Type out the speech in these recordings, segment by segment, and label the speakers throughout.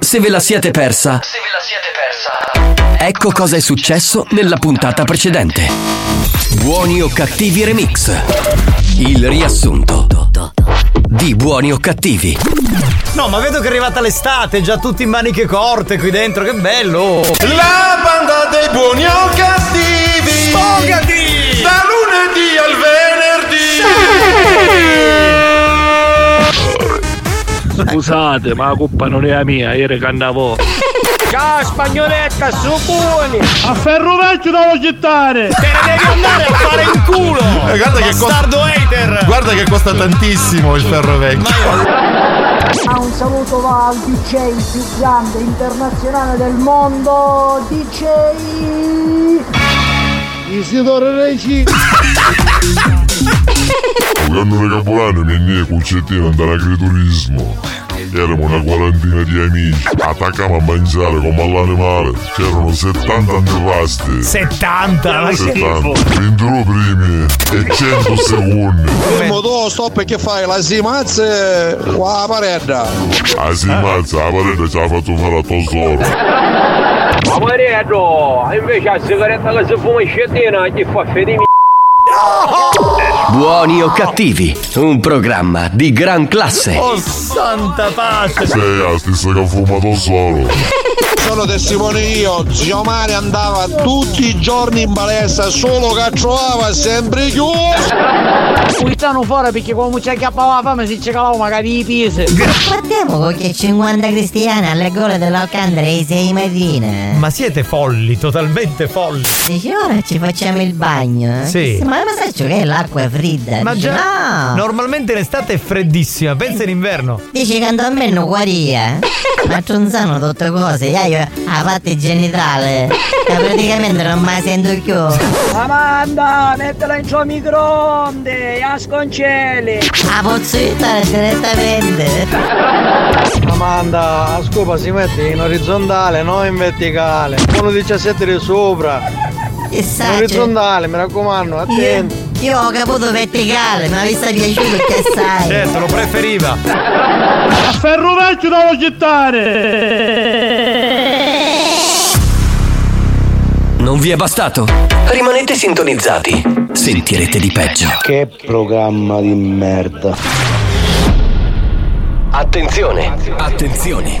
Speaker 1: Se ve la siete persa,
Speaker 2: Se ve la siete persa.
Speaker 1: ecco cosa è successo nella puntata precedente. Buoni o cattivi remix. Il riassunto di buoni o cattivi.
Speaker 3: No, ma vedo che è arrivata l'estate, già tutti in maniche corte qui dentro, che bello!
Speaker 4: La banda dei buoni o cattivi Sfogati Da lunedì al venerdì
Speaker 5: Scusate, ma la colpa non è mia, ieri cantavo.
Speaker 6: Ciao spagnoletta, su buoni!
Speaker 5: A ferro vecchio devo gettare!
Speaker 6: Te ne devi andare a fare in culo!
Speaker 4: Eh, guarda che
Speaker 6: Bastardo eh.
Speaker 4: costa-
Speaker 6: hater!
Speaker 4: Guarda che costa tantissimo il ferro vecchio
Speaker 7: Ma Ah, un saluto va al DJ più grande internazionale del mondo, DJ
Speaker 5: Isidoro Reci!
Speaker 8: Quando le capolane mi andai con Cettino andare agriturismo. Eravamo una quarantina di amici, attaccavamo a mangiare come all'animale, c'erano 70 antipaste.
Speaker 3: 70! Ma che...
Speaker 8: 70, 21 primi e 100 secondi.
Speaker 9: Modo sto perché fai la simazze qua a paredda.
Speaker 8: Ah sì, mazza, la parete ci ha fatto fare a tesoro.
Speaker 6: Amaretto, invece la sigaretta che si fuma in scetina gli fa fede m***a.
Speaker 1: Buoni o cattivi. Un programma di gran classe.
Speaker 3: Oh, santa pace!
Speaker 8: Sei la stessa che ha fumato solo.
Speaker 9: Sono testimone io, zio Mario andava tutti i giorni in palestra, solo che trovava sempre chiuso.
Speaker 7: Pulizzano fuori perché come c'è chiappava la fame si ci calava magari i pise
Speaker 10: Guardiamo che 50 cristiani alle gole dell'Alcandra e sei mattina.
Speaker 3: Ma siete folli, totalmente folli!
Speaker 10: Dice ora ci facciamo il bagno.
Speaker 3: Sì.
Speaker 10: eh? Ma, ma sai che l'acqua "Ah." è fredda?
Speaker 3: Ma
Speaker 10: Dice,
Speaker 3: già,
Speaker 10: no.
Speaker 3: normalmente l'estate è freddissima, pensa in inverno!
Speaker 10: Dice che andò a me non guaria. ma tronzano tutte cose, io io la parte genitale. che praticamente non mi sento più.
Speaker 7: Amanda, mettila in suo microonde, a sconcelli
Speaker 10: La pozzetta direttamente.
Speaker 9: Amanda, la scopa si mette in orizzontale, non in verticale. Sono 17 di sopra, in
Speaker 10: Chissà. cioè,
Speaker 9: orizzontale, mi raccomando, eh.
Speaker 10: Io,
Speaker 9: attenti.
Speaker 10: io ho caputo verticale, ma mi sta piaciuto che sai.
Speaker 3: Certo, lo preferiva!
Speaker 5: A ferro vecchio devo gettare!
Speaker 1: Non vi è bastato? Rimanete sintonizzati. Sentirete di peggio.
Speaker 9: Che programma di merda.
Speaker 1: Attenzione! Attenzione!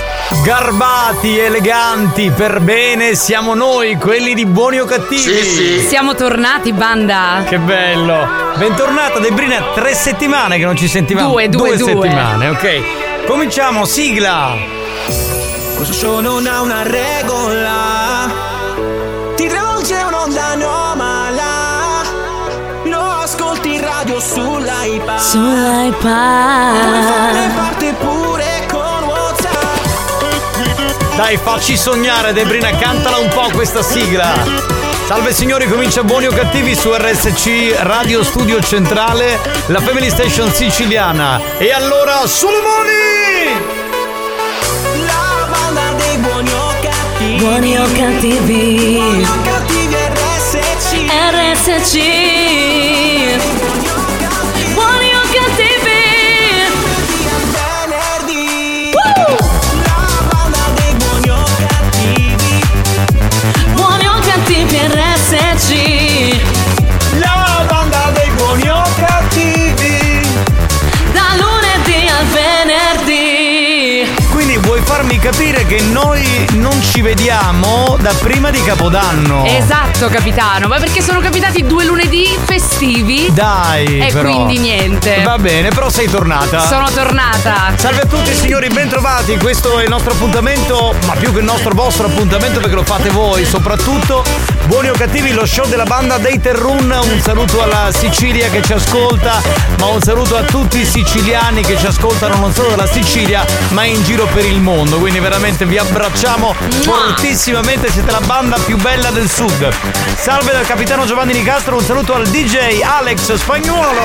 Speaker 3: Garbati, eleganti, per bene, siamo noi, quelli di buoni o cattivi!
Speaker 4: Sì, sì
Speaker 11: Siamo tornati, banda.
Speaker 3: Che bello! Bentornata Debrina, tre settimane che non ci sentivamo.
Speaker 11: Due, due, due.
Speaker 3: settimane, ok. Cominciamo, sigla! Questo non ha una regola. Ti travolge un'onda anomala. Lo ascolti in radio sull'iPad. parte pure con WhatsApp. Dai, facci sognare, Debrina, cantala un po' questa sigla. Salve signori, comincia Buoni o Cattivi su RSC Radio Studio Centrale, la Family Station siciliana. E allora, sulle mani! La banda dei buoni o cattivi.
Speaker 11: Buoni o cattivi?
Speaker 3: cattivi RSC.
Speaker 11: RSC. Buoni o cattivi? Buoni o cattivi RSC.
Speaker 3: La banda dei buoni o cattivi.
Speaker 11: Da lunedì al venerdì.
Speaker 3: Quindi vuoi farmi capire che noi non ci vediamo da prima di Capodanno?
Speaker 11: Esatto, capitano. Ma perché sono capitati due lunedì festivi?
Speaker 3: Dai,
Speaker 11: E
Speaker 3: però.
Speaker 11: Eh, quindi niente.
Speaker 3: Va bene, però sei tornata.
Speaker 11: Sono tornata.
Speaker 3: Salve a tutti signori, bentrovati, questo è il nostro appuntamento, ma più che il nostro vostro appuntamento perché lo fate voi, soprattutto buoni o cattivi, lo show della banda dei Terrun, un saluto alla Sicilia che ci ascolta, ma un saluto a tutti i siciliani che ci ascoltano non solo dalla Sicilia, ma in giro per il mondo, quindi veramente vi abbracciamo fortissimamente, siete la banda più bella del sud. Salve dal capitano Giovanni Nicastro, un saluto al DJ Alex Spagnuolo.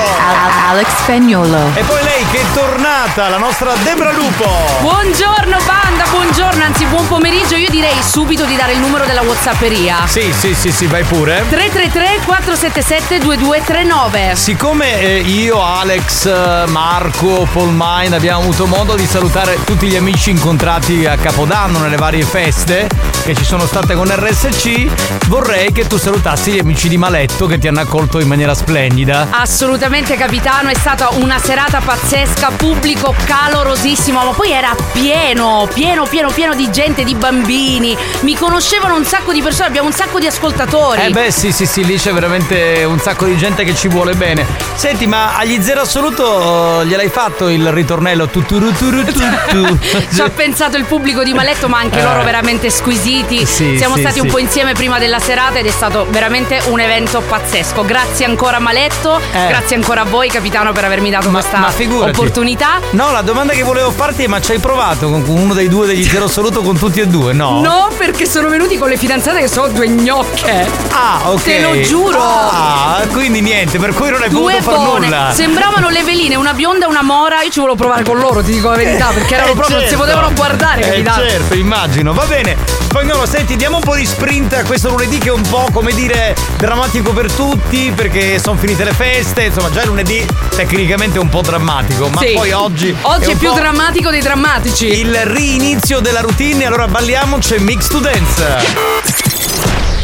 Speaker 9: Alex Spagnuolo.
Speaker 3: E poi lei che è tornata, la nostra Debra Lupo.
Speaker 12: Buongiorno banda, buongiorno, anzi buon pomeriggio. Io direi subito di dare il numero della Whatsapperia.
Speaker 3: Sì, sì, sì, sì, vai pure.
Speaker 12: 333 477 2239.
Speaker 3: Siccome eh, io, Alex, eh, Marco, Polmine abbiamo avuto modo di salutare tutti gli amici incontrati a Capodanno nelle varie feste che ci sono state con RSC, vorrei che tu salutassi gli amici di Maletto che ti hanno accolto in maniera splendida.
Speaker 12: Assolutamente capitano, è stata una serata pazzesca, pubblico calorosissimo, ma poi era pieno, pieno, pieno, pieno di gente, di bambini. Mi conoscevano un sacco di persone, abbiamo un sacco di ascoltatori.
Speaker 3: Eh beh sì sì sì lì c'è veramente un sacco di gente che ci vuole bene Senti ma agli zero assoluto eh, gliel'hai fatto il ritornello tuturuturututu
Speaker 12: Ci ha pensato il pubblico di Maletto, ma anche
Speaker 3: Eh.
Speaker 12: loro veramente squisiti.
Speaker 3: Sì,
Speaker 12: Siamo
Speaker 3: sì,
Speaker 12: stati
Speaker 3: sì.
Speaker 12: un po' insieme prima della serata ed è stato veramente un evento pazzesco. Grazie ancora Maletto, grazie ancora a voi capitano per avermi dato questa
Speaker 3: Eh. figurati.
Speaker 12: opportunità.
Speaker 3: No la domanda che volevo farti è ma ci hai provato con uno dei due degli zero assoluto con tutti e due no?
Speaker 12: No, perché sono venuti con le fidanzate che sono due gnocche.
Speaker 3: Ah, ok.
Speaker 12: Te lo giuro.
Speaker 3: Ah quindi niente per cui non hai
Speaker 12: Due
Speaker 3: potuto far
Speaker 12: buone,
Speaker 3: nulla
Speaker 12: sembravano le veline, una bionda e una mora. Io ci volevo provare con loro, ti dico la verità, perché erano
Speaker 3: Eh,
Speaker 12: proprio, non si
Speaker 3: certo.
Speaker 12: potevano guardare.
Speaker 3: Eh,
Speaker 12: capitano.
Speaker 3: certo, immagino. Va bene. Spagnolo, senti, diamo un po' di sprint a questo lunedì che è un po', come dire, drammatico per tutti, perché sono finite le feste. Insomma, già il lunedì tecnicamente è un po' drammatico, ma
Speaker 12: Sì.
Speaker 3: poi oggi.
Speaker 12: Oggi è,
Speaker 3: un
Speaker 12: più
Speaker 3: po'
Speaker 12: drammatico dei drammatici.
Speaker 3: Il rinizio della routine, allora balliamo, c'è Mix to Dance.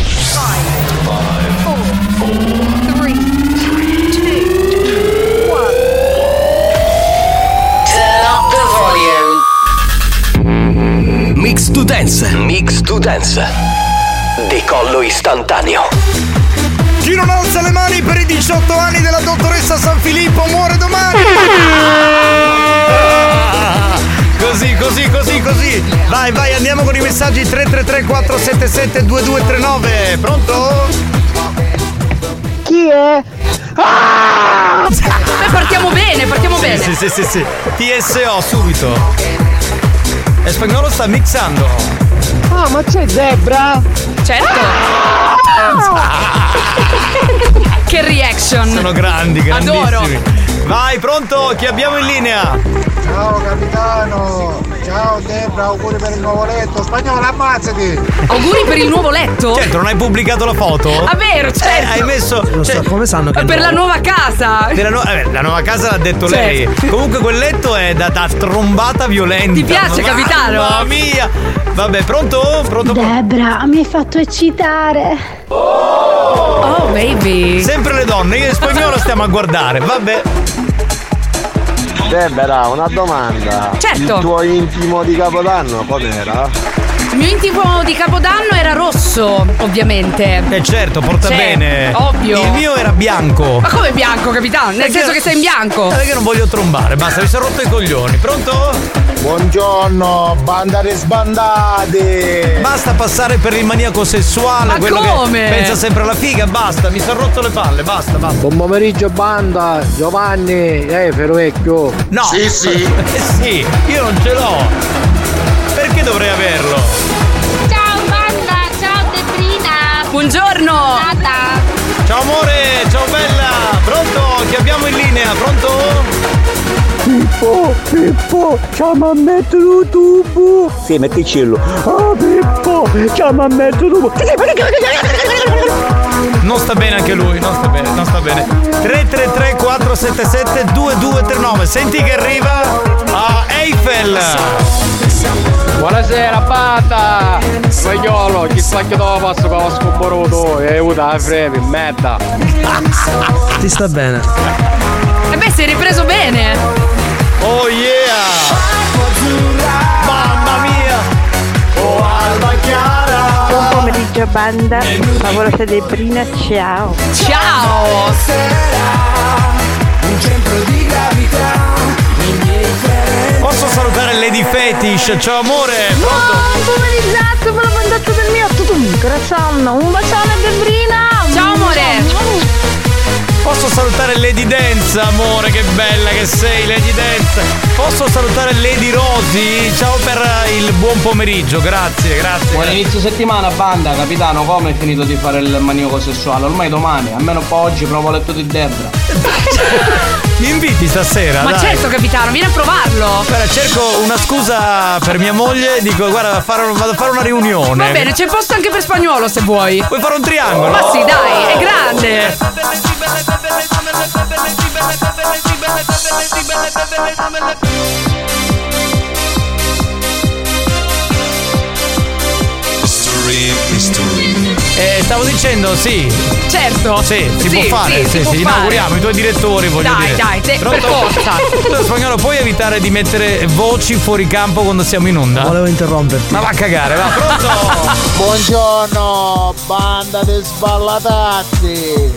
Speaker 1: Mix to dance. Mix to dance. Decollo istantaneo.
Speaker 3: Chi non alza le mani per i 18 anni della dottoressa San Filippo muore domani! Così, così, così, così! Vai, vai, andiamo con i messaggi 333 477 2239 Pronto?
Speaker 11: Chi è?
Speaker 12: Beh, partiamo bene, partiamo bene.
Speaker 3: Ah! Sì, sì, sì, sì. TSO subito. E spagnolo sta mixando.
Speaker 11: Ah, ma c'è Zebra?
Speaker 12: Certo. che reaction.
Speaker 3: Ah! Sono grandi, grandissimi.
Speaker 12: Adoro.
Speaker 3: Vai, pronto? Chi abbiamo in linea?
Speaker 13: Ciao capitano! Ciao Debra, auguri per il nuovo letto! Spagnolo, ammazzati!
Speaker 12: Auguri per il nuovo letto?
Speaker 3: Certo, non hai pubblicato la foto? Eh,
Speaker 12: Ah, vero, certo.
Speaker 3: hai messo. cioè, come sanno
Speaker 12: È per la nuova casa.
Speaker 3: Della nu- eh, la nuova casa l'ha detto
Speaker 12: Ah. Certo.
Speaker 3: lei. Comunque quel letto è da, da trombata violenta. Ti
Speaker 12: piace, capitano?
Speaker 3: Mamma mia! Vabbra, pronto? Pronto?
Speaker 14: Debra, mi hai fatto eccitare.
Speaker 12: Oh, baby.
Speaker 3: Sempre le donne, io in spagnolo stiamo a guardare. Vabbè.
Speaker 13: Debra, Ah, una domanda!
Speaker 12: Certo.
Speaker 13: Il tuo intimo di Capodanno com'era?
Speaker 12: Il mio intimo di Capodanno era rosso, ovviamente.
Speaker 3: Eh certo, porta
Speaker 12: Cioè,
Speaker 3: bene.
Speaker 12: Ovvio.
Speaker 3: Il mio era bianco.
Speaker 12: Ma come bianco, capitano? Nel
Speaker 3: Perché-
Speaker 12: senso che sei in bianco.
Speaker 3: Guarda che non voglio trombare, basta, mi sono rotto i coglioni. Pronto?
Speaker 13: Buongiorno, banda risbandate!
Speaker 3: Basta passare per il maniaco sessuale,
Speaker 13: Ma
Speaker 3: quello
Speaker 13: come?
Speaker 3: che pensa sempre alla figa, basta, mi sono rotto le palle, basta, basta.
Speaker 13: Buon pomeriggio banda, Giovanni, eh Ferrovecchio.
Speaker 3: No! Sì, sì. sì, io non ce l'ho. Perché dovrei averlo?
Speaker 15: Ciao banda, ciao Debrina.
Speaker 12: Buongiorno.
Speaker 3: Ciao amore, ciao bella. Pronto? Chi abbiamo in linea? Pronto?
Speaker 16: Pippo, Pippo, chiama a mettere un tubo. Sì, metticillo. Ah, Pippo, chiama a mettere un tubo.
Speaker 3: Non sta bene anche lui, non sta bene, non sta bene. 333 477 2239. Senti che arriva a Eiffel.
Speaker 13: Buonasera banda! Spagnolo, chissà che dopo passo con lo scomboruto
Speaker 17: Eh,
Speaker 13: e aiuta la frevi, merda!
Speaker 18: Ti sta bene.
Speaker 12: E Eh beh, sei ripreso bene.
Speaker 3: Oh yeah! Mamma mia! Oh Alba Chiara!
Speaker 19: Buon pomeriggio banda, favolosa Debrina, ciao.
Speaker 12: Ciao!
Speaker 3: Posso salutare Lady Fetish? Ciao amore! Pronto?
Speaker 14: Buon pomeriggio, buona bandata del mio tutto un corazon, un bacione Debrina.
Speaker 12: Ciao, amore.
Speaker 3: Posso salutare salutare Lady Dance, amore, che bella che sei, Lady Dance. Posso salutare Lady Rosy? Ciao per eh, il buon pomeriggio, grazie, grazie.
Speaker 17: Buon inizio settimana, banda, capitano, come hai finito di fare il maniaco sessuale? Ormai domani, almeno un po' oggi provo letto di Debra.
Speaker 3: Mi inviti stasera?
Speaker 12: Ma
Speaker 3: dai.
Speaker 12: certo, capitano, vieni a provarlo.
Speaker 3: Guarda, cerco una scusa per mia moglie, dico guarda vado a fare, vado a fare una riunione.
Speaker 12: Va bene, c'è posto anche per spagnolo se vuoi.
Speaker 3: Vuoi fare un triangolo?
Speaker 12: Ma sì, dai, è grande.
Speaker 3: Eh, stavo dicendo sì.
Speaker 12: Certo.
Speaker 3: Sì, si
Speaker 12: Sì,
Speaker 3: può fare.
Speaker 12: sì, si può
Speaker 3: Sì, sì,
Speaker 12: fare.
Speaker 3: inauguriamo i tuoi direttori, voglio
Speaker 12: Dai,
Speaker 3: dire.
Speaker 12: dai, te- per
Speaker 3: Pronto?
Speaker 12: forza.
Speaker 3: Scusa, spagnolo, puoi evitare di mettere voci fuori campo quando siamo in onda? Volevo interromperti. Ma va a cagare, va. Pronto?
Speaker 4: Buongiorno, banda di sballatazzi.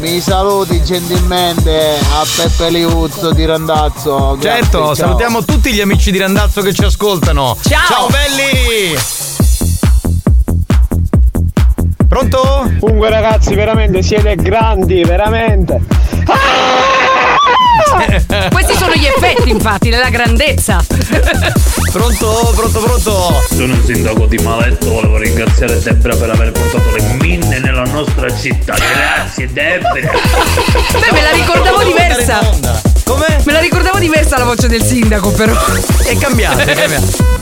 Speaker 4: Mi saluti gentilmente a Peppe Liuzzo di Randazzo. Grazie,
Speaker 3: Certo,
Speaker 4: ciao.
Speaker 3: salutiamo tutti gli amici di Randazzo che ci ascoltano.
Speaker 4: Ciao.
Speaker 3: Ciao belli! Pronto?
Speaker 20: Comunque ragazzi, veramente siete grandi, veramente.
Speaker 12: Questi sono gli effetti, infatti, della grandezza.
Speaker 3: Pronto, pronto, pronto.
Speaker 21: Sono il sindaco di Maletto, volevo ringraziare Debra per aver portato le minne nella nostra città. Grazie Debra.
Speaker 12: Beh, me la ricordavo diversa.
Speaker 3: Come?
Speaker 12: Me la ricordavo diversa la voce del sindaco, però.
Speaker 3: È cambiata, è cambiata.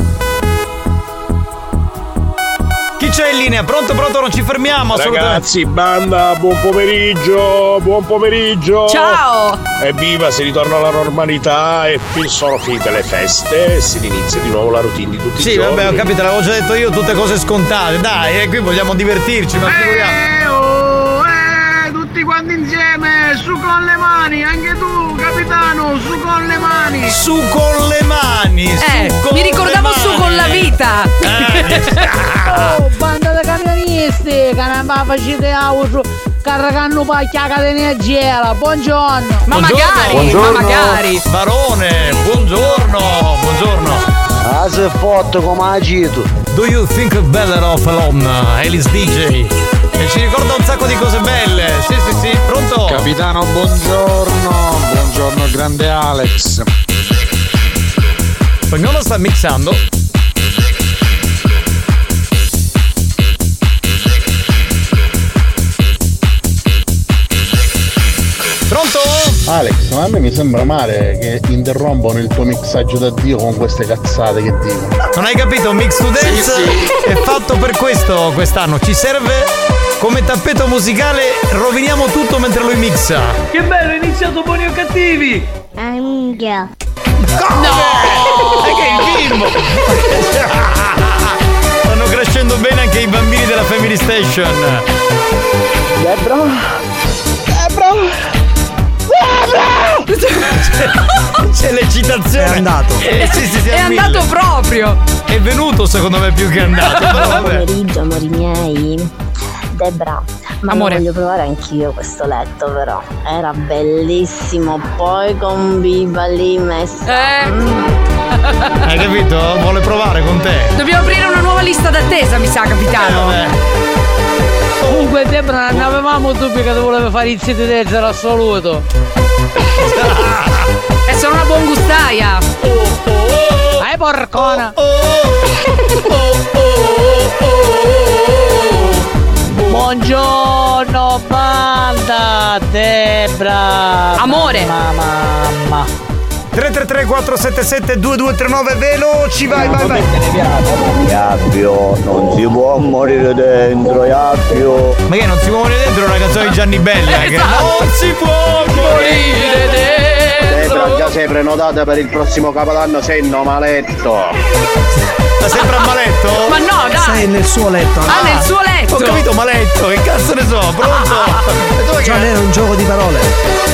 Speaker 3: Chi c'è in linea? Pronto, pronto, non ci fermiamo. assolutamente.
Speaker 9: Ragazzi, banda, buon pomeriggio, buon pomeriggio.
Speaker 12: Ciao.
Speaker 9: Evviva, si ritorna alla normalità e fin- sono finite le feste e si inizia di nuovo la routine di tutti i
Speaker 3: Sì,
Speaker 9: giorni.
Speaker 3: vabbè, ho capito, l'avevo già detto io, tutte cose scontate. Dai, eh, qui vogliamo divertirci, ma figuriamo.
Speaker 6: Eh, oh, eh, tutti quanti insieme, su con le mani, anche tu, capitano, su con le mani.
Speaker 3: Su con le mani,
Speaker 12: Eh, mi ricordavo su con la vita.
Speaker 6: Ah.
Speaker 3: Eh.
Speaker 7: Oh, banda di camionisti, che non mi facete auto, caricando pacchiaca di energia, buongiorno.
Speaker 3: Varone, buongiorno, buongiorno.
Speaker 22: Ah, se fotto come agito.
Speaker 3: Do you think better of alone, Alice DJ? E ci ricorda un sacco di cose belle. Sì, sì, sì, pronto?
Speaker 23: Capitano, buongiorno. Buongiorno, grande Alex.
Speaker 3: Spagnolo sta mixando. Pronto?
Speaker 23: Alex, ma a me mi sembra male che interrompono il tuo mixaggio da Dio con queste cazzate che dicono.
Speaker 3: Non hai capito? Mix to Dance è fatto per questo quest'anno. Ci serve come tappeto musicale, roviniamo tutto mentre lui mixa.
Speaker 24: Che bello, è iniziato Buoni o Cattivi!
Speaker 25: Anch'io.
Speaker 3: No! È che il bimbo! Stanno crescendo bene anche i bambini della Family Station.
Speaker 6: Debra? Debra?
Speaker 3: Debra! C'è l'eccitazione. È andato. sì, sì, sì,
Speaker 12: È
Speaker 3: al mille.
Speaker 12: andato proprio.
Speaker 3: È venuto secondo me più che andato. però
Speaker 26: Buon
Speaker 3: vabbè.
Speaker 26: pomeriggio, amori miei. Debra, ma
Speaker 12: Amore.
Speaker 26: lo voglio provare anch'io questo letto, però. Era bellissimo. Poi con Viva lì messa.
Speaker 12: eh.
Speaker 3: Hai capito? Vuole provare con te.
Speaker 12: Dobbiamo aprire una nuova lista d'attesa, mi sa, capitano.
Speaker 3: Eh,
Speaker 7: Comunque Debra
Speaker 3: Oh.
Speaker 7: non avevamo dubbi che tu volevi fare il sito terzo assoluto.
Speaker 12: È solo una buon gustaia.
Speaker 3: Oh,
Speaker 7: Vai Eh, porcona!
Speaker 3: oh,
Speaker 7: Buongiorno banda Debra!
Speaker 12: Amore.
Speaker 7: Mamma!
Speaker 3: 333 477 2239 veloci vai vai vai
Speaker 27: Iappio, non si può morire dentro, Iappio.
Speaker 3: ma che non si muore dentro una canzone di Gianni Bella che
Speaker 12: Esatto.
Speaker 3: non si può morire
Speaker 22: Debra già sei prenotata per il prossimo capodanno, sei no maletto.
Speaker 3: Ma sempre a maletto?
Speaker 12: Ma no, dai.
Speaker 9: Sei nel suo letto.
Speaker 12: Ah,
Speaker 9: no?
Speaker 12: nel suo letto. Ah,
Speaker 3: Ho capito maletto, che cazzo ne so, pronto? E dove
Speaker 9: Cioè, era un gioco di parole.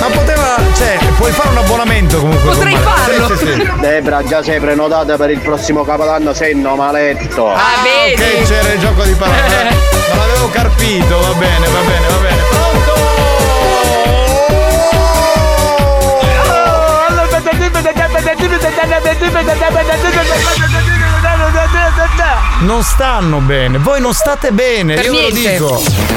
Speaker 3: Ma poteva. Cioè, puoi fare un abbonamento comunque.
Speaker 9: Potrei
Speaker 3: con Maletto.
Speaker 9: farlo.
Speaker 3: Sì, sì, sì.
Speaker 22: Debra già sei prenotata per il prossimo capodanno, sei no maletto.
Speaker 3: Ah, ok, c'era il gioco di parole. Ma l'avevo carpito, va bene, va bene, va bene. Non stanno bene, voi non state bene,
Speaker 28: Per
Speaker 3: io
Speaker 28: niente.
Speaker 3: ve lo dico.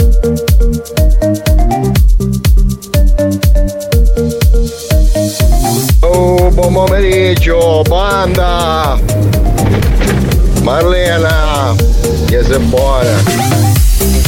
Speaker 15: Oh, buon pomeriggio, banda! Marlena, che sei buona!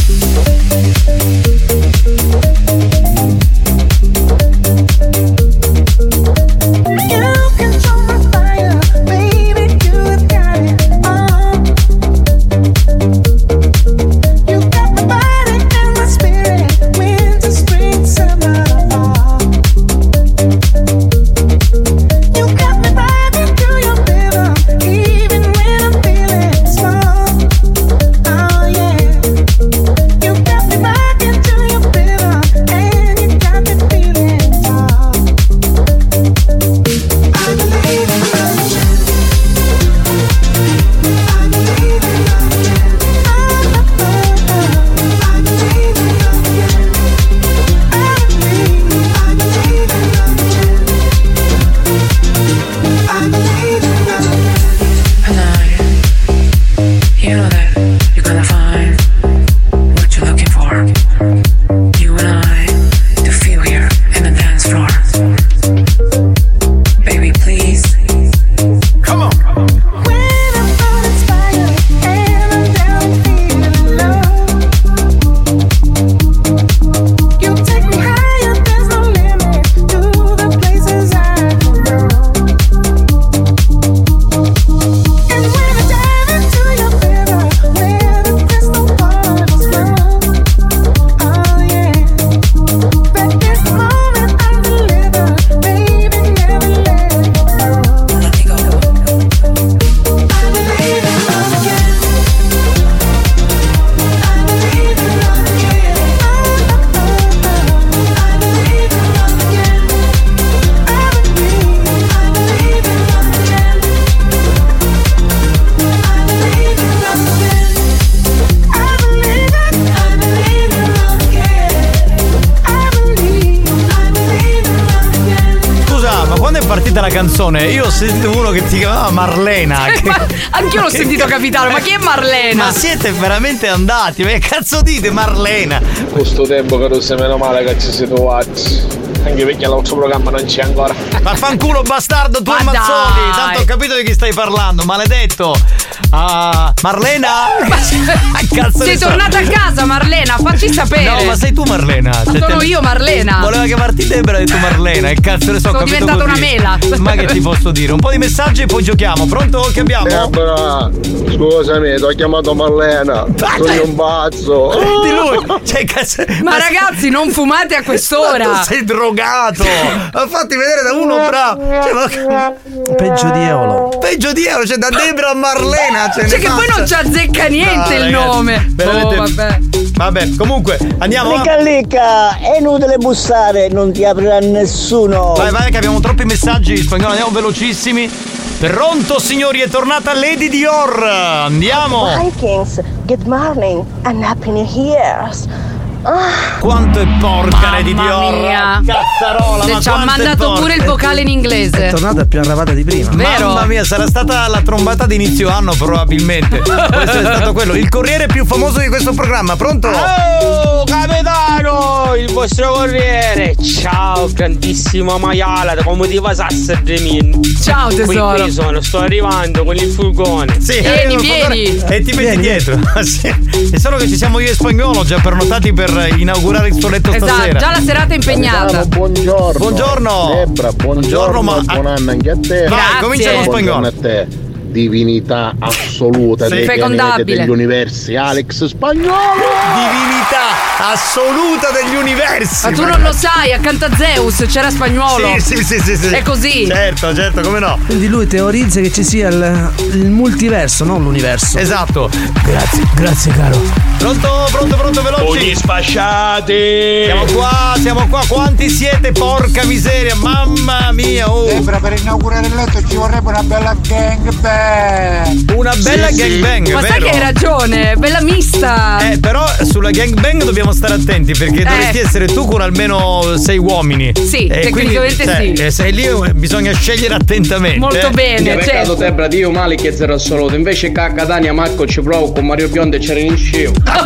Speaker 3: Scusa, ma quando è partita la canzone? Io ho sentito uno che si chiamava Marlena. Che...
Speaker 12: Ma anch'io l'ho sentito capitano, ma chi è Marlena?
Speaker 3: Ma siete veramente andati? Ma che cazzo dite Marlena?
Speaker 9: Questo tempo che tu sei meno male che ci siete trovati. Anche perché il nostro programma non c'è ancora.
Speaker 3: Ma fanculo bastardo tu
Speaker 9: Ma
Speaker 3: e Mazzoli!
Speaker 9: dai!
Speaker 3: Tanto ho capito di chi stai parlando, maledetto! Ah, Marlena! Ma cazzo
Speaker 12: Sei
Speaker 3: ne so.
Speaker 12: tornata a casa Marlena, facci sapere.
Speaker 3: No, ma sei tu Marlena! Cioè,
Speaker 12: Sono
Speaker 3: te-
Speaker 12: io, Marlena.
Speaker 3: Voleva chiamarti te però hai detto Marlena, e cazzo ne so,
Speaker 12: Sono
Speaker 3: ho capito
Speaker 12: diventata
Speaker 3: così.
Speaker 12: una mela.
Speaker 3: Ma che ti posso dire? Un po' di messaggi e poi giochiamo. Pronto? Che abbiamo?
Speaker 15: Debra, scusami, ti ho chiamato Marlena. Sono un pazzo.
Speaker 3: Di lui! Cioè, cazzo.
Speaker 12: Ma ragazzi, non fumate a quest'ora.
Speaker 3: Ma tu sei drogato. Ma fatti vedere da uno bravo. Cioè, ma... Peggio di Eolo. Peggio di Eolo, cioè da Debra a Marlena.
Speaker 12: Cioè, che poi non ci azzecca niente il nome.
Speaker 3: Ah, Veramente...
Speaker 12: Oh, vabbè.
Speaker 3: Vabbè, comunque, andiamo. eh.
Speaker 7: Licca licca, è inutile bussare, non ti aprirà nessuno.
Speaker 3: Vai, vai, che abbiamo troppi messaggi in spagnolo, andiamo velocissimi. Pronto, signori, è tornata Lady Dior. Andiamo.
Speaker 26: Vikings, good morning and happy new years. Ah,
Speaker 3: Quanto è porca Lady Dior.
Speaker 12: Mia.
Speaker 3: Cazzarola, ma
Speaker 12: ci ha
Speaker 3: quanto è
Speaker 12: mandato
Speaker 3: forte.
Speaker 12: pure il vocale in inglese.
Speaker 3: più arrabata di prima.
Speaker 12: Vero?
Speaker 3: Mamma mia, sarà stata la trombata di inizio anno probabilmente. Può essere stato quello. Il corriere più famoso di questo programma, pronto?
Speaker 6: Oh, capitano, il vostro corriere. Ciao, grandissima maiala, come ti pasasse Dremin?
Speaker 12: Ciao
Speaker 6: Qui,
Speaker 12: tesoro.
Speaker 6: qui sono, sto arrivando con il furgone.
Speaker 3: Sì, arriva il furgone E ti metti dietro. Ah, Sì. È solo che ci siamo io e spagnolo già pernotati per inaugurare il suo letto
Speaker 12: Esatto,
Speaker 3: stasera.
Speaker 12: già la serata è impegnata.
Speaker 4: Buongiorno.
Speaker 3: Buongiorno.
Speaker 4: Debra, buongiorno, buon anno anche a te.
Speaker 3: Vai, Grazie. comincia con spagnolo.
Speaker 4: Buongiorno a te. divinità assoluta dei pianeti,
Speaker 3: Infecondabile.
Speaker 4: degli universi, Alex Spagnolo!
Speaker 3: Divinità assoluta degli universi!
Speaker 12: Ma tu non lo sai, accanto a Zeus c'era spagnolo.
Speaker 3: Sì, sì, sì, sì, sì.
Speaker 12: È così.
Speaker 3: Certo, certo, come no?
Speaker 6: Quindi lui teorizza che ci sia il, il multiverso, non l'universo.
Speaker 3: Esatto.
Speaker 6: Grazie, grazie caro.
Speaker 3: Pronto, Oh, pronto, pronto, veloci. Pugni spasciati. Siamo qua, siamo qua. Quanti siete? Porca miseria, mamma mia. Oh.
Speaker 15: Sembra per inaugurare il letto ci vorrebbe una bella gangbang.
Speaker 3: Una bella gangbang,
Speaker 12: Ma sai
Speaker 3: vero?
Speaker 12: che hai ragione, Cioè, bella mista.
Speaker 3: Eh, però sulla gangbang dobbiamo stare attenti perché dovresti essere tu con almeno sei uomini.
Speaker 12: Eh. Sì,
Speaker 3: E quindi,
Speaker 12: tecnicamente
Speaker 3: cioè,
Speaker 12: sì.
Speaker 3: eh, Sei lì, eh, bisogna scegliere attentamente. eh.
Speaker 9: Mi ha beccato te, Bradio, male che zero assoluto. Invece cacca Dania, Marco ci provo con Mario Biondi e c'era in scio.
Speaker 3: Ma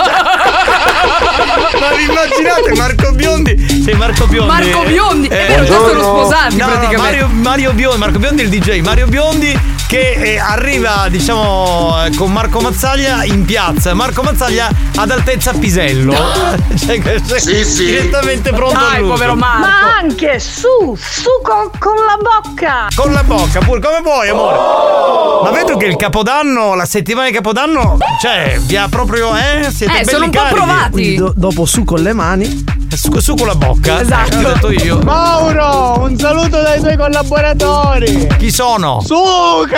Speaker 3: vi immaginate
Speaker 9: Eh,
Speaker 3: Marco Biondi? Sei Marco Biondi.
Speaker 12: Marco Biondi, è vero, già sono
Speaker 3: buongiorno.
Speaker 12: sposati
Speaker 3: No, no,
Speaker 12: praticamente.
Speaker 3: Mario, Mario Biondi, Marco Biondi è il DJ, Mario Biondi che eh, arriva, diciamo, eh, con Marco Mazzaglia in piazza. Marco Mazzaglia ad altezza Pisello. cioè, cioè, direttamente pronto
Speaker 12: Dai,
Speaker 3: all'uso.
Speaker 12: povero Marco.
Speaker 7: Ma anche su, su con, con la bocca.
Speaker 3: Con la bocca, pure come vuoi, amore. Ma vedo che il Capodanno, la settimana di Capodanno, cioè, vi ha proprio, eh? Siete belli carichi.
Speaker 6: Quindi do- dopo su con le mani.
Speaker 3: Su, su con la bocca.
Speaker 12: Esatto.
Speaker 3: Eh, l'ho detto io.
Speaker 6: Mauro,
Speaker 15: un saluto dai tuoi collaboratori.
Speaker 3: Chi sono?
Speaker 15: Suca!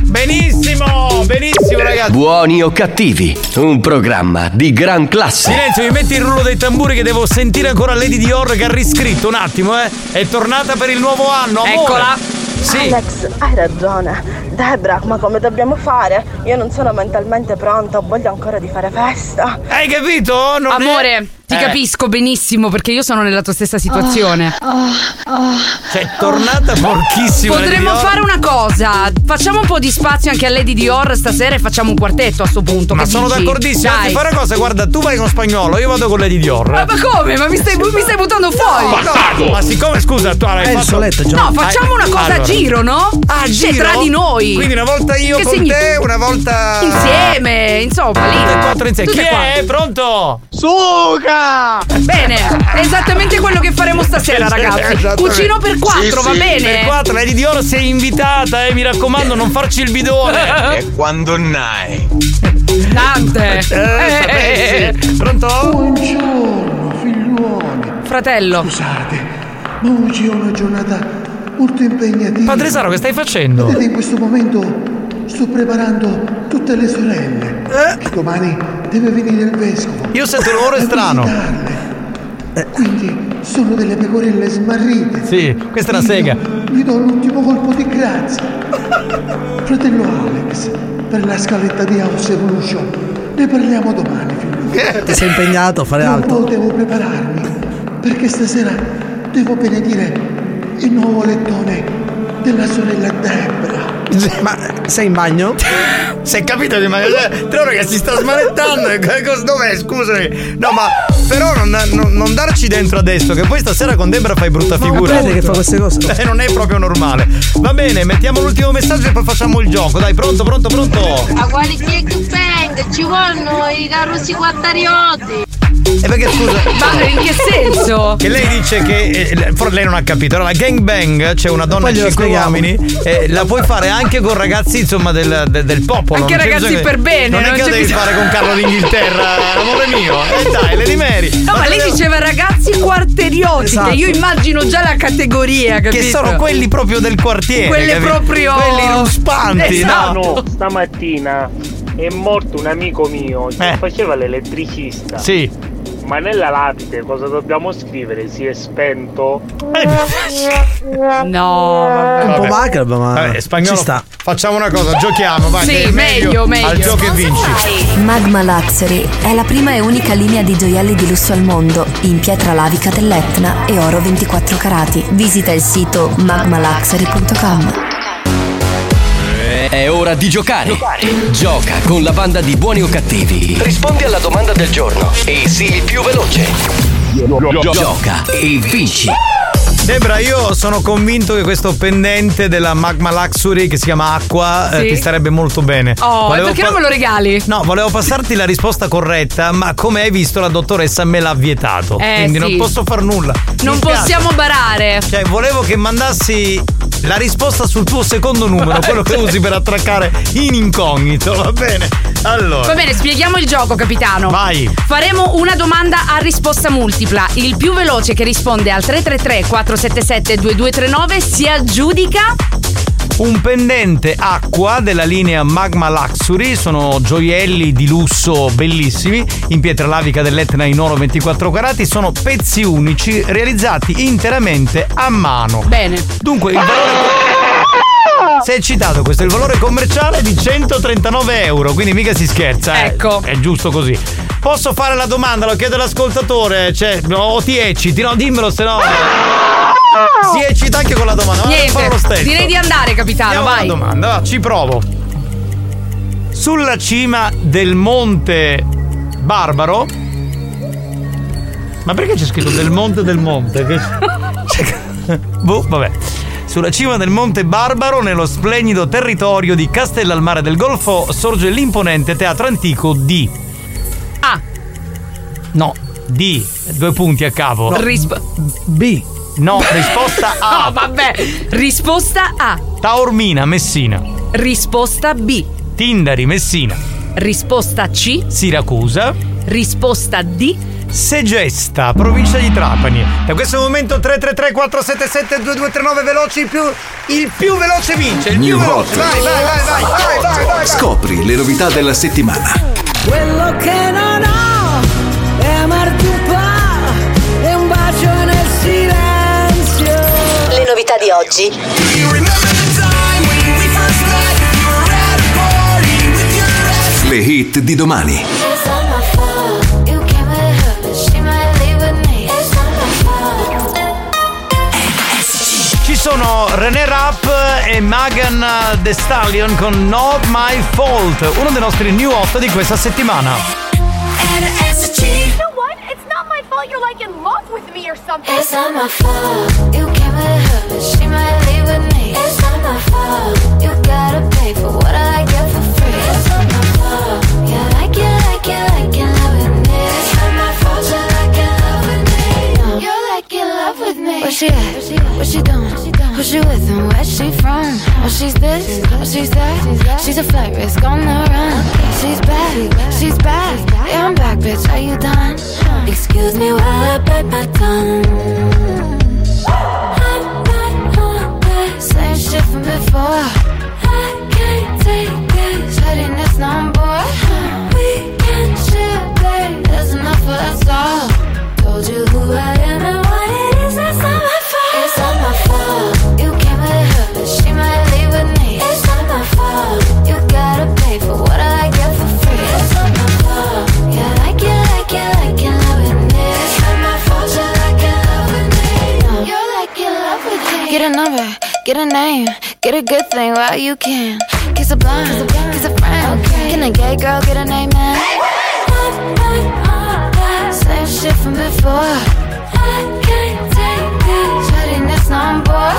Speaker 3: Benissimo, benissimo ragazzi.
Speaker 1: Buoni o cattivi, un programma di gran classe.
Speaker 3: Silenzio, mi metti il rullo dei tamburi che devo sentire ancora Lady Dior che ha riscritto un attimo, eh. È tornata per il nuovo anno, amore. Sì.
Speaker 26: Alex, hai ragione. Debra, ma come dobbiamo fare? Io non sono mentalmente pronta, ho voglia ancora di fare festa.
Speaker 3: Hai capito? Non è-
Speaker 12: Amore, ti
Speaker 3: Eh.
Speaker 12: capisco benissimo perché io sono nella tua stessa situazione.
Speaker 7: Oh,
Speaker 3: Cioè, è Ah. tornata porchissima Lady
Speaker 12: Potremmo
Speaker 3: Dior.
Speaker 12: fare una cosa. Facciamo un po' di spazio anche a Lady Dior stasera e facciamo un quartetto a sto punto.
Speaker 3: Ma
Speaker 12: che
Speaker 3: sono
Speaker 12: dici?
Speaker 3: d'accordissimo.
Speaker 12: Dai.
Speaker 3: Anzi, fare una cosa, guarda, tu vai con spagnolo, io vado con Lady eh. Dior.
Speaker 12: Ma, ma come? Ma mi stai, mi stai buttando fuori?
Speaker 3: No, Ma siccome scusa, tu hai
Speaker 6: È il
Speaker 3: fatto-
Speaker 6: soletto, Giorgio.
Speaker 12: No, facciamo una cosa
Speaker 3: Allora.
Speaker 12: a giro, no?
Speaker 3: Ah,
Speaker 12: Cioè,
Speaker 3: giro?
Speaker 12: tra di noi.
Speaker 3: Quindi una volta io
Speaker 12: Che
Speaker 3: con
Speaker 12: significa?
Speaker 3: te, una volta.
Speaker 12: Insieme, insomma, lì.
Speaker 3: Tutte e quattro insieme.
Speaker 12: Tutte
Speaker 3: Chi
Speaker 12: e quattro.
Speaker 3: è? Pronto?
Speaker 12: Suca! Bene, è esattamente quello che faremo stasera, ragazzi.
Speaker 3: Esattamente.
Speaker 12: Cucino per quattro,
Speaker 3: Sì,
Speaker 12: va
Speaker 3: sì.
Speaker 12: bene?
Speaker 3: Per quattro, Lady Dior sei invitata, eh, mi raccomando, non farci il bidone.
Speaker 29: E quando nai. Eh,
Speaker 12: Dante. Eh,
Speaker 29: sapessi.
Speaker 3: Pronto?
Speaker 13: Buongiorno figliuoli.
Speaker 12: Fratello.
Speaker 13: Scusate, ma oggi è una giornata molto impegnativa.
Speaker 3: Padre Saro, che stai facendo?
Speaker 13: Vedete, in questo momento sto preparando tutte le sorelle.
Speaker 3: Eh?
Speaker 13: Che Domani deve venire il vescovo.
Speaker 3: Io sento un rumore
Speaker 13: a
Speaker 3: strano. Eh.
Speaker 13: visitarle. Quindi sono delle pecorelle smarrite.
Speaker 3: Sì, questa è una sega.
Speaker 13: Vi do l'ultimo colpo di grazia. Fratello Alex, per la scaletta di House Evolution ne parliamo domani, figliolo.
Speaker 6: Ti sei impegnato a fare altro.
Speaker 13: Non devo prepararmi, perché stasera devo benedire il nuovo lettone della sorella Debra.
Speaker 6: Ma sei in bagno?
Speaker 3: Sei capito che magari. cioè, Tre ore che si sta smanettando. e che cosa- Dov'è? Scusami. No, ma. Però non, non- non darci dentro adesso, che poi stasera con Debra fai brutta figura.
Speaker 6: vede che fa queste cose.
Speaker 3: Eh, non è proprio normale. Va bene, mettiamo l'ultimo messaggio e poi facciamo il gioco. Dai, pronto, pronto, pronto.
Speaker 14: A quale cake bang ci vogliono i carrozzi quattariotti.
Speaker 3: E perché scusa?
Speaker 12: Ma in che senso?
Speaker 3: Che lei dice che. eh, le- for- lei non ha capito. Allora, la gangbang, c'è una donna
Speaker 6: Poi
Speaker 3: e
Speaker 6: glielo
Speaker 3: cinque
Speaker 6: spieghiamo.
Speaker 3: uomini. eh, la puoi fare anche con ragazzi, insomma, del, de- del popolo.
Speaker 12: Anche
Speaker 3: non c'è
Speaker 12: ragazzi
Speaker 3: bisogno-
Speaker 12: per bene,
Speaker 3: Non,
Speaker 12: non
Speaker 3: è che lo
Speaker 12: c'è
Speaker 3: devi
Speaker 12: bisogno-
Speaker 3: fare con Carlo d'Inghilterra, amore eh, mio. E dai, Lady Mary.
Speaker 12: No, ma lei diceva ragazzi quarterioti, che io immagino già la categoria, capito?
Speaker 3: Esatto. Che sono quelli proprio del quartiere.
Speaker 12: Quelle
Speaker 3: capito?
Speaker 12: proprio-
Speaker 3: Quelli ruspanti,
Speaker 12: Esatto.
Speaker 3: no?
Speaker 5: No, Eh, stamattina è morto un amico mio
Speaker 6: Eh.
Speaker 5: che faceva l'elettricista.
Speaker 3: Sì.
Speaker 5: Ma nella lapide cosa dobbiamo scrivere? Si è spento?
Speaker 6: Eh.
Speaker 12: No,
Speaker 6: È un
Speaker 3: Vabbè.
Speaker 6: po' macabro, ma.
Speaker 3: Vabbè, spagnolo.
Speaker 6: Ci sta.
Speaker 3: Facciamo una cosa, giochiamo, vai.
Speaker 12: Sì,
Speaker 3: che è
Speaker 12: meglio, meglio.
Speaker 3: Al gioco e vinci.
Speaker 30: Magma Luxury è la prima e unica linea di gioielli di lusso al mondo in pietra lavica dell'Etna e oro 24 carati. Visita il sito magmaluxury.com.
Speaker 1: È ora di giocare. Gioca con la banda di buoni o cattivi. Rispondi alla domanda del giorno e sii il più veloce. Gioca e vinci.
Speaker 3: Debra, io sono convinto che questo pendente della Magma Luxury che si chiama Acqua eh,
Speaker 12: Sì.
Speaker 3: ti starebbe molto bene.
Speaker 12: Oh,
Speaker 3: Volevo
Speaker 12: e perché
Speaker 3: pa-
Speaker 12: non me lo regali?
Speaker 3: No, volevo passarti la risposta corretta, ma come hai visto la dottoressa me l'ha vietato.
Speaker 12: Eh,
Speaker 3: quindi
Speaker 12: sì.
Speaker 3: non posso far nulla. Mi
Speaker 12: Non
Speaker 3: spiace.
Speaker 12: possiamo barare.
Speaker 3: Cioè, volevo che mandassi la risposta sul tuo secondo numero, quello che usi per attraccare in incognito, va bene? Allora.
Speaker 12: Va bene, spieghiamo il gioco, capitano.
Speaker 3: Vai.
Speaker 12: Faremo una domanda a risposta multipla. Il più veloce che risponde al 333 477 2239 si aggiudica
Speaker 3: Un pendente acqua della linea Magma Luxury, sono gioielli di lusso bellissimi, in pietra lavica dell'Etna in oro 24 carati, sono pezzi unici realizzati interamente a mano.
Speaker 12: Bene.
Speaker 3: Dunque, il valore... Se è citato questo, è il valore commerciale di 139 euro, quindi mica si scherza. Ecco. È giusto così. Posso fare la domanda, lo chiedo all'ascoltatore, cioè, o ti ecciti, no, dimmelo se no... Si eccita anche con la domanda, ma
Speaker 12: Niente.
Speaker 3: farò lo stesso.
Speaker 12: Direi di andare, capitano,
Speaker 3: Andiamo
Speaker 12: vai.
Speaker 3: alla domanda, va, ci provo. Sulla cima del monte Barbaro. Ma perché c'è scritto del monte del monte? Che- Cioè, boh, vabbè. Sulla cima del monte Barbaro, nello splendido territorio di Castellalmare del Golfo, sorge l'imponente teatro antico di.
Speaker 12: A.
Speaker 5: Ah.
Speaker 3: No, di due punti a capo.
Speaker 12: Risp-
Speaker 3: B. No, risposta A.
Speaker 12: No, vabbè. Risposta A.
Speaker 3: Taormina, Messina.
Speaker 12: Risposta B.
Speaker 3: Tindari, Messina.
Speaker 12: Risposta C.
Speaker 3: Siracusa.
Speaker 12: Risposta D.
Speaker 3: Segesta, provincia di Trapani. Da questo momento 333 477 2239 veloci più il più veloce vince, il più
Speaker 30: New
Speaker 3: veloce.
Speaker 30: Hot.
Speaker 3: Vai, vai, vai, vai, vai, vai, vai.
Speaker 30: Scopri le novità della settimana.
Speaker 31: Quello che non ho è amarti un po', è un bacio nel silenzio. Le novità di oggi.
Speaker 30: Le hit di domani.
Speaker 3: Ci sono René Rapp e Megan The Stallion con Not My Fault, uno dei nostri new hot di questa settimana.
Speaker 7: You know what? It's not my fault you're like in love with me or something. It's not my fault. You came with her, but she might leave with me. It's not my fault. You gotta pay for what I get for free. It's not my fault. Yeah, like you, like you, like in love with me. It's not my fault you're like in love with me. No, You're like in love with me. Where she at? What she doing? Who she with and where she from? Oh, she's this, oh, she's that. She's a flight risk on the run. She's back, she's back. Yeah, I'm back, bitch. Are you done? Excuse me while I bite my tongue. I'm not on that same shit from before. I can't take this pettiness no more. We can share, babe. There's enough for us all. Told you who I am and what it is. It's not my fault. It's not my fault. You came with her, but she might leave with me. It's not my fault. You gotta pay for what I get for free. It's not my fault. Yeah, like you, like you, like in love with me. It's not my fault. You're like in love with me. You're like in love with me. Get a number, get a name, get a good thing while you can. Kiss a blind, kiss a friend. Can a gay girl get an amen? I'm not on that same shit from before. I can't take this pettiness no more.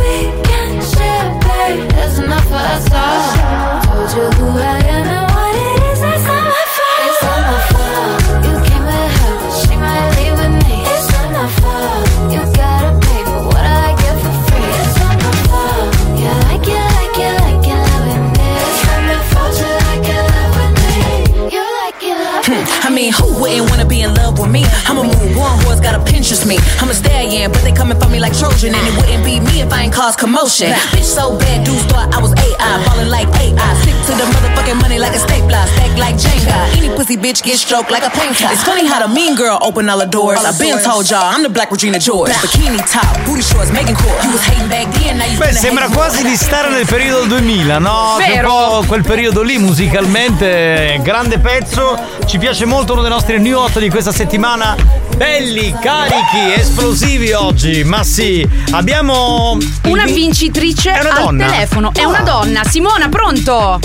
Speaker 7: We can share, babe. There's enough for us all. Told you who I am and what it is. It's not my fault. It's not my fault. You came with her, but she might leave with me. It's not my fault. You gotta pay for what I get for free. It's not my fault. Yeah, like it, like it, like it, love it. It's not my fault. You like it, love it. You like it, love it.
Speaker 21: I mean, who wouldn't wanna be in love with me? I'm a move one horse, got a Pinterest me. I'm a stallion, but they coming for me like Trojan, and it wouldn't be me if I ain't cause commotion. Bitch, so bad, dudes thought I was AI, ballin' like AI. Stick to the motherfucking money like a stapler, stack like Jenga. Any pussy bitch get stroked like a paint It's funny how the mean girl open all the doors. I've been told y'all, I'm the Black Regina George. Bikini top, booty shorts, Megan Core. You was hating back then, now you
Speaker 3: Beh, sembra quasi di stare nel periodo 2000, no? C'è
Speaker 21: Vero.
Speaker 3: un po' quel periodo lì musicalmente, grande pezzo, ci piace molto uno dei nostri new hot di questa settimana. Belli, carichi, esplosivi oggi, ma sì, abbiamo...
Speaker 12: Una vincitrice
Speaker 3: È una
Speaker 12: al
Speaker 3: donna?
Speaker 12: telefono. È una donna. Simona, pronto?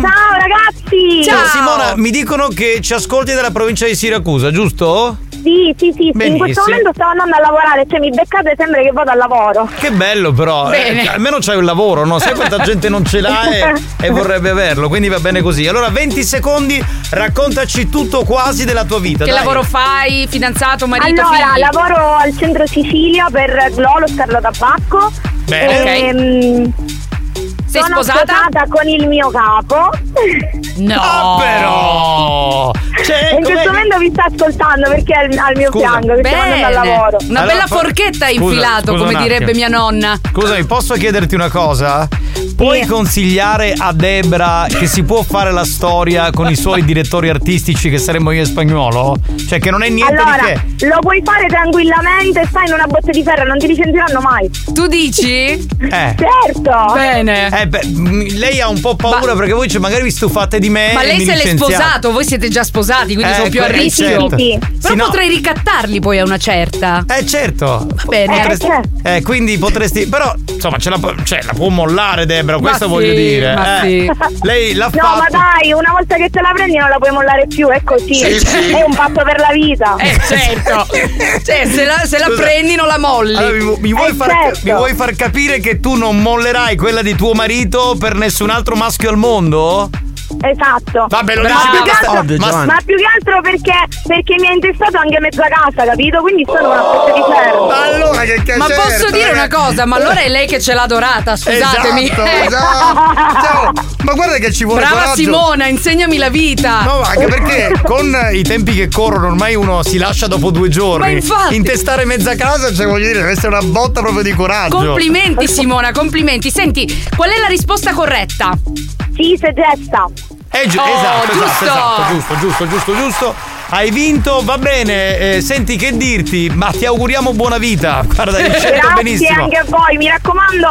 Speaker 12: Ciao ragazzi! Ciao
Speaker 3: Simona, mi dicono che ci ascolti dalla provincia di Siracusa, giusto?
Speaker 7: Sì, sì, sì, sì. in questo
Speaker 3: Benissimo.
Speaker 7: momento sto andando a lavorare, cioè mi beccate sembra che vado al lavoro.
Speaker 3: Che bello però,
Speaker 7: Bene.
Speaker 3: cioè, almeno c'hai un lavoro, no? Sai quanta gente non ce l'ha e, e vorrebbe averlo, quindi va bene così. Allora, 20 secondi, raccontaci tutto quasi della tua vita.
Speaker 12: Che
Speaker 3: dai.
Speaker 12: lavoro fai? Fidanzato, marito,
Speaker 7: allora,
Speaker 12: figli?
Speaker 7: lavoro al centro Sicilia per Glolo Scarlo Tabacco
Speaker 3: Bene.
Speaker 14: Ehm, sono
Speaker 12: sposata?
Speaker 14: con il mio capo.
Speaker 12: No,
Speaker 3: Ah, però! Cioè,
Speaker 14: in questo
Speaker 3: com'è-
Speaker 14: momento vi sta ascoltando perché è al, al mio
Speaker 3: Scusa.
Speaker 14: fianco, perché sta andando al lavoro.
Speaker 12: Una
Speaker 3: Allora,
Speaker 12: bella
Speaker 3: fa-
Speaker 12: forchetta hai
Speaker 3: scusa,
Speaker 12: infilato,
Speaker 3: scusa
Speaker 12: come
Speaker 3: un
Speaker 12: direbbe
Speaker 3: attimo.
Speaker 12: mia nonna.
Speaker 3: Scusami, posso chiederti una cosa? Puoi consigliare a Debra che si può fare la storia con i suoi direttori artistici che saremmo io e spagnolo? Cioè che non è niente
Speaker 14: allora,
Speaker 3: di che.
Speaker 14: lo puoi fare tranquillamente, stai in una botte di ferro, non ti licenziranno mai.
Speaker 12: Tu dici?
Speaker 3: Eh.
Speaker 14: Certo.
Speaker 12: Bene.
Speaker 3: Eh, beh, mh, lei ha un po' paura perché voi cioè, magari vi stufate di me.
Speaker 12: Ma
Speaker 3: e
Speaker 12: lei
Speaker 3: mi
Speaker 12: se l'è
Speaker 3: licenziate.
Speaker 12: sposato, voi siete già sposati, quindi
Speaker 3: Eh,
Speaker 12: sono più a
Speaker 3: que- eh,
Speaker 12: rischio.
Speaker 3: certo. Sì, sì.
Speaker 12: Però
Speaker 3: Sì, no.
Speaker 12: potrei ricattarli poi a una certa.
Speaker 3: Eh certo.
Speaker 12: Va bene.
Speaker 3: Potresti- eh, quindi potresti. Però, insomma, ce la, pu- cioè, la può mollare, Debra, questo
Speaker 14: sì,
Speaker 3: voglio dire.
Speaker 14: ma
Speaker 3: eh.
Speaker 14: sì.
Speaker 3: Lei l'ha
Speaker 14: No,
Speaker 3: fatto.
Speaker 14: ma dai, una volta che te la prendi non la puoi mollare più, è così.
Speaker 3: Sì, sì.
Speaker 14: È un patto per la vita.
Speaker 12: Eh certo. cioè, se la, se la
Speaker 3: Scusa.
Speaker 12: prendi non la molli.
Speaker 3: Allora, mi, vu- mi vuoi far, mi vuoi far capire che tu non mollerai quella di tuo marito per nessun altro maschio al mondo?
Speaker 14: Esatto.
Speaker 3: Vabbè, lo
Speaker 14: Brava.
Speaker 3: dici
Speaker 14: più
Speaker 3: perché
Speaker 14: che
Speaker 3: sta-
Speaker 14: altro-
Speaker 3: Ovvio,
Speaker 14: ma,
Speaker 3: Giovanni.
Speaker 14: ma più che altro perché, perché mi ha intestato anche mezza casa, capito? Quindi sono una botte di ferro.
Speaker 3: Oh, Ma allora che cazzo?
Speaker 12: Ma
Speaker 3: certo,
Speaker 12: posso dire
Speaker 3: eh.
Speaker 12: una cosa? Ma allora è lei che ce l'ha dorata, scusatemi.
Speaker 3: Esatto, esatto. Ciao. Ma guarda che ci vuole
Speaker 12: Brava
Speaker 3: coraggio.
Speaker 12: Simona, insegnami la vita.
Speaker 3: No, ma anche perché con i tempi che corrono ormai uno si lascia dopo due giorni.
Speaker 12: Ma infatti.
Speaker 3: Intestare mezza casa, cioè voglio dire, deve essere una botta proprio di coraggio.
Speaker 12: Complimenti Simona, complimenti. Senti, qual è la risposta corretta?
Speaker 14: Sì, se gesta.
Speaker 3: Eh, gi-
Speaker 12: Oh,
Speaker 3: esatto,
Speaker 12: giusto.
Speaker 3: esatto, esatto, giusto, giusto, giusto, giusto. Hai vinto, va bene. eh, senti che dirti, ma ti auguriamo buona vita. Guarda, hai scelto
Speaker 14: Grazie
Speaker 3: benissimo.
Speaker 14: anche a voi, mi raccomando.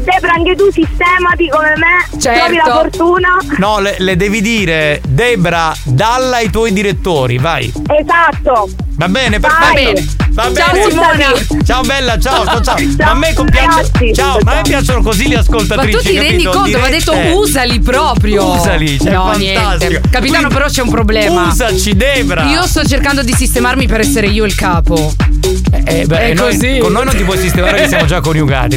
Speaker 14: Debra, anche tu sistemati come me,
Speaker 12: Certo.
Speaker 14: trovi la fortuna.
Speaker 3: No, le, le devi dire, Debra, dalla ai tuoi direttori, vai.
Speaker 14: Esatto.
Speaker 3: Va bene,
Speaker 14: Vai.
Speaker 3: perfetto. Va
Speaker 14: Ciao,
Speaker 3: bene.
Speaker 14: Simona.
Speaker 3: Ciao bella, ciao, ciao, ciao. Ma
Speaker 14: Ciao,
Speaker 3: a me com- piace-
Speaker 14: ragazzi.
Speaker 3: ciao, ma a me piaciano così le
Speaker 12: Ma
Speaker 3: ascoltatrici.
Speaker 12: tu ti rendi
Speaker 3: capito?
Speaker 12: conto? Ma ha
Speaker 3: Dirette.
Speaker 12: detto usali proprio.
Speaker 3: Usali, cioè,
Speaker 12: no,
Speaker 3: fantastico.
Speaker 12: niente. Capitano,
Speaker 3: Quindi,
Speaker 12: però c'è un problema.
Speaker 3: Usaci, Debra.
Speaker 12: Io sto cercando di sistemarmi per essere io il capo.
Speaker 3: Eh, beh,
Speaker 12: È
Speaker 3: noi-
Speaker 12: così.
Speaker 3: con noi non ti puoi sistemare che siamo già coniugati,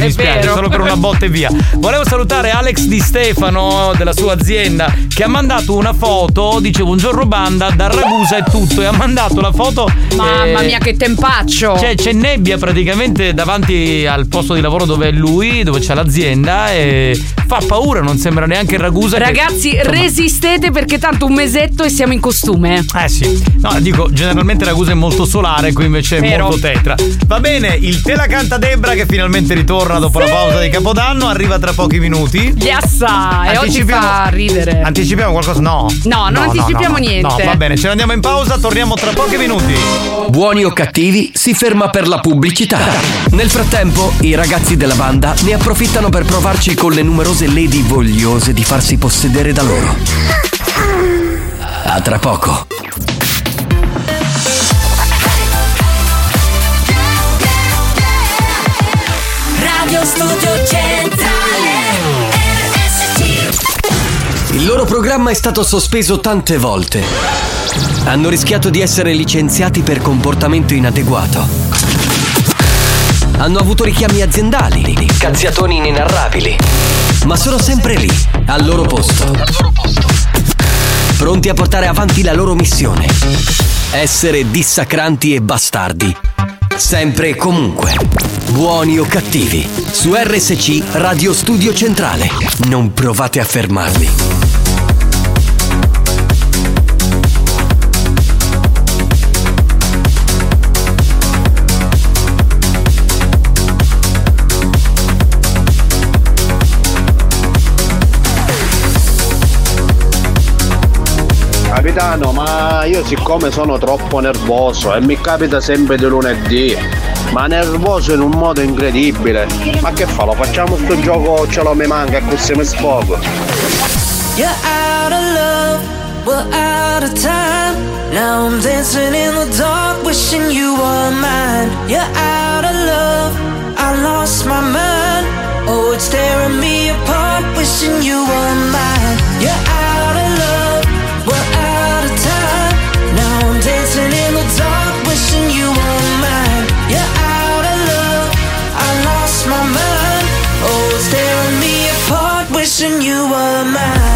Speaker 12: È
Speaker 3: mi spiace,
Speaker 12: vero.
Speaker 3: solo per una botta e via. Volevo salutare Alex Di Stefano della sua azienda che ha mandato una foto, dice buongiorno banda, da Ragusa è tutto e ha mandato la foto
Speaker 12: Mamma
Speaker 3: eh,
Speaker 12: mia, che tempaccio.
Speaker 3: C'è, c'è nebbia praticamente davanti al posto di lavoro dove è lui, dove c'è l'azienda e fa paura, non sembra neanche il Ragusa. che-
Speaker 12: Ragazzi,
Speaker 3: insomma-
Speaker 12: resistete perché tanto un mesetto e siamo in costume.
Speaker 3: Eh sì, no, dico, generalmente Ragusa è molto solare, qui invece è
Speaker 12: Vero.
Speaker 3: molto tetra. Va bene, il Te la canta Debra che finalmente ritorna dopo la pausa di Capodanno, arriva tra pochi minuti.
Speaker 12: Yassa! ah, E oggi fa ridere.
Speaker 3: Anticipiamo qualcosa? No.
Speaker 12: No, non anticipiamo niente.
Speaker 3: No, va bene, ce ne andiamo in pausa, torniamo tra pochi minuti.
Speaker 1: Buoni o cattivi si ferma per la pubblicità. Nel frattempo, i ragazzi della banda ne approfittano per provarci con le numerose lady vogliose di farsi possedere da loro. A tra poco.
Speaker 31: Radio Studio Centrale
Speaker 1: Il loro programma è stato sospeso tante volte. Hanno rischiato di essere licenziati per comportamento inadeguato. Hanno avuto richiami aziendali, cazziatoni inenarrabili. Ma sono sempre lì, al loro posto. Pronti a portare avanti la loro missione. Essere dissacranti e bastardi. Sempre e comunque. Buoni o cattivi. Su RSC Radio Studio Centrale. Non provate a fermarli.
Speaker 16: Capitano, ma io siccome sono troppo nervoso e mi capita sempre di lunedì, ma nervoso in un modo incredibile, ma che fa? Lo facciamo sto gioco ce lo mi manca così mi sfogo.
Speaker 31: You're out of love, we're out of time. Now I'm dancing in the dark, wishing you were mine. You're out of love, I lost my mind. Oh, it's tearing me apart, wishing you were mine. You're out of love, we're out of time. Now I'm dancing in the dark, wishing you were mine. You're out of love, I lost my mind. Oh, it's tearing me apart, wishing you were mine.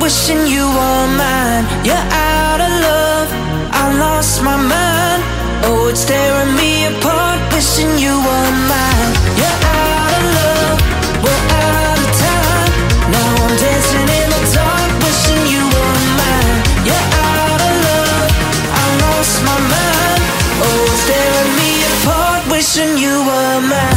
Speaker 31: wishing you were mine. You're out of love, I lost my mind. Oh, it's tearing me apart, wishing you were mine. You're out of love, we're out of time. Now I'm dancing in the dark, wishing you were mine. You're out of love, I lost my mind. Oh, it's tearing me apart, wishing you were mine.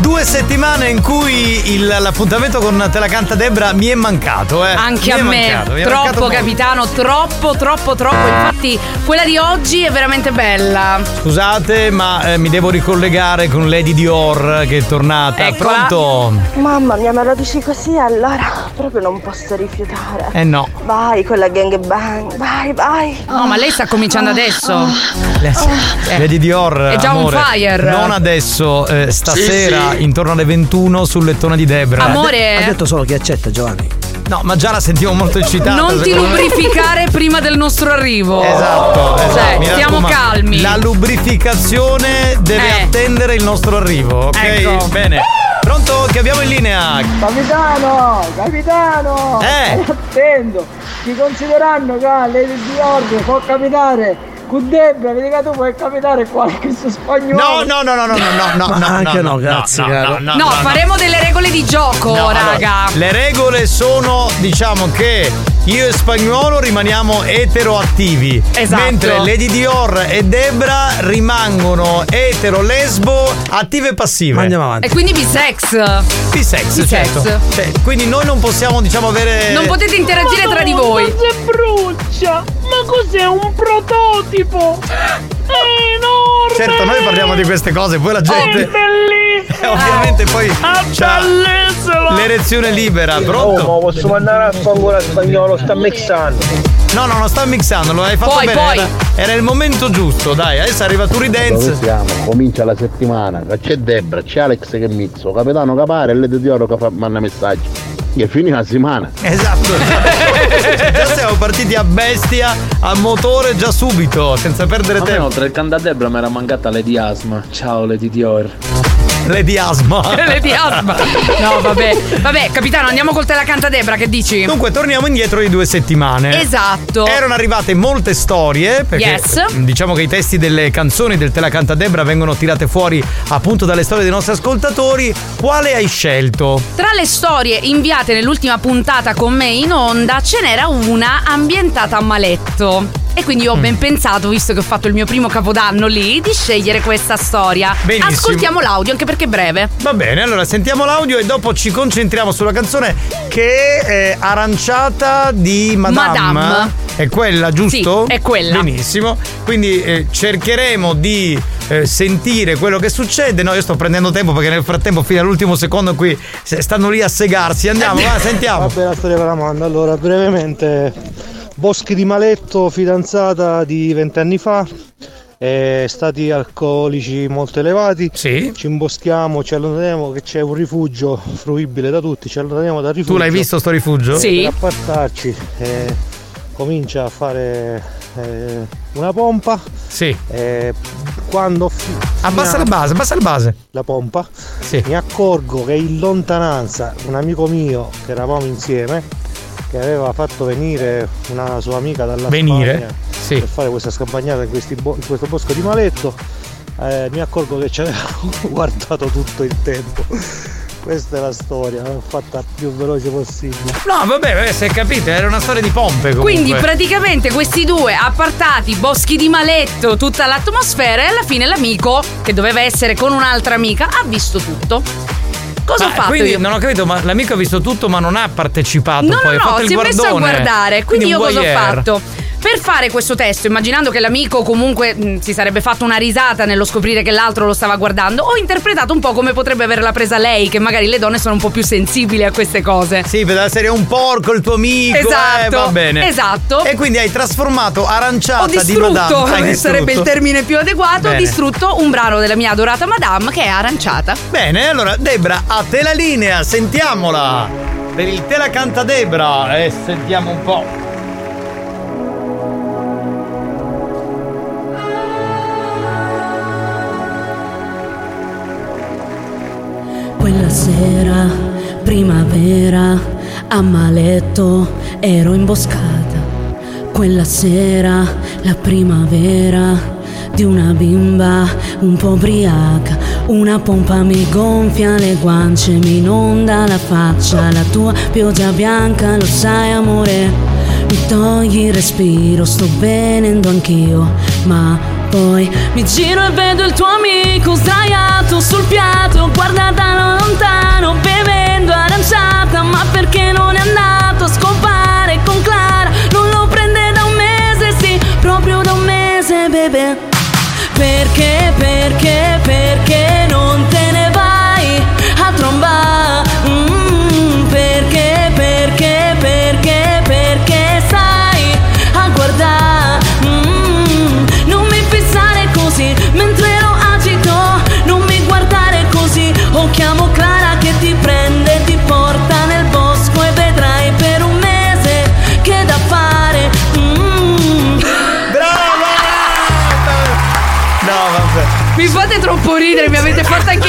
Speaker 3: Due settimane in cui il- l'appuntamento con Te la canta Debra mi è mancato, eh.
Speaker 12: Anche
Speaker 3: Mi
Speaker 12: a
Speaker 3: è
Speaker 12: me,
Speaker 3: mancato, mi è mancato
Speaker 12: troppo
Speaker 3: molto.
Speaker 12: capitano, troppo, troppo, troppo. Infatti quella di oggi è veramente bella.
Speaker 3: Scusate, ma eh, mi devo ricollegare con Lady Dior che è tornata. Pronto?
Speaker 26: Mamma mia, me lo dici così allora proprio non posso rifiutare.
Speaker 3: Eh no.
Speaker 26: Vai con la gang bang, vai, vai.
Speaker 12: No, ma lei sta cominciando adesso. Eh.
Speaker 3: Lady Dior
Speaker 12: È già on
Speaker 3: amore,
Speaker 12: fire.
Speaker 3: Non adesso, eh, stasera
Speaker 6: sì.
Speaker 3: intorno alle 21 sul lettone di Debra.
Speaker 12: Amore.
Speaker 6: Ha detto solo che accetta Giovanni.
Speaker 3: No, ma già la sentivo molto eccitata.
Speaker 12: Non ti
Speaker 3: secondo me.
Speaker 12: lubrificare prima del nostro arrivo.
Speaker 3: Esatto, esatto.
Speaker 12: Cioè,
Speaker 3: Mi
Speaker 12: stiamo
Speaker 3: raccomando,
Speaker 12: calmi.
Speaker 3: La lubrificazione deve
Speaker 12: Eh.
Speaker 3: attendere il nostro arrivo, ok?
Speaker 12: Ecco.
Speaker 3: Bene. Pronto? Che abbiamo in linea?
Speaker 13: Capitano, capitano!
Speaker 3: Eh.
Speaker 13: Stai attento! Ti considerando che Lady Dior può capitare con Debra, vedi che tu puoi capitare qua questo spagnolo!
Speaker 3: No, no, no, no, no, no, no,
Speaker 6: Ma
Speaker 3: no,
Speaker 6: anche no,
Speaker 3: no,
Speaker 6: grazie,
Speaker 3: no,
Speaker 6: caro.
Speaker 12: No, faremo delle regole di gioco,
Speaker 3: No, allora,
Speaker 12: raga.
Speaker 3: le regole sono, diciamo che io e Spagnolo rimaniamo eteroattivi.
Speaker 12: Esatto.
Speaker 3: Mentre Lady Dior e Debra rimangono etero, lesbo, attive e passive. Andiamo
Speaker 12: E quindi bisex.
Speaker 3: Bisex, certo. Cioè, quindi noi non possiamo, diciamo, avere.
Speaker 12: Eh, Non potete interagire tra di
Speaker 18: Madonna,
Speaker 12: voi.
Speaker 18: Che brucia! Ma cos'è un prototipo? È enorme!
Speaker 3: Certo, noi parliamo di queste cose,
Speaker 12: Eh,
Speaker 3: poi la gente.
Speaker 18: È bellissimo!
Speaker 3: Eh, ovviamente poi
Speaker 12: Ah,
Speaker 3: c'ha l'erezione libera, pronto?
Speaker 18: Oh, ma posso mandare a fangola spagnolo, sta mixando.
Speaker 3: No, no, non sta mixando, lo hai fatto
Speaker 18: Poi,
Speaker 3: bene.
Speaker 18: poi.
Speaker 3: Era, era il momento giusto, dai, adesso arriva Turidance.
Speaker 4: Dove siamo? Comincia la settimana, c'è Debra, c'è Alex che mizzo, Capitano Capare e Lady Dior che fa- manda messaggi. Che finisce la settimana.
Speaker 3: Esatto. Eh, già siamo partiti a bestia, a motore già subito, senza perdere tempo.
Speaker 19: Oltre il candadebra mi era mancata Lady Asma. Ciao Lady Dior.
Speaker 3: Lady Asma.
Speaker 12: Lady Asma. No, vabbè. Vabbè, capitano, andiamo col te la canta Debra, che dici?
Speaker 3: Dunque, torniamo indietro di due settimane.
Speaker 12: Esatto.
Speaker 3: Erano arrivate molte storie, perché
Speaker 12: Yes.
Speaker 3: mh, diciamo che i testi delle canzoni del Te la canta Debra vengono tirate fuori appunto dalle storie dei nostri ascoltatori. Quale hai scelto?
Speaker 12: Tra le storie inviate nell'ultima puntata con me in onda ce n'era una ambientata a Maletto. E quindi io ho
Speaker 3: Mm.
Speaker 12: ben pensato, visto che ho fatto il mio primo capodanno lì, di scegliere questa storia.
Speaker 3: Benissimo.
Speaker 12: Ascoltiamo l'audio, anche perché è breve.
Speaker 3: Va bene, allora sentiamo l'audio e dopo ci concentriamo sulla canzone che è Aranciata di Madame.
Speaker 12: Madame.
Speaker 3: È quella, giusto?
Speaker 12: Sì, è quella.
Speaker 3: Benissimo. Quindi eh, cercheremo di eh, sentire quello che succede. No, io sto prendendo tempo perché nel frattempo fino all'ultimo secondo qui se- stanno lì a segarsi. Andiamo, va, sentiamo.
Speaker 5: Vabbè, la storia ve la mando. Allora, brevemente, Boschi di Maletto, fidanzata di vent'anni fa, eh, stati alcolici molto elevati. Ci imboschiamo, ci allontaniamo che c'è un rifugio fruibile da tutti, ci allontaniamo dal rifugio.
Speaker 3: l'hai visto sto rifugio? Sì.
Speaker 5: Per appartarci, eh, comincia a fare eh, una pompa. Eh,
Speaker 3: Sì.
Speaker 5: quando
Speaker 3: Abbassa la base, abbassa la base.
Speaker 5: la pompa, mi accorgo che in lontananza un amico mio che eravamo insieme, che aveva fatto venire una sua amica dalla
Speaker 3: Venire?
Speaker 5: Spagna per fare questa scampagnata in, questi bo- in questo bosco di Maletto, eh, mi accorgo che ci avevo guardato tutto il tempo. Questa è la storia, l'ho fatta più veloce possibile.
Speaker 3: No, vabbè, vabbè, se capite, era una storia di pompe comunque.
Speaker 12: Quindi praticamente questi due appartati, boschi di maletto, tutta l'atmosfera e alla fine l'amico, che doveva essere con un'altra amica, ha visto tutto. Cosa
Speaker 3: Ma
Speaker 12: ho fatto
Speaker 3: quindi
Speaker 12: io?
Speaker 3: non ho capito, ma l'amico ha visto tutto ma non ha partecipato
Speaker 12: No,
Speaker 3: poi, ha
Speaker 12: no,
Speaker 3: fatto
Speaker 12: no,
Speaker 3: il
Speaker 12: si è messo a
Speaker 3: guardone.
Speaker 12: guardare. Quindi, io
Speaker 3: un
Speaker 12: cosa ho
Speaker 3: voyeur.
Speaker 12: fatto? Per fare questo testo, immaginando che l'amico comunque mh, si sarebbe fatto una risata nello scoprire che l'altro lo stava guardando, ho interpretato un po' come potrebbe averla presa lei, che magari le donne sono un po' più sensibili a queste cose.
Speaker 3: Sì, per la serie un porco il tuo amico.
Speaker 12: Esatto,
Speaker 3: eh, va bene.
Speaker 12: esatto.
Speaker 3: E quindi hai trasformato aranciata
Speaker 12: Ho
Speaker 3: di
Speaker 12: distrutto, eh,
Speaker 3: Madame. Hai distrutto.
Speaker 12: sarebbe il termine più adeguato,
Speaker 3: Bene.
Speaker 12: ho distrutto un brano della mia adorata Madame che è aranciata.
Speaker 3: Bene, allora Debra, a te la linea, sentiamola. eh, Per il te la canta Debra. E sentiamo un po'.
Speaker 11: Quella sera, primavera, a Maletto ero imboscata. Quella sera, la primavera di una bimba un po' ubriaca. Una pompa mi gonfia le guance, mi inonda la faccia, la tua pioggia bianca, lo sai amore. Mi togli il respiro, sto venendo anch'io, ma poi mi giro e vedo il tuo amico sdraiato sul piatto, guarda da lontano, bevendo aranciata, ma perché non è andato a scopare con Clara? Non lo prende da un mese, sì, proprio da un mese, bebè. Perché, perché, perché non te ne vai a tromba? Mm, perché, perché, perché, perché stai a guardare? Mm, non mi fissare così mentre lo agito, non mi guardare così. O chiamo Clara che ti prende, ti porta nel bosco e vedrai per un mese che da fare. Mm.
Speaker 3: No, vabbè.
Speaker 12: Mi fate troppo ridere, mi avete fatto anche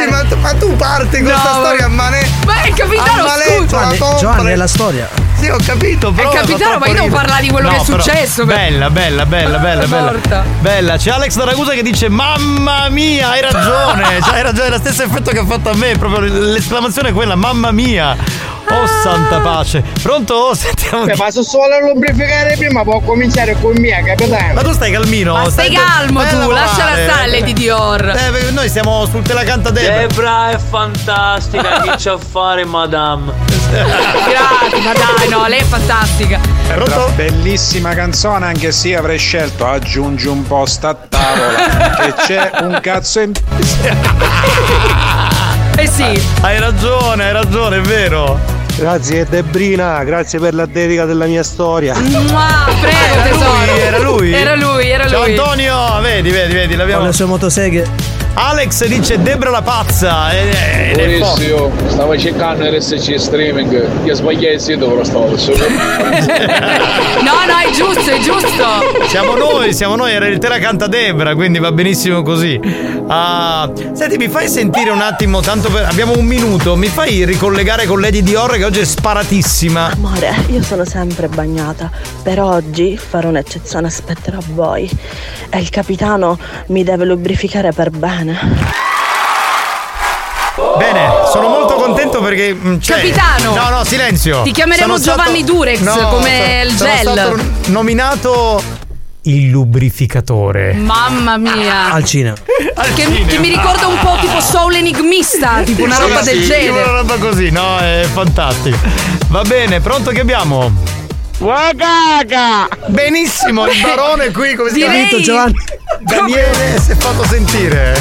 Speaker 6: Sì, ma, ma tu parti con
Speaker 12: No,
Speaker 6: questa
Speaker 12: ma-
Speaker 6: storia a mane.
Speaker 12: Ma è capitano,
Speaker 6: a maletto,
Speaker 12: scusa.
Speaker 6: la compri.
Speaker 32: Giovanni è la storia.
Speaker 6: Sì, ho capito, però.
Speaker 12: È capitano, ma io devo parlare di quello
Speaker 3: No,
Speaker 12: che è
Speaker 3: però-
Speaker 12: successo. per-
Speaker 3: Bella, bella, bella, bella,
Speaker 12: Morta.
Speaker 3: bella. Bella, c'è Alex da Ragusa che dice: Mamma mia, hai ragione! Cioè, hai ragione, è lo stesso effetto che ha fatto a me, proprio l'esclamazione è quella, mamma mia!
Speaker 12: Ah.
Speaker 3: Oh santa pace! Pronto? Sentiamo.
Speaker 33: Eh,
Speaker 34: Beh, ma se solo a lubrificare prima può cominciare con mia, capitano.
Speaker 3: Ma tu stai calmino?
Speaker 12: Ma stai calmo
Speaker 3: stai a
Speaker 12: tu,
Speaker 3: lavorare.
Speaker 12: lasciala stare Lady Dior.
Speaker 3: Eh, beh, noi siamo sul te la canta Debra.
Speaker 33: Debra è fantastica, che c'ha a fare, madame?
Speaker 12: Grazie, Ah, ma dai, no, lei è fantastica.
Speaker 16: Pronto? Bellissima canzone, anche se avrei scelto aggiungi un posto a tavola che c'è un cazzo in
Speaker 12: Eh sì.
Speaker 3: Hai ragione, hai ragione, è vero.
Speaker 5: Grazie Debrina, grazie per la dedica della mia storia.
Speaker 12: Ma prego, tesoro.
Speaker 3: Eh, Era lui?
Speaker 12: Era lui, era
Speaker 3: Ciao
Speaker 12: lui.
Speaker 3: Antonio, vedi, vedi, vedi, l'abbiamo.
Speaker 32: Con le sue motoseghe.
Speaker 3: Alex dice Debra la pazza. Ed è, ed è forte.
Speaker 9: Buonissimo, stavo cercando RSC streaming, ti sbagliai il sito però stavo
Speaker 12: No, no, è giusto, è giusto.
Speaker 3: Siamo noi, siamo noi, era il Tera canta Debra, quindi va benissimo così. Ah, senti, mi fai sentire un attimo, tanto per. Abbiamo un minuto, mi fai ricollegare con Lady Dior che oggi è sparatissima.
Speaker 26: Amore, io sono sempre bagnata, per oggi farò un'eccezione, aspetterò voi. E il capitano mi deve lubrificare per bene.
Speaker 3: Bene, sono molto contento perché. mm, cioè-
Speaker 12: Capitano.
Speaker 3: No, no, silenzio!
Speaker 12: Ti chiameremo
Speaker 3: Sono stato-
Speaker 12: Giovanni Durex,
Speaker 3: No,
Speaker 12: come
Speaker 3: so-
Speaker 12: il
Speaker 3: sono
Speaker 12: gel.
Speaker 3: stato nominato il lubrificatore.
Speaker 12: Mamma mia.
Speaker 3: cinema.
Speaker 12: Che, che mi ricorda un po' tipo Soul Enigmista, Ah, tipo una
Speaker 3: Sì,
Speaker 12: roba
Speaker 3: sì,
Speaker 12: del
Speaker 3: tipo Una
Speaker 12: genere.
Speaker 3: roba così, no? È fantastico. Va bene, pronto che abbiamo? Wagaga! Benissimo, il barone qui, come si
Speaker 12: Direi-
Speaker 3: chiama? Daniele si è fatto sentire.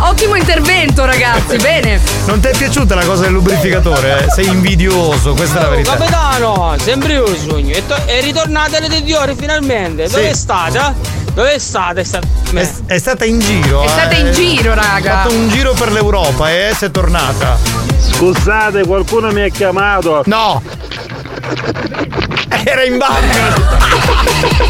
Speaker 12: Ottimo intervento, ragazzi, bene.
Speaker 3: Non ti è piaciuta la cosa del lubrificatore? eh? Sei invidioso, questa è la verità.
Speaker 7: Capitano, sempre io sogno. E, to- e ritornate alle 10 ore finalmente.
Speaker 3: Sì.
Speaker 7: Dove state? Dove state? Sta-
Speaker 3: È, è stata in giro.
Speaker 7: È stata in giro,
Speaker 3: raga. Ha fatto un giro per l'Europa e si è tornata.
Speaker 35: Scusate, qualcuno mi ha chiamato.
Speaker 3: No. Era in bagno.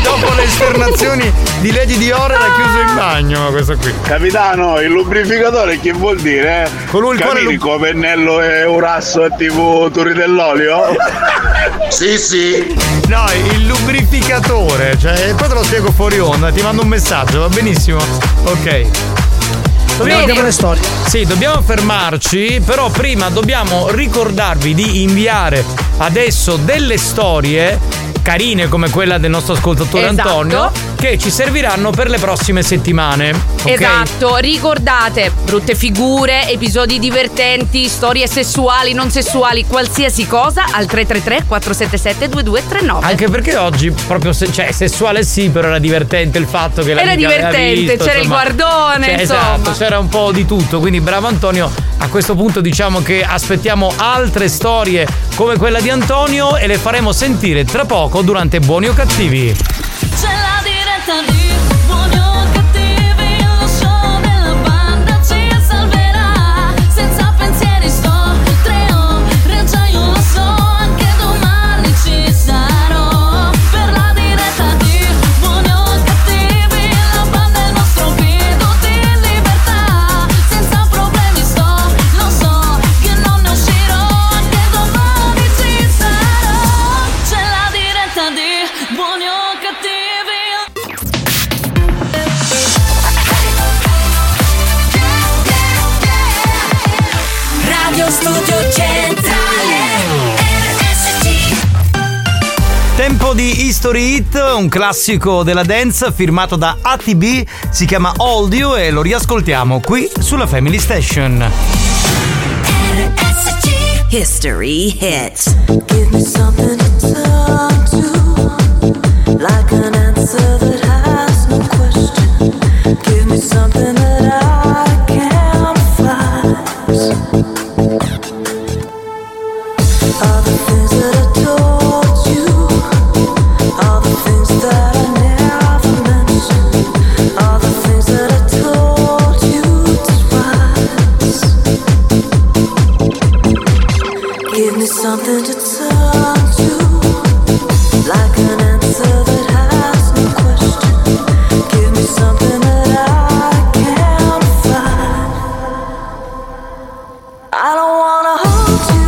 Speaker 3: Dopo le esternazioni di Lady Dior era chiuso in bagno questo qui.
Speaker 21: Capitano, il lubrificatore che vuol dire? eh?
Speaker 3: Colui il quale
Speaker 21: Capiti, come pennello e Urasso è tipo Turi dell'olio? sì, sì.
Speaker 3: No, il lubrificatore, cioè, poi te lo spiego fuori onda, ti mando un messaggio, va benissimo? Ok.
Speaker 32: Dobbiamo le storie.
Speaker 3: Sì, dobbiamo fermarci, però prima dobbiamo ricordarvi di inviare adesso delle storie carine come quella del nostro ascoltatore
Speaker 12: Esatto.
Speaker 3: Antonio che ci serviranno per le prossime settimane. ok?
Speaker 12: Esatto, ricordate brutte figure, episodi divertenti, storie sessuali, non sessuali, qualsiasi cosa al 333 477 2239.
Speaker 3: Anche perché oggi proprio se- cioè, sessuale sì, però era divertente il fatto che la
Speaker 12: Era divertente, c'era il guardone, insomma.
Speaker 3: Esatto, c'era un po' di tutto, quindi bravo Antonio. A questo punto diciamo che aspettiamo altre storie come quella di Antonio e le faremo sentire tra poco durante Buoni o Cattivi.
Speaker 36: C'è la diretta di buoni o cattivi, lo show della banda ci salverà. Senza pensieri sto, tre ore già io lo so, anche domani ci sarò. Per la diretta di buoni o cattivi, la banda è il nostro grido di libertà. Senza problemi sto, lo so
Speaker 3: tempo di History Hit, un classico della dance firmato da ATB, si chiama Old You e lo riascoltiamo qui sulla Family Station.
Speaker 11: History hit.
Speaker 7: Give me something to turn to, like an answer that has no question. Give me something that I can find. All the things that I told you, all the things that I never mentioned, all the things that I told you twice. Give me something to turn to, like an answer that has no question. Give me something that I can find. I don't wanna hold you.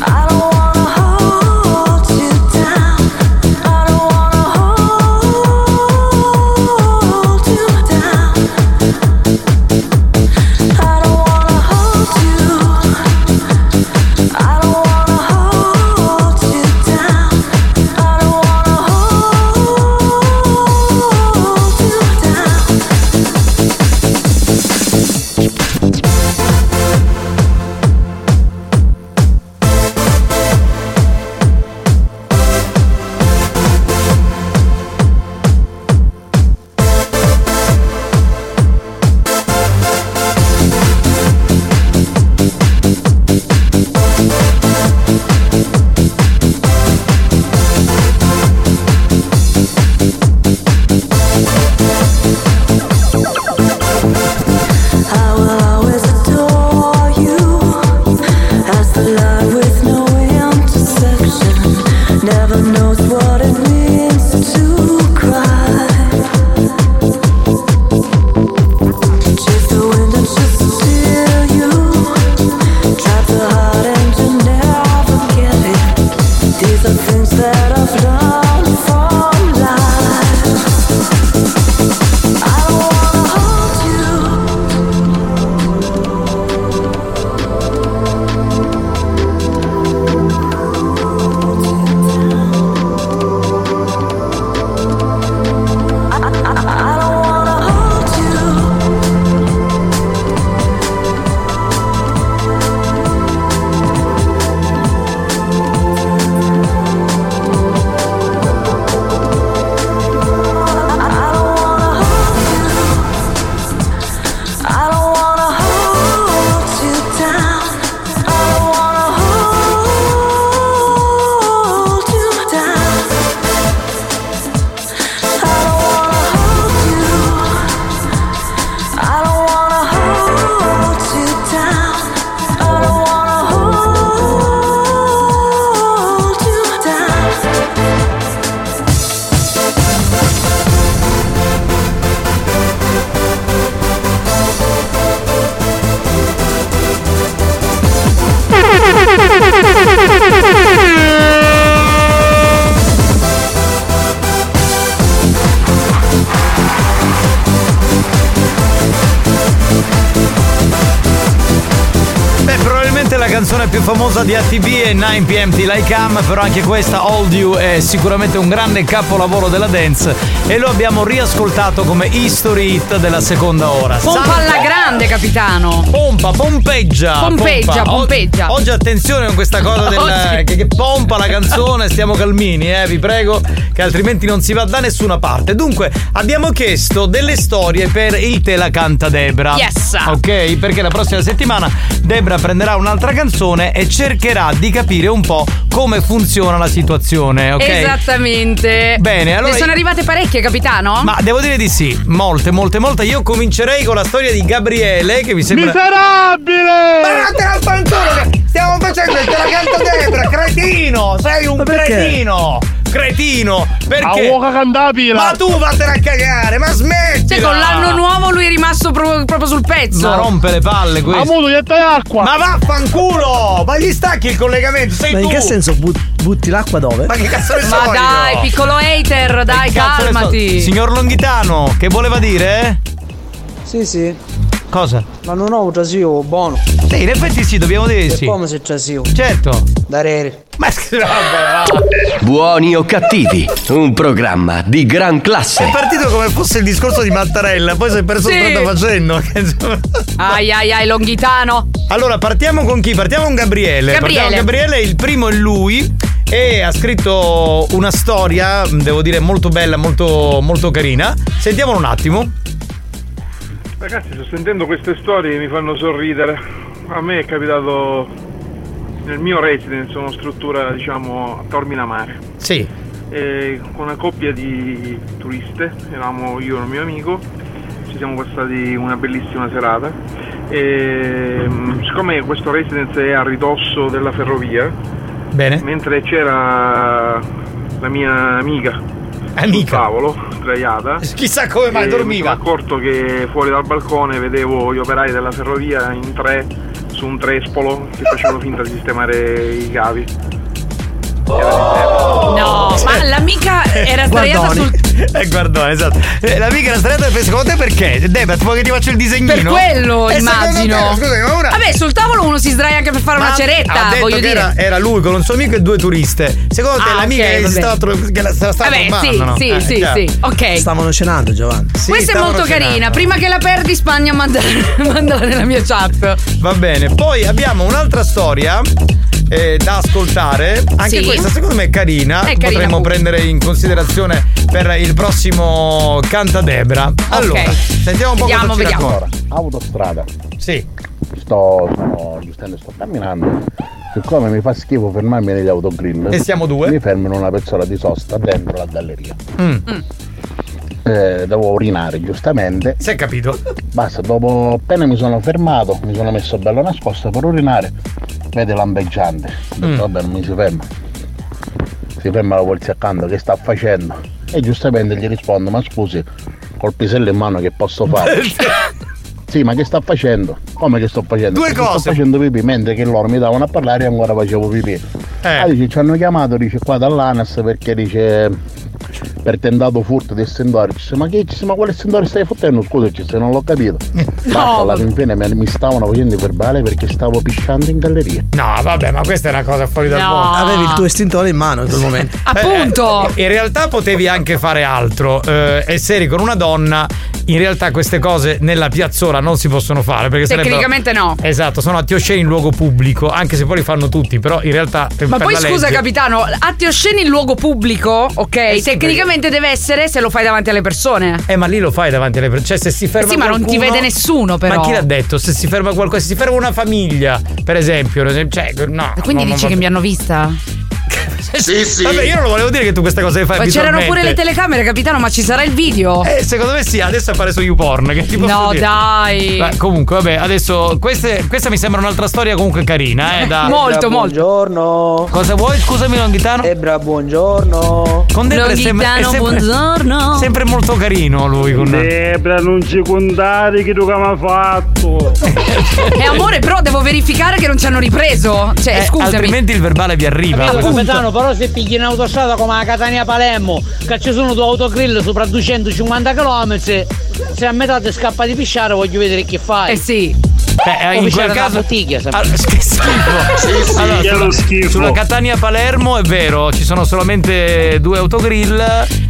Speaker 7: I don't wanna hold you down. I don't wanna hold you down. I don't wanna hold you. I don't wanna hold you down. I don't wanna hold you down. I will always adore you as the love with no intersection. Never knows what it means to cry. Chase the wind and she'll steal you. Trap the heart and you never get it. These are things that I've learned from life. I don't wanna hold you. I don't wanna hold you down. I don't wanna hold you down. I don't wanna hold you. I don't wanna hold you down. I don't wanna hold you down.
Speaker 3: Beh, probabilmente la canzone più famosa di ATB è 9pm Till I Come, però anche questa, Old You, è sicuramente un grande capolavoro della dance e lo abbiamo riascoltato come history hit della seconda ora.
Speaker 12: Pompa alla grande, capitano.
Speaker 3: Pompa, pompeggia.
Speaker 12: Pompeggia,
Speaker 3: pompa. O-
Speaker 12: pompeggia.
Speaker 3: Oggi attenzione con questa cosa del,
Speaker 12: Oggi-
Speaker 3: che, che pompa la canzone, stiamo calmini, eh, vi prego, che altrimenti non si va da nessuna parte. Dunque, abbiamo chiesto delle storie per il Te la canta Debra.
Speaker 12: Yes.
Speaker 3: Ok, perché la prossima settimana Debra prenderà un'altra canzone e cercherà di capire un po' come funziona la situazione, ok?
Speaker 12: Esattamente.
Speaker 3: Bene, allora-
Speaker 12: Ne sono arrivate parecchie, capitano?
Speaker 3: Ma Ah, devo dire di sì, molte, molte, molte. Io comincerei con la storia di Gabriele, che mi sembra.
Speaker 6: Miserabile! Guardate al pantone! che Stiamo facendo il te la canto Debra, cretino! Sei un
Speaker 3: perché?
Speaker 6: cretino!
Speaker 3: Cretino!
Speaker 6: Perché? Ma tu vattene a cagare, ma smettila!
Speaker 12: Cioè, con l'anno nuovo lui è rimasto pro- proprio sul pezzo.
Speaker 3: Ma rompe le palle questo.
Speaker 6: Ma
Speaker 3: acqua!
Speaker 6: Ma vaffanculo! Ma gli stacchi il collegamento, sei
Speaker 37: Ma
Speaker 6: tu!
Speaker 37: in che senso but- butti l'acqua dove?
Speaker 6: Ma che cazzo ne so
Speaker 12: Ma
Speaker 6: io?
Speaker 12: dai, piccolo hater, dai,
Speaker 3: Cazzo ne so-
Speaker 12: calmati.
Speaker 3: Signor Longhitano, che voleva dire? eh?
Speaker 37: Sì, sì.
Speaker 3: Cosa?
Speaker 37: L'anno nuovo trasivo, buono.
Speaker 3: Sì, in effetti sì, dobbiamo dire sì.
Speaker 37: Come se trasivo?
Speaker 3: Certo.
Speaker 37: Da rere.
Speaker 3: Ma scherzo, vabbè,
Speaker 1: Buoni o cattivi, un programma di gran
Speaker 3: È
Speaker 1: classe.
Speaker 3: partito come fosse il discorso di Mattarella, poi si è perso
Speaker 12: Sì.
Speaker 3: il strada facendo.
Speaker 12: Ai ai ai, Longhitano.
Speaker 3: Allora, partiamo con chi? Partiamo con Gabriele.
Speaker 12: Gabriele.
Speaker 3: Partiamo con Gabriele, il primo è lui. E ha scritto una storia, mm, devo dire, molto bella, molto, molto carina. Sentiamola un attimo.
Speaker 37: Ragazzi, sto sentendo queste storie che mi fanno sorridere. A me è capitato nel mio residence, una struttura diciamo a Tormina Mare,
Speaker 3: Sì.
Speaker 37: e con una coppia di turiste, eravamo io e un mio amico, ci siamo passati una bellissima serata. E, mm, siccome questo residence è a ridosso della ferrovia,
Speaker 3: Bene.
Speaker 37: mentre c'era la mia amica sul tavolo, sdraiata.
Speaker 3: Eh, Chissà come mai
Speaker 37: e
Speaker 3: dormiva.
Speaker 37: Mi sono accorto che fuori dal balcone vedevo gli operai della ferrovia in tre su un trespolo che facevano finta di sistemare i cavi.
Speaker 12: No, ma l'amica era sdraiata
Speaker 3: Guardoni.
Speaker 12: sul
Speaker 3: Eh, guardone, esatto. Eh, L'amica era strada e secondo te perché? Debra, vuoi che ti faccio il disegnino?
Speaker 12: Per quello
Speaker 3: Eh, secondo
Speaker 12: immagino.
Speaker 3: te, scusami, ma una-
Speaker 12: Vabbè, sul tavolo uno si sdraia anche per fare una
Speaker 3: ha
Speaker 12: ceretta,
Speaker 3: detto
Speaker 12: eh, voglio
Speaker 3: che
Speaker 12: dire.
Speaker 3: Era, era lui con un suo amico e due turiste. Secondo te
Speaker 12: Ah,
Speaker 3: l'amica
Speaker 12: ok,
Speaker 3: che,
Speaker 12: vabbè.
Speaker 3: si stava, tro- che la stava
Speaker 12: Vabbè,
Speaker 3: trombando,
Speaker 12: sì,
Speaker 3: no?
Speaker 12: sì,
Speaker 3: Eh,
Speaker 12: sì,
Speaker 3: chiaro.
Speaker 12: sì, ok.
Speaker 6: Stavano cenando, Giovanni.
Speaker 12: Questa è molto carina. Prima che la perdi, Spagna, mandala, mandala nella mia chat.
Speaker 3: Va bene, poi abbiamo un'altra storia eh, da ascoltare. Anche
Speaker 12: Sì.
Speaker 3: questa secondo me è carina.
Speaker 12: È carina,
Speaker 3: Potremmo
Speaker 12: pure.
Speaker 3: prendere in considerazione per il prossimo Canta Debra. Allora, sentiamo un po' cosa ci racconta.
Speaker 4: Autostrada.
Speaker 3: Sì.
Speaker 4: Sto, sono, giustamente sto camminando. Siccome mi fa schifo fermarmi negli autogrill.
Speaker 3: E siamo due.
Speaker 4: Mi fermo in una pezzola di sosta dentro la galleria.
Speaker 3: Mm.
Speaker 4: Eh, devo urinare, giustamente.
Speaker 3: Si è capito.
Speaker 4: Basta, dopo appena mi sono fermato, mi sono messo bello nascosto per urinare. Vede lampeggiante. Ho
Speaker 3: Mm.
Speaker 4: detto, Vabbè, non mi si ferma. Si ferma la polizia accanto, che sta facendo? E giustamente gli rispondo, ma scusi, col pisello in mano che posso fare? Sì, ma che sta facendo? Come che sto facendo?
Speaker 3: Due
Speaker 4: Che
Speaker 3: cose.
Speaker 4: Sto facendo pipì mentre che loro mi davano a parlare e ancora facevo pipì.
Speaker 3: Eh.
Speaker 4: Ah, dice, ci hanno chiamato, dice, qua dall'ANAS perché dice per tentato furto del sendore. Dice, ma che dice, ma quale sendore stai fottendo? Scusaci se non l'ho capito.
Speaker 3: Eh.
Speaker 4: Basta, alla fin fine mi, mi stavano facendo il verbale perché stavo pisciando in galleria.
Speaker 3: No, vabbè, ma questa è una cosa fuori dal mondo.
Speaker 6: Avevi il tuo estintore in mano in quel momento.
Speaker 3: Appunto! Eh, in realtà potevi anche fare altro. eh, essere con una donna, in realtà queste cose nella piazzola non si possono fare. Perché sarebbero-
Speaker 12: Tecnicamente no.
Speaker 3: Esatto, sono atti osceni in luogo pubblico, anche se poi li fanno tutti, però in realtà.
Speaker 12: Ma poi scusa capitano, atti osceni in luogo pubblico, ok?
Speaker 3: Eh sì,
Speaker 12: Tecnicamente deve essere se lo fai davanti alle persone.
Speaker 3: Eh, ma lì lo fai davanti alle persone. Cioè, se si ferma.
Speaker 12: sì, ma non ti
Speaker 3: qualcuno-
Speaker 12: vede nessuno però.
Speaker 3: Ma chi l'ha detto? Se si ferma qualcosa, se si ferma una famiglia, per esempio, cioè, no.
Speaker 12: Quindi dici che mi hanno vista?
Speaker 3: Sì, sì. Vabbè, io non lo volevo dire che tu queste cose le fai
Speaker 12: Ma c'erano pure le
Speaker 3: abitualmente.
Speaker 12: telecamere, capitano, ma ci sarà il video?
Speaker 3: Eh, secondo me sì, adesso è fare su YouPorn. Che ti posso
Speaker 12: No,
Speaker 3: dire?
Speaker 12: dai.
Speaker 3: Beh, comunque, vabbè, adesso queste- questa mi sembra un'altra storia comunque carina, eh. Da...
Speaker 12: Molto, molto.
Speaker 3: Buongiorno. Cosa vuoi? Scusami, Longhitano. Ebra, buongiorno. Con Debra è sempre, è
Speaker 12: Longhitano,
Speaker 3: sempre-
Speaker 12: buongiorno.
Speaker 3: Sempre molto carino lui con
Speaker 37: Debra, non ci contare che tu che mi hai fatto.
Speaker 12: Eh amore, però devo verificare che non ci hanno ripreso. Cioè,
Speaker 3: Eh,
Speaker 12: scusami.
Speaker 3: Altrimenti il verbale vi arriva.
Speaker 12: Capito,
Speaker 10: Capitano, però se pigli in autostrada come la Catania Palermo, che ci sono due autogrill sopra 250 km, se a metà ti scappa di pisciare voglio vedere che fai. Eh
Speaker 12: sì.
Speaker 10: Eh,
Speaker 3: in quel caso- Ah, che schifo.
Speaker 10: Sì, sì, che è
Speaker 3: sulla,
Speaker 10: lo schifo.
Speaker 3: sulla Catania Palermo è vero, ci sono solamente due autogrill.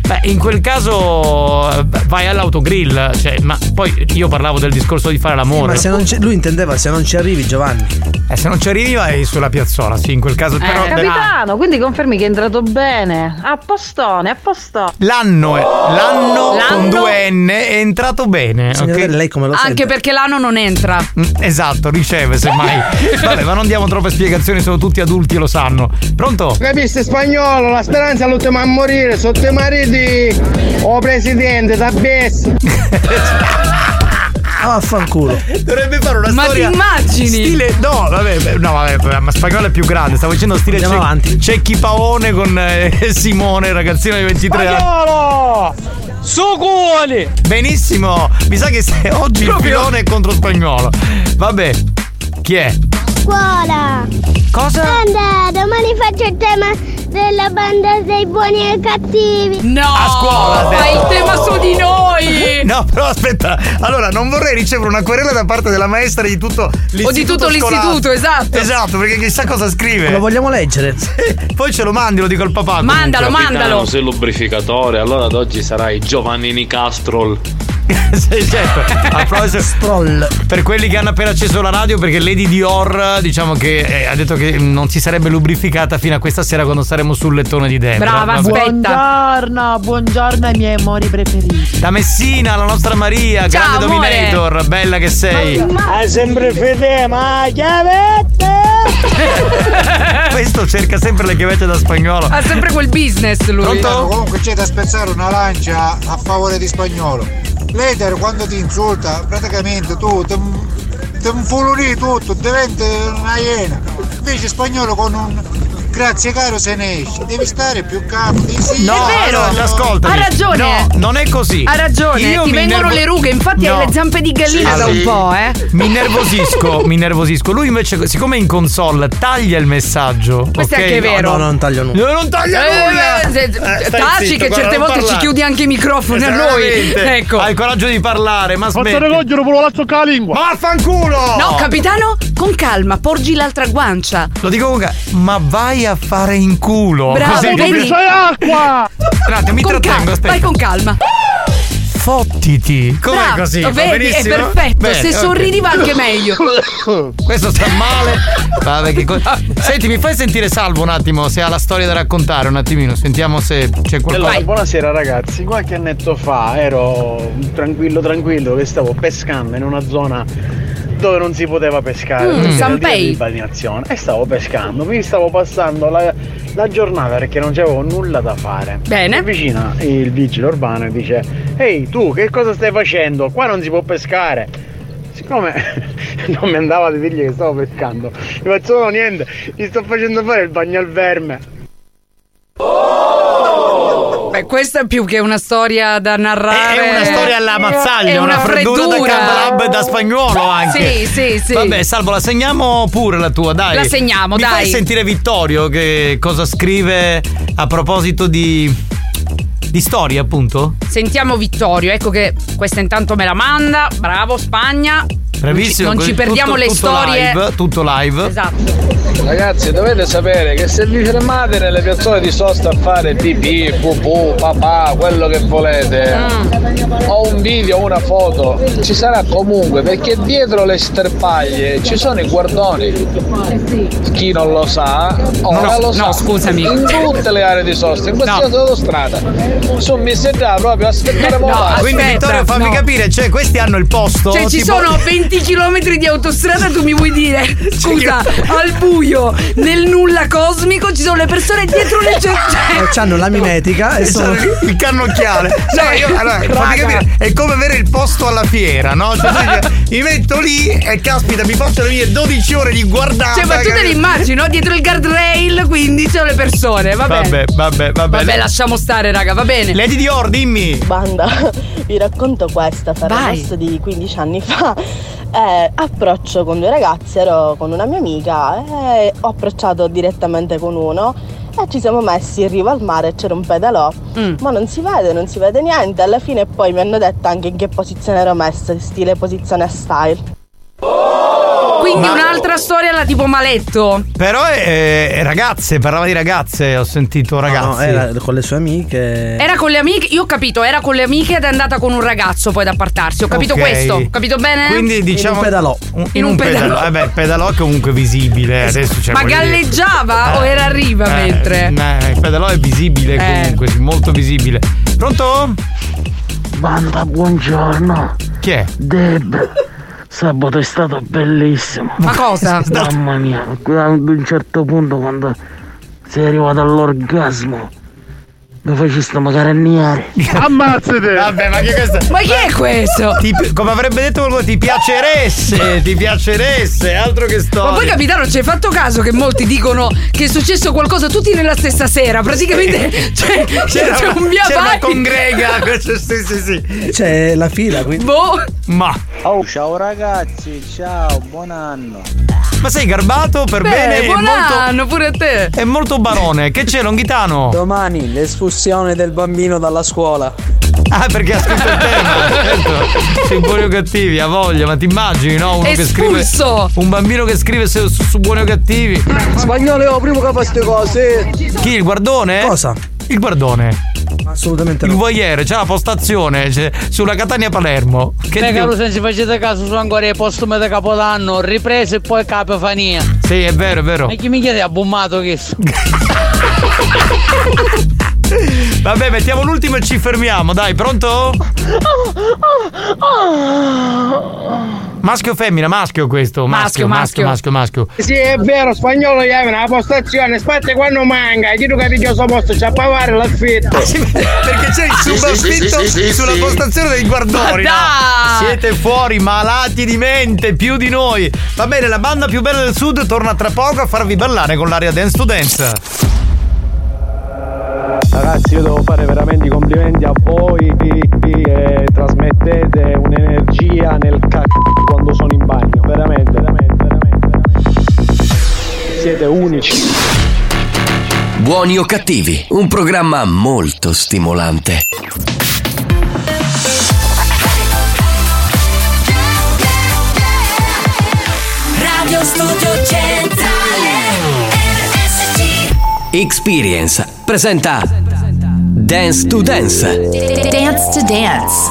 Speaker 3: Beh, in quel caso eh, vai all'autogrill, cioè, ma poi io parlavo del discorso di fare l'amore.
Speaker 6: Eh, Ma se non ci- lui intendeva se non ci arrivi, Giovanni.
Speaker 3: Eh, se non ci arrivi vai sulla piazzola, sì, in quel
Speaker 6: Eh,
Speaker 3: caso però
Speaker 9: Eh, Capitano, quindi confermi che è entrato bene. A postone, a postone.
Speaker 3: L'anno, è- l'anno, con
Speaker 9: L'anno-
Speaker 3: due N è entrato bene. ok?
Speaker 6: lei come lo
Speaker 12: Anche perché l'anno non entra.
Speaker 3: Esatto, riceve semmai. Vabbè, ma non diamo troppe spiegazioni, sono tutti adulti e lo sanno. Pronto?
Speaker 10: Capiste spagnolo, la speranza è l'ultima a morire, sotto i mariti, o presidente, da
Speaker 6: Ah, vaffanculo.
Speaker 3: Dovrebbe fare una storia. Stile. No, vabbè, beh, no, vabbè, beh, ma spagnolo è più grande. Stavo dicendo stile
Speaker 6: Andiamo
Speaker 3: c'è, c'è chi Paone con eh, Simone, ragazzino di 23
Speaker 10: Spagnolo!
Speaker 3: anni. Suculi! Benissimo! Mi sa che se- oggi il pilone è contro spagnolo. Vabbè, chi è?
Speaker 14: Scuola!
Speaker 3: Cosa?
Speaker 14: Anda, domani faccio il tema della banda dei buoni e cattivi.
Speaker 12: No!
Speaker 3: A scuola, ha detto.
Speaker 7: No, però aspetta. Allora, non vorrei ricevere una querela da parte della maestra di tutto l'istituto.
Speaker 12: di tutto l'istituto,
Speaker 7: scolastico.
Speaker 12: esatto.
Speaker 7: Esatto, perché chissà cosa scrive.
Speaker 38: Lo vogliamo leggere?
Speaker 7: Poi ce lo mandi, lo dico al papà.
Speaker 12: Mandalo,
Speaker 7: comunque.
Speaker 12: mandalo.
Speaker 39: Capitano, sei lubrificatore, allora ad oggi sarai Giovanni Nicastrol.
Speaker 3: Sì, certo. A proposito- Per quelli che hanno appena acceso la radio, perché Lady Dior, diciamo che eh, ha detto che non si sarebbe lubrificata fino a questa sera quando saremo sul lettone di Denver. Vabbè.
Speaker 40: Buongiorno, buongiorno ai miei amori preferiti.
Speaker 3: Da Messina, la nostra Maria,
Speaker 40: Ciao,
Speaker 3: grande
Speaker 40: amore.
Speaker 3: Dominator, bella che sei.
Speaker 40: Hai sempre fede, ma chiavette!
Speaker 3: Questo cerca sempre le chiavette da spagnolo.
Speaker 12: Ha sempre quel business lui.
Speaker 15: Comunque c'è da spezzare una lancia a favore di spagnolo. L'Eder quando ti insulta, praticamente tu ti ti infuloni tutto, diventi una iena. Invece spagnolo con un grazie caro se ne esce. Devi stare più calmo, devi sì.
Speaker 3: No, allora, ascoltami.
Speaker 12: Ha ragione.
Speaker 3: No, non è così.
Speaker 12: Ha ragione,
Speaker 3: Io
Speaker 12: ti
Speaker 3: mi
Speaker 12: vengono
Speaker 3: innervo-
Speaker 12: le rughe, infatti
Speaker 3: No.
Speaker 12: hai le zampe di gallina
Speaker 3: Sì.
Speaker 12: da un po', eh.
Speaker 3: Mi nervosisco, mi nervosisco. Lui invece, siccome è in console, taglia il messaggio.
Speaker 12: Questo è
Speaker 3: ok?
Speaker 12: anche vero.
Speaker 3: No, non taglio nulla.
Speaker 12: Eh, se-
Speaker 3: Eh, stai
Speaker 12: taci
Speaker 3: zitto,
Speaker 12: che
Speaker 3: guarda,
Speaker 12: certe
Speaker 3: non
Speaker 12: volte ci
Speaker 3: parlare.
Speaker 12: chiudi anche i microfoni a noi.
Speaker 3: Esattamente.
Speaker 12: Ecco.
Speaker 3: Ha il coraggio di parlare, ma
Speaker 12: Forza
Speaker 3: smetti.
Speaker 12: Regoglio,
Speaker 3: volevo la zocca la lingua. Vaffanculo!
Speaker 12: No, capitano, con calma, porgi l'altra guancia.
Speaker 3: Lo dico con calma. Ma vai a fare in culo.
Speaker 12: Bravo,
Speaker 3: così
Speaker 12: vedi?
Speaker 3: dici.
Speaker 12: acqua!
Speaker 3: Un attimo, mi
Speaker 12: con
Speaker 3: trattengo,
Speaker 12: calma,
Speaker 3: aspetta.
Speaker 12: vai con calma.
Speaker 3: Fottiti. Com'è
Speaker 12: Bravo,
Speaker 3: così? Va
Speaker 12: vedi, è
Speaker 3: benissimo?
Speaker 12: perfetto.
Speaker 3: Bene,
Speaker 12: Se
Speaker 3: ok.
Speaker 12: sorridi va anche meglio.
Speaker 15: Ecco,
Speaker 3: Questo sta male. Vabbè, che co- Senti, mi fai sentire salvo un attimo se ha la storia da raccontare un attimino. Sentiamo se c'è qualcosa.
Speaker 9: Allora, buonasera ragazzi, qualche annetto fa ero tranquillo tranquillo che stavo pescando in una zona dove non si poteva pescare
Speaker 12: Mm,
Speaker 9: perché era
Speaker 12: Sanpei.
Speaker 9: il dia di balneazione e stavo pescando, mi stavo passando la, la giornata perché non c'avevo nulla da fare.
Speaker 12: Bene.
Speaker 9: Mi avvicina il vigile urbano e dice Ehi tu che cosa stai facendo? Qua non si può pescare Siccome non mi andava di dirgli che stavo pescando, mi faccio "No, niente, gli sto facendo fare il bagno al verme.
Speaker 12: Beh, questa è più che una storia da narrare.
Speaker 3: È una storia alla mazzaglia,
Speaker 12: Eh, È
Speaker 3: una, freddura,
Speaker 12: freddura.
Speaker 3: da Cavalab da spagnolo anche.
Speaker 12: Sì, sì, sì.
Speaker 3: Vabbè, Salvo, la segniamo pure la tua, dai.
Speaker 12: La segniamo,
Speaker 3: Mi
Speaker 12: dai.
Speaker 3: Fai sentire Vittorio che cosa scrive a proposito di di storie, appunto?
Speaker 12: Sentiamo Vittorio, ecco che questa intanto me la manda. Bravo, Spagna.
Speaker 3: Bravissimo.
Speaker 12: Non ci, non ci
Speaker 3: così
Speaker 12: perdiamo
Speaker 3: tutto-
Speaker 12: le
Speaker 3: tutto
Speaker 12: storie. Esatto.
Speaker 3: live, tutto live.
Speaker 21: Ragazzi, dovete sapere che se vi fermate nelle piazzole di sosta a fare pipì, pupù, papà, quello che volete, o un video o una foto, ci sarà comunque perché dietro le sterpaglie ci sono i guardoni. Chi non lo sa, ora
Speaker 12: No,
Speaker 21: lo
Speaker 12: no,
Speaker 21: sa.
Speaker 12: scusami.
Speaker 21: In tutte le aree di sosta, in qualsiasi autostrada. Sono messi là proprio a aspettare
Speaker 12: No,
Speaker 21: momenti.
Speaker 3: Quindi
Speaker 12: aspetta,
Speaker 3: Vittorio fammi
Speaker 12: no.
Speaker 3: capire, cioè questi hanno il posto.
Speaker 12: Cioè, ci
Speaker 3: tipo-
Speaker 12: sono 20 km di autostrada, tu mi vuoi dire?
Speaker 3: Certo.
Speaker 12: Scusa, al buio, nel nulla cosmico, ci sono le persone dietro le cioè, cerchie.
Speaker 38: Eh, C'hanno la mimetica e
Speaker 7: E
Speaker 38: sono.
Speaker 7: sono il cannocchiale. No,
Speaker 38: Cioè,
Speaker 7: io, allora, fammi
Speaker 38: raga.
Speaker 7: capire, è come avere il posto alla fiera, no? Cioè, tu dici, mi metto lì e caspita, mi faccio le mie 12 ore di guardata.
Speaker 12: Cioè, ma tu te
Speaker 7: capito?
Speaker 12: le immagini, no? Dietro il guardrail, quindi ci sono le persone, va bene.
Speaker 3: Vabbè, vabbè, vabbè.
Speaker 12: Vabbè, lasciamo stare, raga, va bene.
Speaker 3: Lady Dior, dimmi.
Speaker 26: Banda, vi racconto questa, sarà adesso di 15 anni fa. Eh, approccio con due ragazzi, ero con una mia amica e ho approcciato direttamente con uno e ci siamo messi in riva al mare, c'era un pedalò,
Speaker 12: Mm.
Speaker 26: ma non si vede, non si vede niente. Alla fine poi mi hanno detto anche in che posizione ero messa, stile posizione style.
Speaker 12: Quindi un'altra storia alla tipo maletto.
Speaker 3: Però eh, eh, ragazze, parlava di ragazze, ho sentito ragazzi.
Speaker 38: No, era con le sue amiche.
Speaker 12: Era con le amiche, io ho capito, era con le amiche ed è andata con un ragazzo poi ad appartarsi. Ho capito
Speaker 3: Ok.
Speaker 12: questo, ho capito bene?
Speaker 3: Quindi diciamo Un- in, un, pedalò. Vabbè, il pedalò è comunque visibile. Adesso c'è Eh,
Speaker 12: Ma galleggiava o era a riva mentre?
Speaker 3: il pedalò è visibile
Speaker 12: Eh.
Speaker 3: comunque, sì, molto visibile. Pronto?
Speaker 6: Banda, buongiorno.
Speaker 3: Chi è?
Speaker 6: Deb. Sabato è stato bellissimo.
Speaker 12: Ma cosa?
Speaker 6: Mamma mia, ad un certo punto quando sei arrivato all'orgasmo, mi facesti magari anniare.
Speaker 3: Ammazzate! Vabbè, ma che questo?
Speaker 6: Ma chi è questo?
Speaker 3: Ti- come avrebbe detto qualcuno, ti piaceresse, ti piaceresse, altro che storia.
Speaker 12: Ma poi capitano ci hai fatto caso che molti dicono che è successo qualcosa tutti nella stessa sera, praticamente cioè,
Speaker 7: C'era
Speaker 12: c'è
Speaker 7: una-
Speaker 12: un via
Speaker 7: c'era una
Speaker 12: vai.
Speaker 7: congrega. Sì, sì, sì.
Speaker 38: C'è la fila, quindi.
Speaker 12: Boh.
Speaker 3: Ma.
Speaker 41: ciao ragazzi, ciao, buon anno.
Speaker 3: Ma sei garbato per
Speaker 12: Beh,
Speaker 3: bene? e
Speaker 12: buon
Speaker 3: molto-
Speaker 12: anno pure a te.
Speaker 3: È molto barone. Che c'è, Longhitano?
Speaker 42: Domani l'espulsione del bambino dalla scuola.
Speaker 3: Ah, perché ha scritto il tema. Certo. Sei buoni o cattivi, ha voglia, ma ti immagini, no? Uno che scrive.
Speaker 42: Espulso.
Speaker 3: Un bambino che scrive su, su- su buoni o cattivi.
Speaker 42: Spagnolo è il primo che fa queste cose.
Speaker 3: Chi? Il guardone? Cosa? Il guardone.
Speaker 43: Assolutamente
Speaker 3: Il voyeur, c'è la postazione c'è- sulla Catania Palermo. Che
Speaker 6: Beh,
Speaker 3: dico-
Speaker 6: caro, se non ci facete caso, sono ancora le postume da Capodanno, riprese e poi capofania.
Speaker 3: Sì, è vero, è vero.
Speaker 6: E chi mi chiede ha bombato che
Speaker 3: Vabbè, mettiamo l'ultimo e ci fermiamo, dai, pronto? Maschio o femmina? Maschio questo, maschio, maschio,
Speaker 44: Maschio,
Speaker 3: maschio, maschio.
Speaker 44: Sì, è vero, spagnolo è una postazione, aspetta quando manca, chi tu capisci questo posto, c'è a pagare l'affitto. Perché
Speaker 45: c'è
Speaker 9: Ah,
Speaker 45: il subaffitto sulla postazione dei guardoni,
Speaker 3: Ma
Speaker 45: no?
Speaker 3: dai! Siete fuori, malati di mente, più di noi. Va bene, la banda più bella del sud torna tra poco a farvi ballare con l'area Dance to Dance.
Speaker 9: Ragazzi, io devo fare veramente i complimenti a voi e trasmettete un'energia nel cacchio quando sono in bagno. Veramente, veramente, veramente. veramente. Siete unici.
Speaker 1: Buoni o cattivi, un programma molto stimolante.
Speaker 11: Radio Studio Centrale RSC
Speaker 1: Experience presenta Dance to Dance.
Speaker 7: Dance to dance.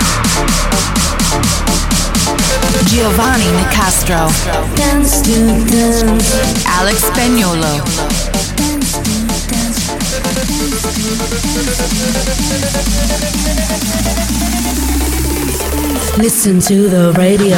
Speaker 7: Giovanni Nicastro.
Speaker 11: Dance to dance
Speaker 7: Alex Spagnolo.
Speaker 11: Listen to the radio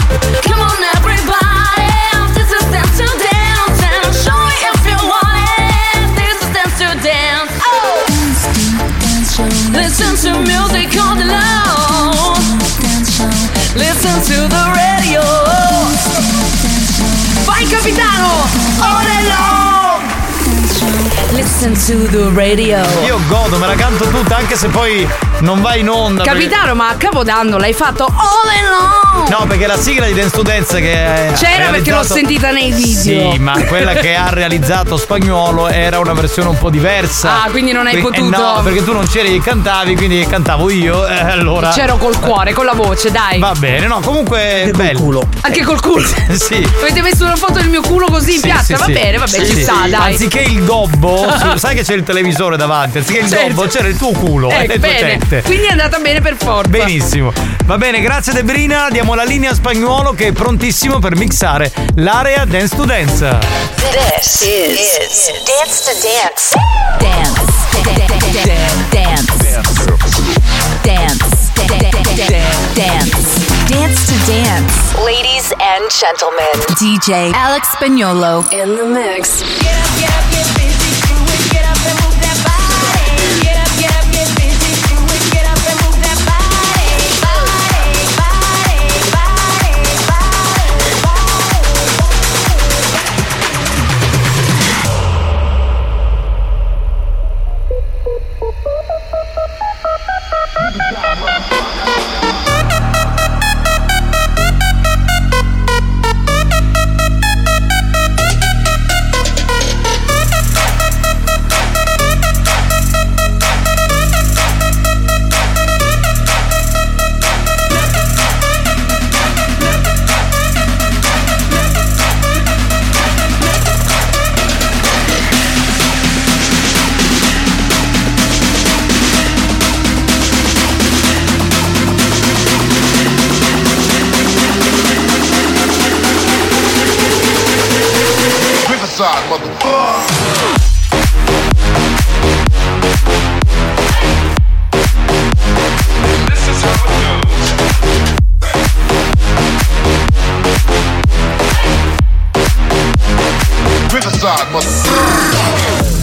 Speaker 11: Come on everybody This is dance to dance And show me if you want it This is dance to dance Oh Listen to music all day long Listen to the radio Vai capitano! All day long Listen to the radio
Speaker 12: Oh.
Speaker 3: Io godo, me la canto tutta, anche se poi non va in onda. perché-
Speaker 12: Capitano, ma a Capodanno l'hai fatto all along.
Speaker 3: No, perché la sigla di Dance to Dance che ha
Speaker 12: C'era
Speaker 3: realizzato-
Speaker 12: perché l'ho sentita nei video.
Speaker 3: Sì, ma quella che ha realizzato spagnolo era una versione un po' diversa.
Speaker 12: Ah, quindi non hai
Speaker 3: Quindi- eh,
Speaker 12: potuto.
Speaker 3: no, perché tu non c'eri e cantavi, quindi cantavo io. eh, allora.
Speaker 12: C'ero col cuore, con la voce, dai.
Speaker 3: Va bene, no, comunque è bello. culo.
Speaker 12: Anche col culo.
Speaker 3: sì.
Speaker 12: Avete messo una foto del mio culo così in
Speaker 3: Sì,
Speaker 12: piazza?
Speaker 3: sì,
Speaker 12: va
Speaker 3: sì.
Speaker 12: bene, va bene,
Speaker 3: Sì,
Speaker 12: ci
Speaker 3: sì.
Speaker 12: sta, dai.
Speaker 3: Anziché il gobbo, su- sai che c'è il televisore davanti, anziché il
Speaker 12: Certo.
Speaker 3: gobbo c'era il tuo culo.
Speaker 12: Ecco,
Speaker 3: e le tue
Speaker 12: bene.
Speaker 3: tette.
Speaker 12: Quindi è andata bene per forza.
Speaker 3: Benissimo. Va bene, grazie Debrina, diamo la linea a spagnolo che è prontissimo per mixare l'area Dance to Dance.
Speaker 7: This is, Dance to Dance. Dance. Dance. Dance. Dance. Dance to dance. Ladies and gentlemen. DJ Alex Spagnolo. In the mix.
Speaker 11: Thank you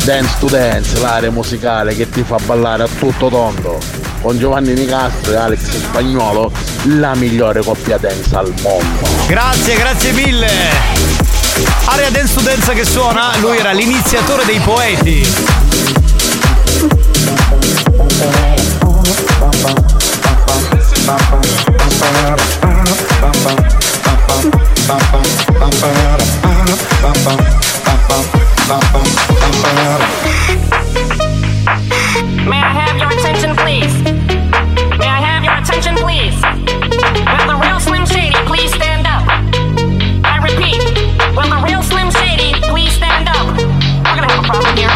Speaker 4: Dance to Dance, l'area musicale che ti fa ballare a tutto tondo. Con Giovanni Nicastro e Alex Spagnolo, la migliore coppia dance al mondo.
Speaker 3: Grazie, grazie mille. Area Dance to Dance che suona, lui era l'iniziatore dei poeti.
Speaker 31: May I have your attention, please? May I have your attention, please? Will the real Slim Shady please stand up? I repeat, will the real Slim Shady please stand up? We're gonna have a problem here.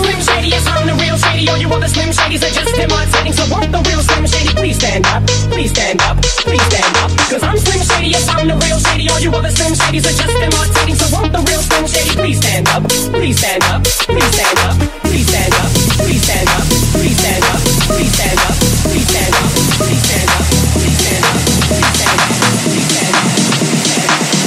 Speaker 31: Slim Shady is I'm the real Shady. All you other Slim Shadys are just imitating. So won't the real Slim Shady please stand up? Please stand up. Please stand up. Cause I'm Slim Shady, yes, I'm the real Shady. All you other Slim Shadys are just imitating. So won't the real Slim Shady please stand up? Please stand up. Please stand up. Please stand up. Please stand up. Please stand up. Please stand up. Please stand up. Please stand up. Please stand up. Please stand up. Please stand up.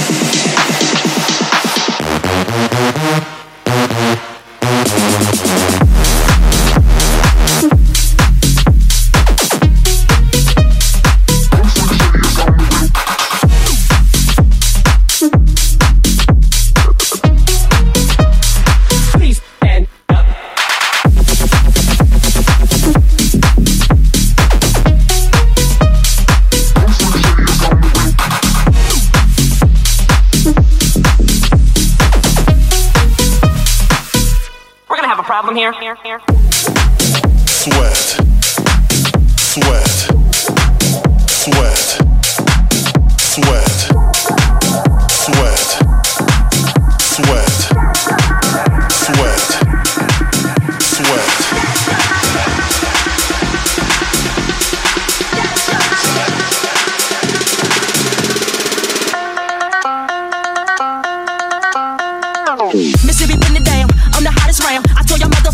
Speaker 31: Please stand up. We're gonna have a problem here.
Speaker 7: Sweat. Sweat. Sweat. Sweat. Sweat. Sweat. Sweat. Sweat.
Speaker 31: Mississippi pin it down. I'm the hottest round. I told y'all mother,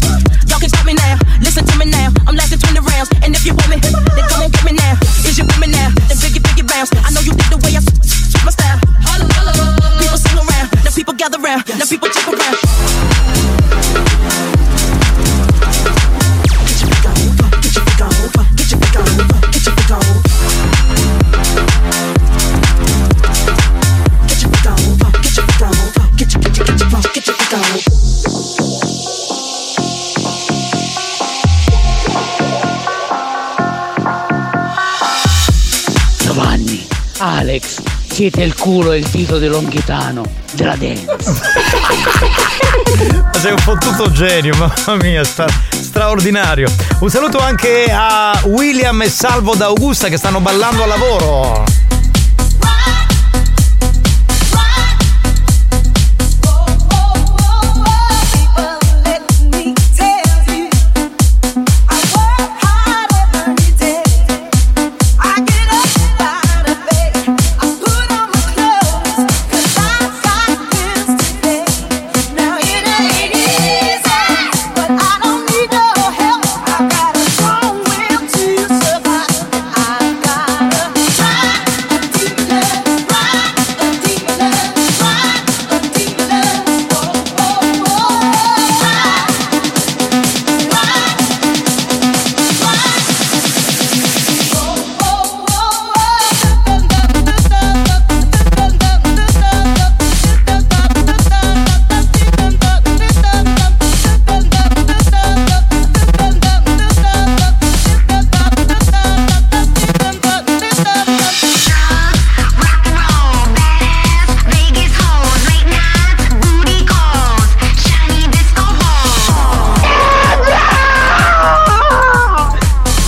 Speaker 31: y'all can stop me now. Listen to me now. I'm lasting 20 rounds. And if you want me, then come and get me now. Is you with me now? Then biggie, biggie bounce. I know you dig the way I f- my style. People sing around. Now people gather round. Now people check around.
Speaker 12: Giovanni, Alex, siete il culo e il dito dell'onghitano della dance.
Speaker 3: Sei un fottuto genio, mamma mia, sta- straordinario. Un saluto anche a William e Salvo da Augusta che stanno ballando al lavoro.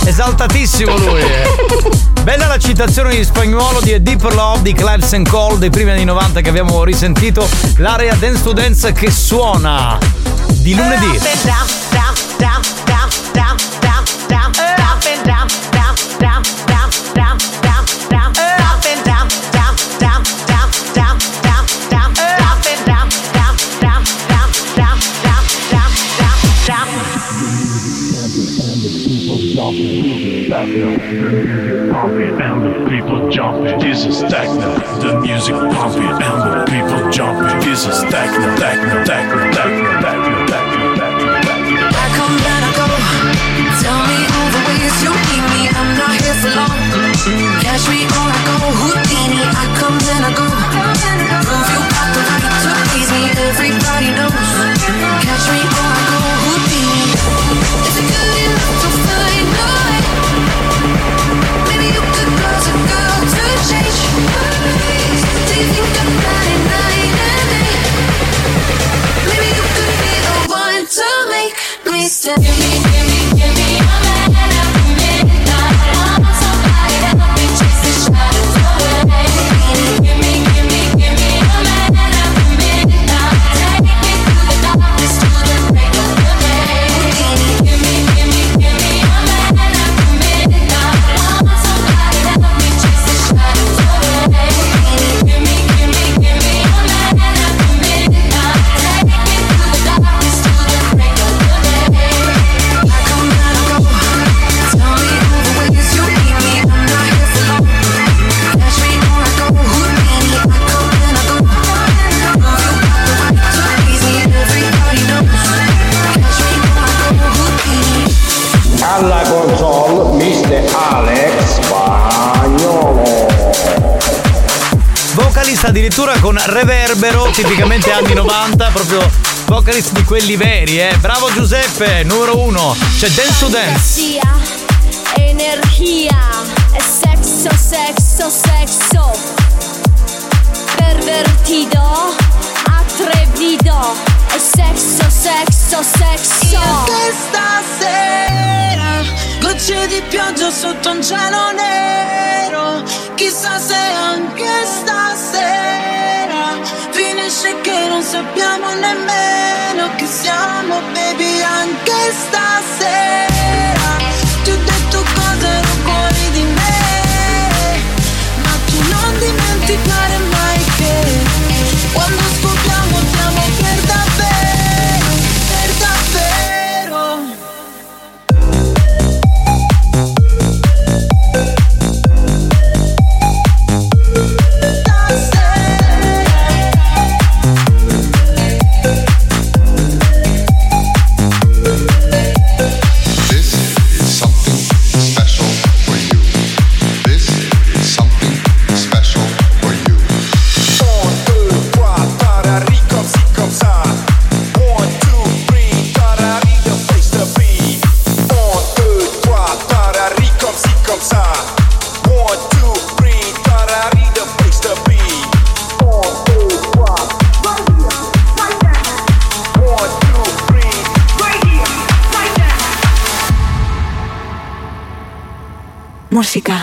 Speaker 3: Esaltatissimo lui. Bella la citazione di spagnolo di A Deep Love di Clives and Cole dei primi anni 90 che abbiamo risentito. L'area Dance to Dance che suona di lunedì.
Speaker 7: Pumping and the people jumping, this is techno. The music pumping and the people jumping, this is techno, techno, techno, techno, techno, techno, techno.
Speaker 21: console Mr. Alex Spagnolo.
Speaker 3: Vocalist addirittura con reverbero, tipicamente anni 90, proprio vocalist di quelli veri, eh. Bravo Giuseppe, numero uno. C'è Dance to Dance.
Speaker 11: Fantasia, energia, è sexo, sexo, sexo. Pervertido, atrevido, è sexo, sexo, sexo.
Speaker 7: Questa sera gocce di pioggia sotto un cielo nero Chissà se anche stasera finisce che non sappiamo nemmeno chi siamo baby anche stasera Ti ho detto cose erano fuori di me Ma tu non dimenticare mai che Quando scopriamo siamo per davvero Per davvero
Speaker 46: This is something special for you. This is something special for you.
Speaker 7: One, two, trois, tararico, si, com, sa. One, two, three, tararico, face the beat. One, two, trois, tararico, si, com, sa. One, two, three, tararico, face the beat. One, two, trois, right here, right there. One, two, three, right here, right there.
Speaker 11: Musica.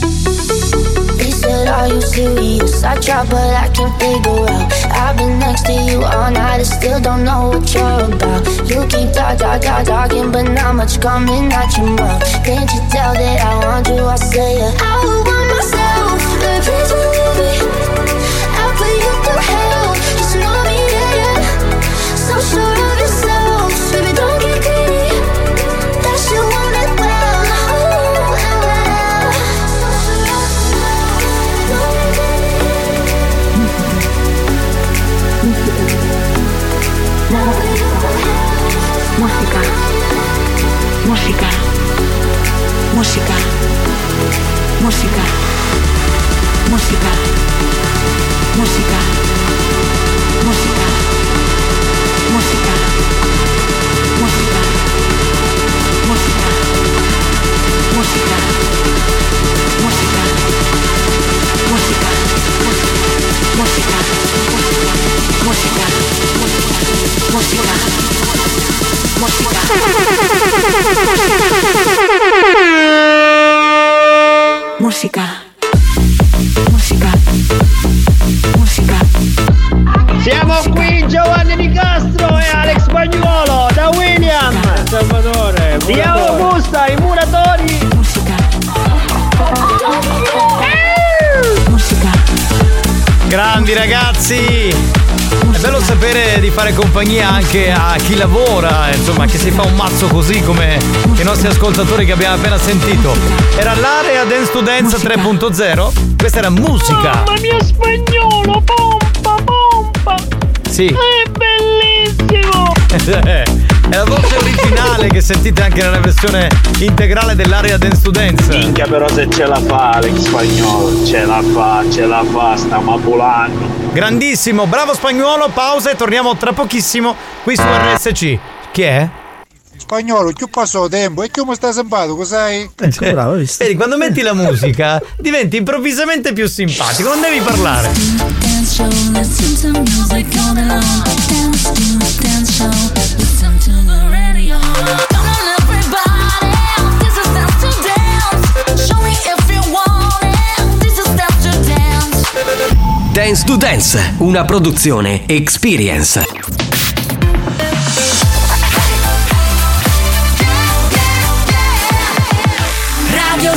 Speaker 31: They said, Are you serious? I try, but I can't figure out. I've been next to you all night, I still don't know what you're about. You keep talk, talk, talk, talking, but not much coming out your mouth. Can't you tell that I want you? I say, yeah. I want myself, but please believe me. I'll put you through hell, just know me, yeah, yeah. So sure of yourself, baby, don't get greedy. That you want it well, oh, oh, well.
Speaker 11: Musica. Musica. Musica. Musica. Musica. Musica. Musica. Musica. Musica. Musica. Musica. Musica. Musica. Musica. Musica. Musica. Musica. Musica. Musica. Musica.
Speaker 6: Siamo qui Giovanni Nicastro e Alex Bagnuolo da William Salvatore di Augusta i muratori
Speaker 3: Grandi ragazzi! È bello sapere di fare compagnia anche a chi lavora, insomma, che si fa un mazzo così come i nostri ascoltatori che abbiamo appena sentito. Era l'area Dance to Dance 3.0, questa era musica.
Speaker 7: Mamma mia spagnolo, pompa, pompa!
Speaker 3: Sì.
Speaker 7: È bellissimo!
Speaker 3: È la voce originale che sentite anche nella versione integrale dell'area Dance to Dance.
Speaker 21: Minchia però se ce la fa Alex Spagnolo, ce la fa, ce la fa, stiamo volando.
Speaker 3: Grandissimo, bravo spagnolo, pausa e torniamo tra pochissimo qui su RSC. Chi è?
Speaker 15: Spagnolo, più passa il tempo e più mi sta simpatico, sai?
Speaker 3: Cioè, Vedi, quando metti la musica diventi improvvisamente più simpatico, non devi parlare.
Speaker 7: Dance show, listen to music all day long. Dance to the dance show, listen to the radio. Come on everybody, this is dance to dance. Show me if you want it, this is dance to dance.
Speaker 1: Dance to Dance, una produzione Experience.
Speaker 7: Radio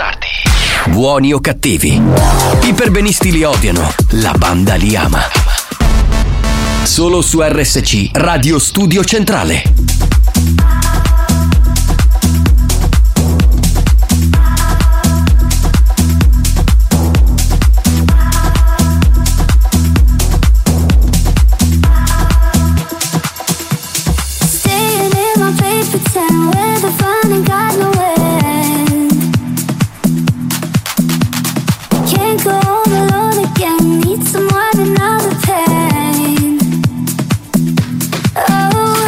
Speaker 1: Buoni o cattivi. I perbenisti li odiano, la banda li ama. Solo su RSC, Radio Studio Centrale.
Speaker 47: Staying in my place, pretend we're the fun and got no end. Can't go all alone again, need someone another pain. Oh,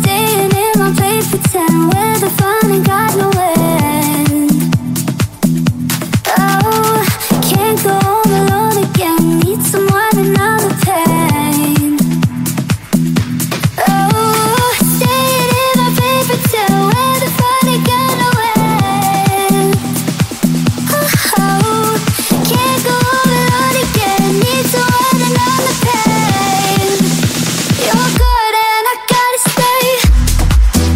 Speaker 47: staying in my place, pretend we're the fun and got no end. Oh, can't go all alone again, need someone another pain. Oh, staying in my paper till where the fun had gone away. Oh, can't go all alone again. Need to earn another pain. You're good and I gotta stay.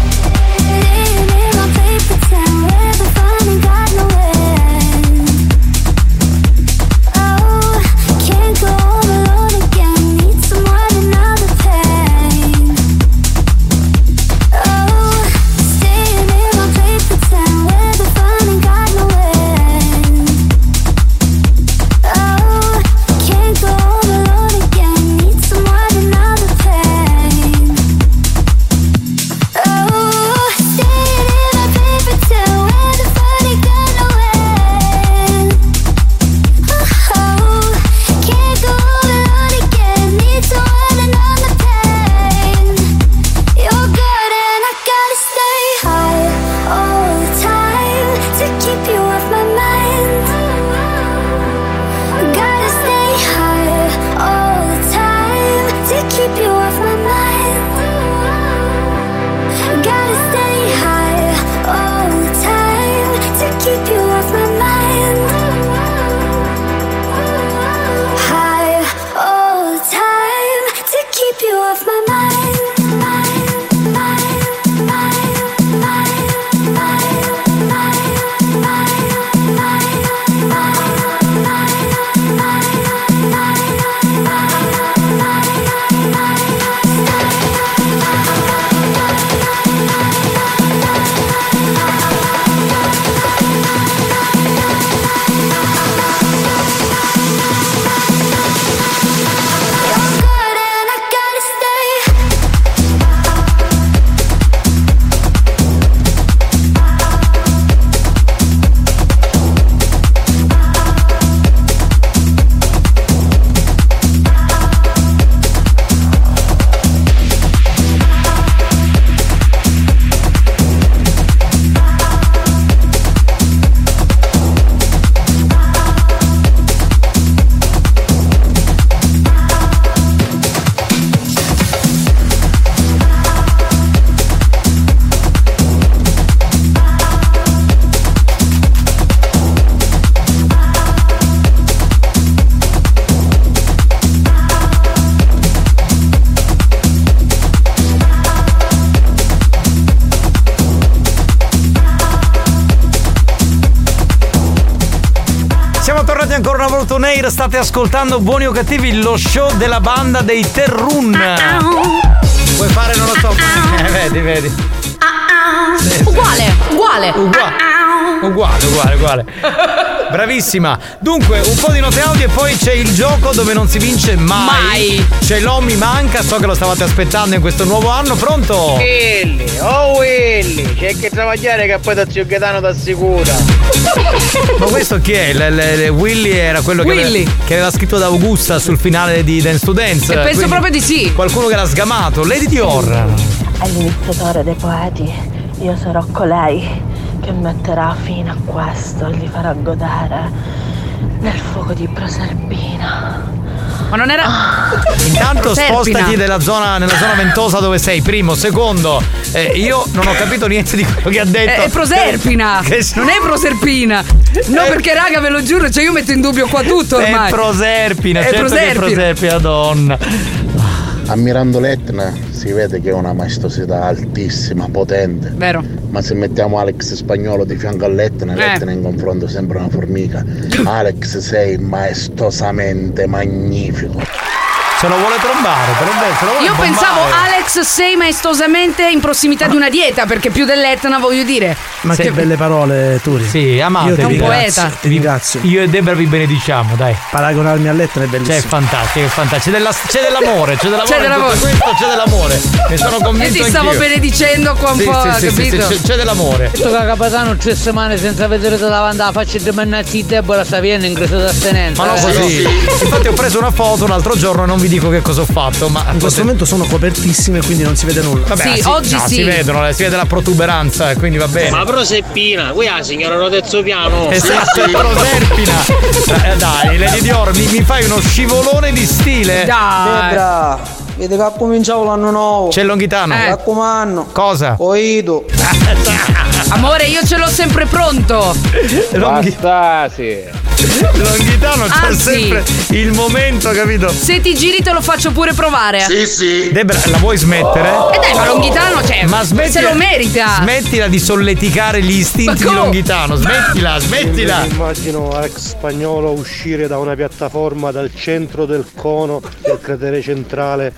Speaker 47: Living in my paper town where the fun ain't got no end. Oh, can't go all alone again. Need someone another pain. Oh, staying in my paper town where the fun ain't got no end. Oh, can't go all alone again. Need someone another pain. Oh, staying in my paper till where the fun ain't got no end. Oh, can't go all alone again. Need to earn another pain. You're good and I gotta stay high all the time to keep you off my mind. Gotta stay high all the time to keep you off my mind. Gotta stay high all the time to keep you off my mind. High all the time to keep you off my mind. Good and I gotta stay.
Speaker 3: Siamo tornati ancora una volta on air, state ascoltando Buoni o Cattivi, lo show della banda dei Terrun. Vuoi fare, non lo so. Eh, vedi, vedi.
Speaker 12: Ah, Uguale, uguale. Ah,
Speaker 3: Uguale, uguale, uguale. Bravissima. Dunque, un po' di note audio e poi c'è il gioco dove non si vince mai.
Speaker 31: Mai.
Speaker 3: C'è l'O mi manca, so che lo stavate aspettando in questo nuovo anno. Pronto?
Speaker 31: Willy, oh Willy, c'è che travagliare che poi da zio Gaetano t'assicura.
Speaker 3: Ma questo chi è? Le- le- le- Willy era quello che
Speaker 31: Willy.
Speaker 3: Aveva, che aveva scritto ad Augusta sul finale di Dance to Dance.
Speaker 12: E penso
Speaker 3: Quindi
Speaker 12: proprio di sì.
Speaker 3: Qualcuno che l'ha sgamato. Lady Dior.
Speaker 26: All'iniziatore dei poeti, io sarò colei che metterà fine a questo e li farà godere nel fuoco di Proserpina.
Speaker 12: Ma non era.
Speaker 3: Ah.
Speaker 12: Eh,
Speaker 3: Intanto
Speaker 12: Serpina.
Speaker 3: spostati della zona- nella zona ventosa dove sei, primo. Secondo, eh, io non ho capito niente di quello che ha detto.
Speaker 48: È,
Speaker 12: Eh,
Speaker 48: è Proserpina,
Speaker 3: Che- che-
Speaker 48: non è Proserpina. No, perché raga, ve lo giuro, cioè io metto in dubbio qua tutto ormai.
Speaker 3: È Proserpina, certo che è Proserpina, donna.
Speaker 4: Ammirando l'Etna si vede che è una maestosità altissima, potente.
Speaker 48: Vero.
Speaker 4: Ma se mettiamo Alex spagnolo di fianco all'Etna,
Speaker 48: Eh.
Speaker 4: l'Etna in confronto sembra una formica. Alex sei maestosamente magnifico.
Speaker 3: Se lo vuole trombare, te l'ho detto, se lo vuole
Speaker 12: Io
Speaker 3: bombare.
Speaker 12: pensavo Alex sei maestosamente in prossimità di una dieta, perché più dell'Etna voglio dire. Cioè,
Speaker 9: Ma che
Speaker 12: Sì.
Speaker 9: belle parole, Turi.
Speaker 3: Sì, amatevi.
Speaker 9: Io ti
Speaker 3: È un
Speaker 9: ringrazio,
Speaker 3: poeta.
Speaker 9: Ti ringrazio.
Speaker 3: Io e Debra vi benediciamo, dai.
Speaker 9: Paragonarmi a Lettere è
Speaker 3: Cioè, è
Speaker 9: bellissimo.
Speaker 3: fantastico, è fantastico. C'è, della- c'è dell'amore, c'è dell'amore.
Speaker 9: C'è
Speaker 3: in
Speaker 9: dell'amore.
Speaker 3: tutto Questo c'è dell'amore. Ne sono convinto
Speaker 12: E ti stavo
Speaker 3: anch'io.
Speaker 12: benedicendo qua un
Speaker 3: Sì,
Speaker 12: po',
Speaker 3: sì, sì, sì,
Speaker 12: capito?
Speaker 3: sì, c'è, c'è dell'amore.
Speaker 49: Sto capitano tre settimane senza vedere da davanti la faccia di mannazzi Deborah sta venendo in grado d'assenenza.
Speaker 3: Ma
Speaker 9: Eh,
Speaker 3: no, così. Infatti ho preso una foto l'altro giorno, non vi dico che cosa ho fatto, ma
Speaker 9: In questo momento sono copertissime, quindi non si vede nulla.
Speaker 3: Vabbè, ah, no, si vedono, eh, si vede la protuberanza, eh, quindi va bene.
Speaker 6: Ma Proseppina, qui la signora Rodezzo Piano.
Speaker 3: Esatto, è Proserpina. Eh, Dai, Lady Dior, mi, mi fai uno scivolone di stile.
Speaker 21: Debra, vedi che cominciavo l'anno nuovo.
Speaker 3: C'è il Longhitano.
Speaker 21: Mi
Speaker 3: Eh.
Speaker 21: raccomando.
Speaker 3: Cosa?
Speaker 21: Oido.
Speaker 12: Amore, io ce l'ho sempre pronto.
Speaker 3: Bastasi. Longhitano c'è
Speaker 12: Anzi.
Speaker 3: sempre il momento, capito?
Speaker 12: Se ti giri te lo faccio pure provare.
Speaker 3: sì. Debra, la vuoi smettere?
Speaker 12: E Eh dai, ma Longhitano, cioè,
Speaker 3: Ma smettila-
Speaker 12: se lo merita.
Speaker 3: Smettila di solleticare gli istinti di Longhitano. Smettila, smettila.
Speaker 7: Immagino Alex Spagnolo uscire da una piattaforma dal centro del cono del cratere centrale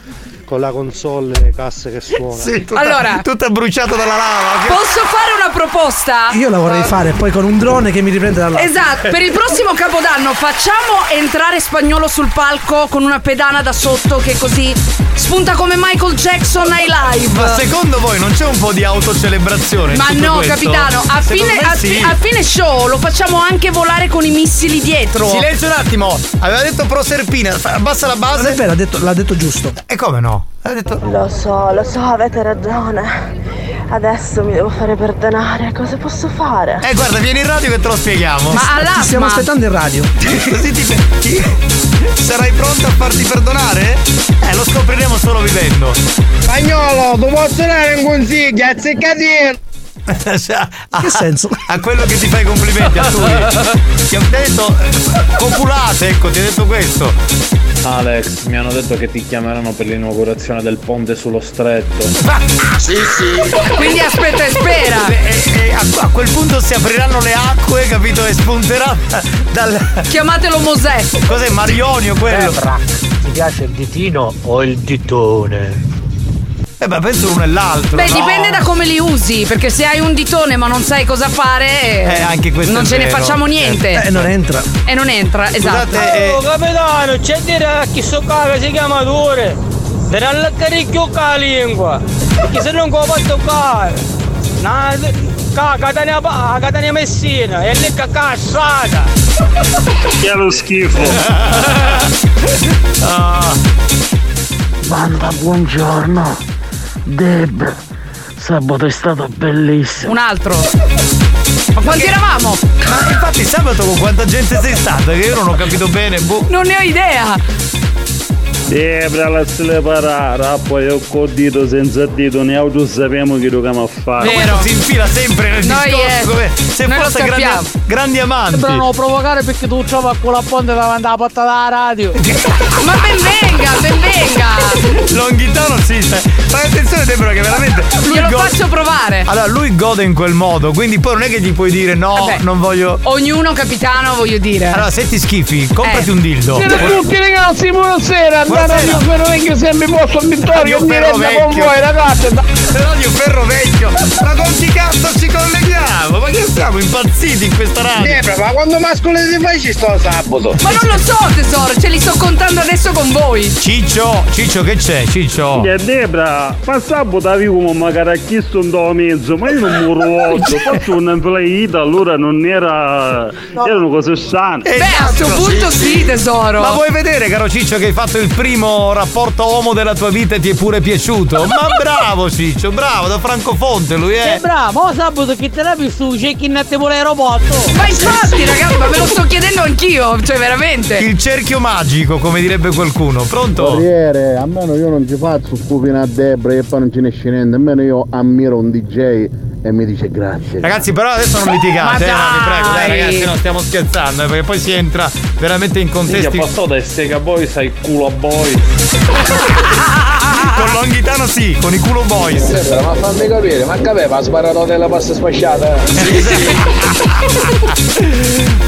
Speaker 7: con la console e le casse che suona.
Speaker 3: Sì, tutta-
Speaker 12: Allora.
Speaker 3: tutta bruciata dalla lava.
Speaker 12: Posso fare una proposta?
Speaker 9: Io la vorrei fare poi con un drone che mi riprende dalla.
Speaker 12: Esatto, per il prossimo capodanno facciamo entrare spagnolo sul palco con una pedana da sotto che così spunta come Michael Jackson ai live.
Speaker 3: Ma secondo voi non c'è un po' di autocelebrazione? in
Speaker 12: Ma
Speaker 3: tutto
Speaker 12: no,
Speaker 3: questo?
Speaker 12: capitano, a
Speaker 3: Secondo
Speaker 12: fine,
Speaker 3: me
Speaker 12: a
Speaker 3: sì.
Speaker 12: fi- a fine show lo facciamo anche volare con i missili dietro.
Speaker 3: Silenzio un attimo, aveva detto Proserpina, fa- abbassa la base.
Speaker 9: Non è vero, ha detto- l'ha detto giusto.
Speaker 3: E come no?
Speaker 26: Lo so, lo so, avete ragione. Adesso mi devo fare perdonare, cosa posso fare?
Speaker 3: Eh guarda, vieni in radio che te lo spieghiamo.
Speaker 9: Ti stiamo aspettando in radio.
Speaker 3: Così ti, ti- Sarai pronta a farti perdonare? Eh, lo scopriremo solo vivendo.
Speaker 6: Spagnolo, ti posso dare un consiglio, azzeccatino!
Speaker 3: che
Speaker 9: senso?
Speaker 3: A quello che ti fai i complimenti, a tu. Ti ho detto eh, copulate, ecco, ti ho detto questo.
Speaker 7: Alex, mi hanno detto che ti chiameranno per l'inaugurazione del ponte sullo stretto.
Speaker 3: Sì, sì.
Speaker 12: Quindi aspetta e spera.
Speaker 3: Eh, a, a quel punto si apriranno le acque, capito? E spunterà dal.
Speaker 12: Chiamatelo Mosè.
Speaker 3: Cos'è Marionio quello?
Speaker 7: ti piace il ditino o il ditone?
Speaker 3: Eh beh, penso l'uno e l'altro.
Speaker 12: Beh,
Speaker 3: no?
Speaker 12: dipende da come li usi, perché se hai un ditone ma non sai cosa fare,
Speaker 3: Eh, anche questo
Speaker 12: non
Speaker 3: è
Speaker 12: ce ne
Speaker 3: vero.
Speaker 12: facciamo niente.
Speaker 9: Eh, non entra.
Speaker 12: E non entra, esatto.
Speaker 3: eh,
Speaker 6: Oh, capitano, c'è di dire che so caga si chiama Dure. Per allattare più la lingua. Perché se non lo puoi toccare. Na, ca, catania, pa- catania Messina. E lì cacassata.
Speaker 5: Che è lo schifo.
Speaker 6: Ah. Banda, buongiorno. Deb, sabato è stato bellissimo.
Speaker 12: Un altro. Ma quanti eravamo?
Speaker 3: Ma infatti sabato con quanta gente sei stata? Che io non ho capito bene. Boh.
Speaker 12: Non ne ho idea.
Speaker 7: Debra la sleparara, poi ho codito senza dito, ne auto sappiamo che dobbiamo fare.
Speaker 3: Questo Si infila sempre nel
Speaker 7: Noi,
Speaker 3: discorso
Speaker 7: eh,
Speaker 3: come se
Speaker 7: noi lo
Speaker 3: fosse
Speaker 7: sappiamo.
Speaker 3: grandi, grandi amanti.
Speaker 49: Però non lo provocare perché tu trovi a quella ponte davanti alla porta della radio.
Speaker 12: Ma ben venga, ben
Speaker 3: Ah,
Speaker 12: venga.
Speaker 3: Longhitano sì, sai. fai attenzione Debra che veramente. lui
Speaker 12: Glielo
Speaker 3: gode-
Speaker 12: faccio provare.
Speaker 3: Allora lui gode in quel modo, quindi poi non è che gli puoi dire no,
Speaker 12: Vabbè.
Speaker 3: non voglio.
Speaker 12: Ognuno capitano, voglio dire.
Speaker 3: Allora se ti schifi, comprati
Speaker 12: Eh.
Speaker 3: un dildo.
Speaker 6: Siete tutti ragazzi, buonasera, andate a
Speaker 3: Buonasera.
Speaker 6: Dio Ferro Vecchio sempre in posto a Vittorio,
Speaker 3: Radio
Speaker 6: in
Speaker 3: Ferro
Speaker 6: diretta con
Speaker 3: Vecchio.
Speaker 6: voi ragazzi.
Speaker 3: Radio Ferro Vecchio, ma quanti cazzo ci colleghiamo? Ma che siamo impazziti in questa radio?
Speaker 6: Debra, ma quando mascolo ti fai ci sto sabato?
Speaker 12: Ma non lo so, tesoro, ce li sto contando adesso con voi.
Speaker 3: Ciccio, Ciccio che c'è? Ciccio.
Speaker 7: Che Debra, ma sabato avevo come magari ha chiesto un do mezzo, ma io non muoio oggi, faccio una inflaita, allora non era... erano cose sane.
Speaker 12: Beh, a sto punto sì, tesoro.
Speaker 3: Eh, Esatto. Ma vuoi vedere, caro Ciccio, che hai fatto il primo rapporto uomo della tua vita e ti è pure piaciuto? Ma bravo, Ciccio! Ciccio, bravo, da Francofonte lui eh.
Speaker 50: Sei
Speaker 3: è.
Speaker 50: bravo, mo sabato chi te l'ha visto c'è chi ne te vuole aeroporto.
Speaker 7: Ma infatti, ragazzi, ma ve lo sto chiedendo anch'io, cioè veramente.
Speaker 3: Il cerchio magico, come direbbe qualcuno.
Speaker 4: Oh,
Speaker 3: Pronto?
Speaker 4: Corriere, a meno io non ci faccio scupina a Debra e poi non ce ne esce niente, almeno io ammiro un DJ e mi dice grazie.
Speaker 3: Ragazzi, però adesso non litigate, eh,
Speaker 4: Ma
Speaker 3: no, vi prego, dai,
Speaker 4: dai!
Speaker 3: ragazzi, non stiamo scherzando, eh, perché poi si entra veramente in contesti.
Speaker 9: Minchia,
Speaker 3: passò dai Sega Boys ai culo boy. Con l'onghitano sì, con i culo boys.
Speaker 51: Ma fammi capire, ma capeva, ha sbarrato della pasta sfasciata.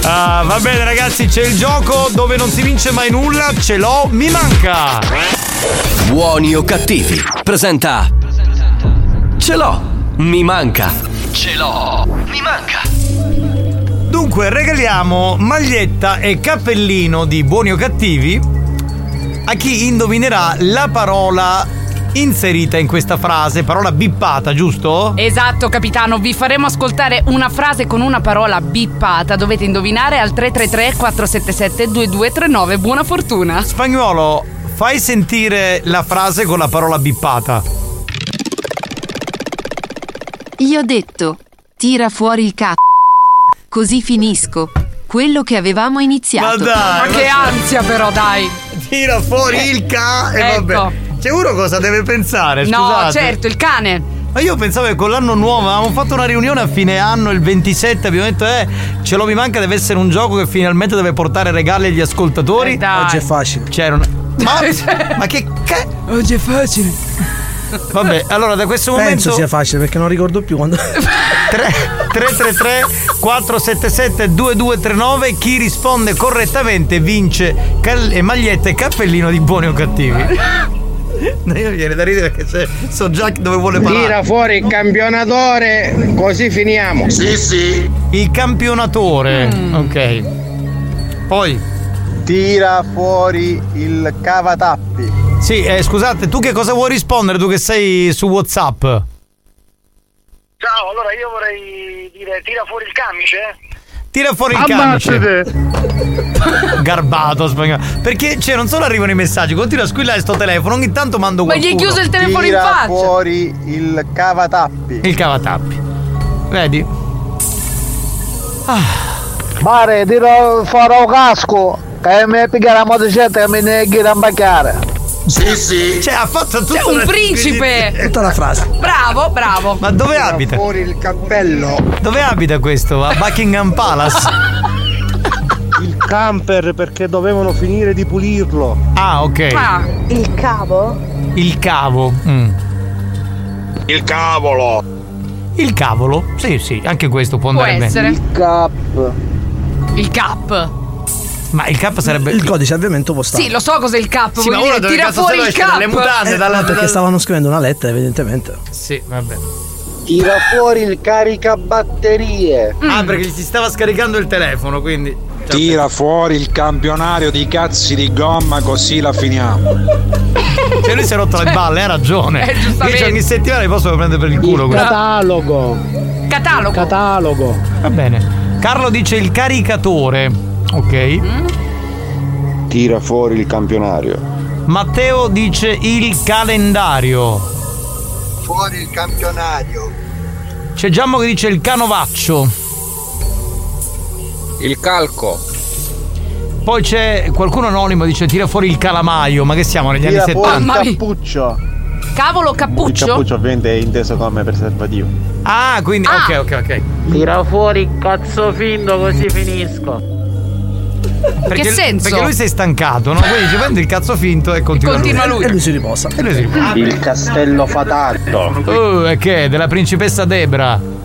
Speaker 3: Ah, va bene ragazzi, c'è il gioco dove non si vince mai nulla, ce l'ho, Oh, mi manca.
Speaker 1: Buoni o cattivi. Presenta. Ce l'ho. Mi manca.
Speaker 3: Ce l'ho, mi manca. Dunque regaliamo maglietta e cappellino di buoni o cattivi a chi indovinerà la parola inserita in questa frase, parola bippata, giusto?
Speaker 12: Esatto, capitano, vi faremo ascoltare una frase con una parola bippata. Dovete indovinare al 333 477 2239. Buona fortuna.
Speaker 3: Spagnolo, fai sentire la frase con la parola bippata.
Speaker 30: Gli ho detto, tira fuori il c***o. Così finisco quello che avevamo iniziato.
Speaker 3: dai, Ma che ma-
Speaker 12: ansia però, dai.
Speaker 3: Tira
Speaker 6: Eh,
Speaker 3: fuori il ca e
Speaker 6: ecco.
Speaker 3: vabbè. C'è Cioè, uno cosa deve pensare,
Speaker 12: No,
Speaker 3: Eh, scusate.
Speaker 12: certo, il cane.
Speaker 3: Ma io pensavo che con l'anno nuovo avevamo fatto una riunione a fine anno, il 27, abbiamo detto, eh, ce lo mi manca, deve essere un gioco che finalmente deve portare regali agli
Speaker 12: Eh,
Speaker 3: ascoltatori. Oggi è facile. C'era una... Ma,
Speaker 7: cioè,
Speaker 3: ma che ca...
Speaker 6: Oggi è facile.
Speaker 3: Vabbè, allora da questo momento...
Speaker 6: Penso sia facile perché non ricordo più quando.
Speaker 3: 333 477 2239 chi risponde correttamente vince cal- e maglietta e cappellino di buoni o cattivi No, io mi viene da ridere che c'è- so già dove vuole parlare
Speaker 9: Tira fuori il campionatore, così finiamo.
Speaker 3: Sì, sì. Il campionatore. Ok. Poi.
Speaker 9: Tira fuori il cavatappi.
Speaker 3: Sì, eh, scusate, tu che cosa vuoi rispondere? Tu che sei su WhatsApp?
Speaker 21: Ciao, allora io vorrei dire tira fuori il camice.
Speaker 3: Tira fuori il camice. Garbato spagnolo. Perché, cioè, non solo arrivano i messaggi, continua a squillare sto telefono. Ogni tanto mando
Speaker 12: Ma gli
Speaker 3: qualcuno.
Speaker 12: hai chiuso il telefono in faccia.
Speaker 9: fuori il cavatappi.
Speaker 3: Il cavatappi. Vedi?
Speaker 12: Ah.
Speaker 9: Mare, tiro fuori un casco. Che mi piglia la motocicletta che mi neghi da imbaccare.
Speaker 3: Sì, sì. Cioè, ha fatto tutto
Speaker 12: Sei un principe.
Speaker 3: Tutta la frase.
Speaker 12: Eh. Bravo, bravo.
Speaker 3: Ma dove abita?
Speaker 12: Fuori
Speaker 9: il cappello.
Speaker 3: Dove abita questo? A Buckingham Palace?
Speaker 9: Il camper perché dovevano finire di pulirlo.
Speaker 3: Ah, ok.
Speaker 26: Il cavo?
Speaker 3: Il cavo. Mm.
Speaker 9: Il cavolo.
Speaker 3: Il cavolo? Sì, sì, anche questo può andare bene.
Speaker 9: cap.
Speaker 12: Il cap.
Speaker 3: Ma il cap sarebbe.
Speaker 6: Il codice ovviamente postale.
Speaker 12: Sì, lo so cos'è il cap.
Speaker 3: Sì,
Speaker 12: vuol
Speaker 3: ma
Speaker 12: dire
Speaker 3: uno dove
Speaker 12: tira
Speaker 3: cazzo
Speaker 12: fuori
Speaker 3: se lo
Speaker 12: il
Speaker 3: esce
Speaker 12: cap.
Speaker 3: dalle mutande, dalla-
Speaker 6: No, perché stavano scrivendo una lettera, evidentemente.
Speaker 3: Sì, vabbè.
Speaker 9: Tira fuori il caricabatterie.
Speaker 16: Mm.
Speaker 3: Ah, perché gli si stava scaricando il telefono, quindi.
Speaker 16: Tira fuori il campionario di cazzi di gomma così la finiamo.
Speaker 3: Cioè, lui si è rotto le balle, ha ragione.
Speaker 16: Eh,
Speaker 3: Invece
Speaker 16: giustamente.
Speaker 3: ogni settimana li possono prendere per il culo. quello.
Speaker 9: Catalogo.
Speaker 12: Catalogo.
Speaker 9: Catalogo.
Speaker 3: Va bene. Carlo dice il caricatore. Ok.
Speaker 16: Tira fuori il campionario.
Speaker 3: Matteo dice il calendario.
Speaker 15: Fuori il campionario.
Speaker 3: C'è Giammo che dice il canovaccio.
Speaker 9: Il calco.
Speaker 3: Poi c'è qualcuno anonimo che dice tira fuori il calamaio. Ma che siamo negli anni 70?
Speaker 9: cappuccio.
Speaker 12: Cavolo cappuccio.
Speaker 9: ovviamente è inteso come preservativo.
Speaker 3: Ah, quindi ok, ok, ok.
Speaker 52: Tira fuori il cazzo finto così finisco.
Speaker 3: Perché,
Speaker 52: che senso?
Speaker 3: Perché lui si è stancato, no? Quindi ci prende il cazzo finto e continua,
Speaker 6: Continua lui. E lui
Speaker 3: si riposa. E lui si riposa.
Speaker 9: Il castello fatato.
Speaker 3: Oh, e che? è? Della principessa Debra.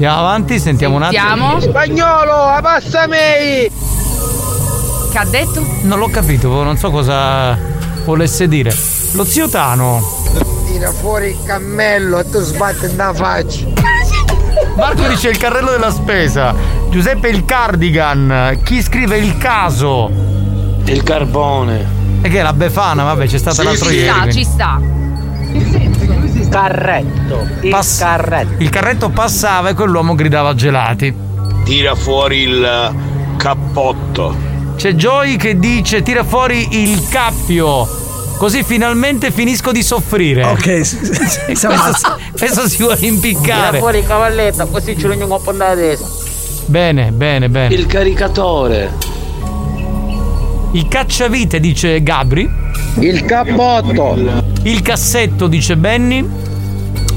Speaker 3: Andiamo avanti, sentiamo un attimo.
Speaker 9: Spagnolo, passa mei.
Speaker 12: Che ha detto?
Speaker 3: Non l'ho capito, boh, non so cosa volesse dire. Lo zio Tano.
Speaker 9: Tira fuori il cammello e tu sbatti la faccia.
Speaker 3: Marco dice il carrello della spesa. Giuseppe il cardigan. Chi scrive il caso? Il carbone. E che è la Befana? Vabbè, c'è stata l'altro
Speaker 12: Ah, ci
Speaker 3: ieri.
Speaker 12: sta,
Speaker 3: quindi.
Speaker 12: ci sta.
Speaker 9: Carretto. Il carretto.
Speaker 3: Il carretto passava e quell'uomo gridava gelati.
Speaker 16: Tira fuori il eh, cappotto.
Speaker 3: C'è Joy che dice tira fuori il cappio. Così finalmente finisco di soffrire. Ok, questo, questo si vuole
Speaker 18: Tira
Speaker 3: impiccare.
Speaker 18: fuori il cavalletto, così ci rendiamo un po' da testa.
Speaker 3: Bene, bene, bene. Il caricatore. Il cacciavite, dice Gabri. Il cappotto. Il cassetto, dice Benny.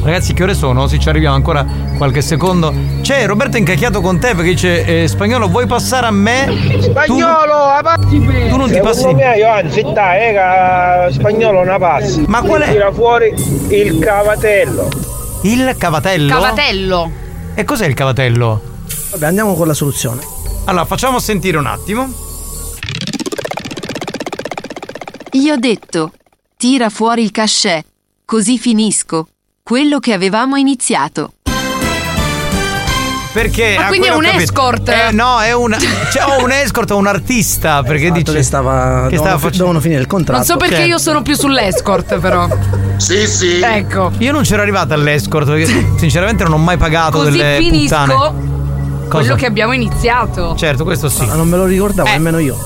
Speaker 3: Ragazzi, che ore sono? Se ci arriviamo ancora qualche secondo. C'è Roberto è incacchiato con te perché dice: eh, Spagnolo, vuoi passare a me?
Speaker 18: Spagnolo, a passi prima.
Speaker 3: Tu non ti passi-
Speaker 18: Secondo me, io, anzi, dai, eh, che spagnolo non passi.
Speaker 3: Ma qual è?
Speaker 18: Tira fuori il cavatello.
Speaker 3: Il cavatello.
Speaker 12: Cavatello.
Speaker 3: E cos'è il cavatello?
Speaker 6: Vabbè, andiamo con la soluzione.
Speaker 3: Allora, facciamo sentire un attimo.
Speaker 30: Io ho detto, tira fuori il cachet, così finisco quello che avevamo iniziato.
Speaker 3: Perché
Speaker 12: Ma
Speaker 3: ah,
Speaker 12: quindi è
Speaker 3: quello ho
Speaker 12: un
Speaker 3: capito.
Speaker 12: escort?
Speaker 3: Eh, no, è un cioè, o un escort o un artista, perché
Speaker 6: Esatto,
Speaker 3: dice
Speaker 6: che stava,
Speaker 3: che
Speaker 6: dovevano
Speaker 3: stava
Speaker 6: fi-
Speaker 3: facendo Cioè,
Speaker 6: dovevano finire il contratto.
Speaker 14: Non so perché io sono più sull'escort, però.
Speaker 3: Sì, sì.
Speaker 14: Ecco.
Speaker 3: Io non c'ero arrivata all'escort perché sinceramente non ho mai pagato
Speaker 12: Così
Speaker 3: delle
Speaker 12: finisco
Speaker 3: puttane. Cosa?
Speaker 12: quello che Eh. abbiamo iniziato.
Speaker 3: Certo, questo sì.
Speaker 6: non me lo ricordavo nemmeno io.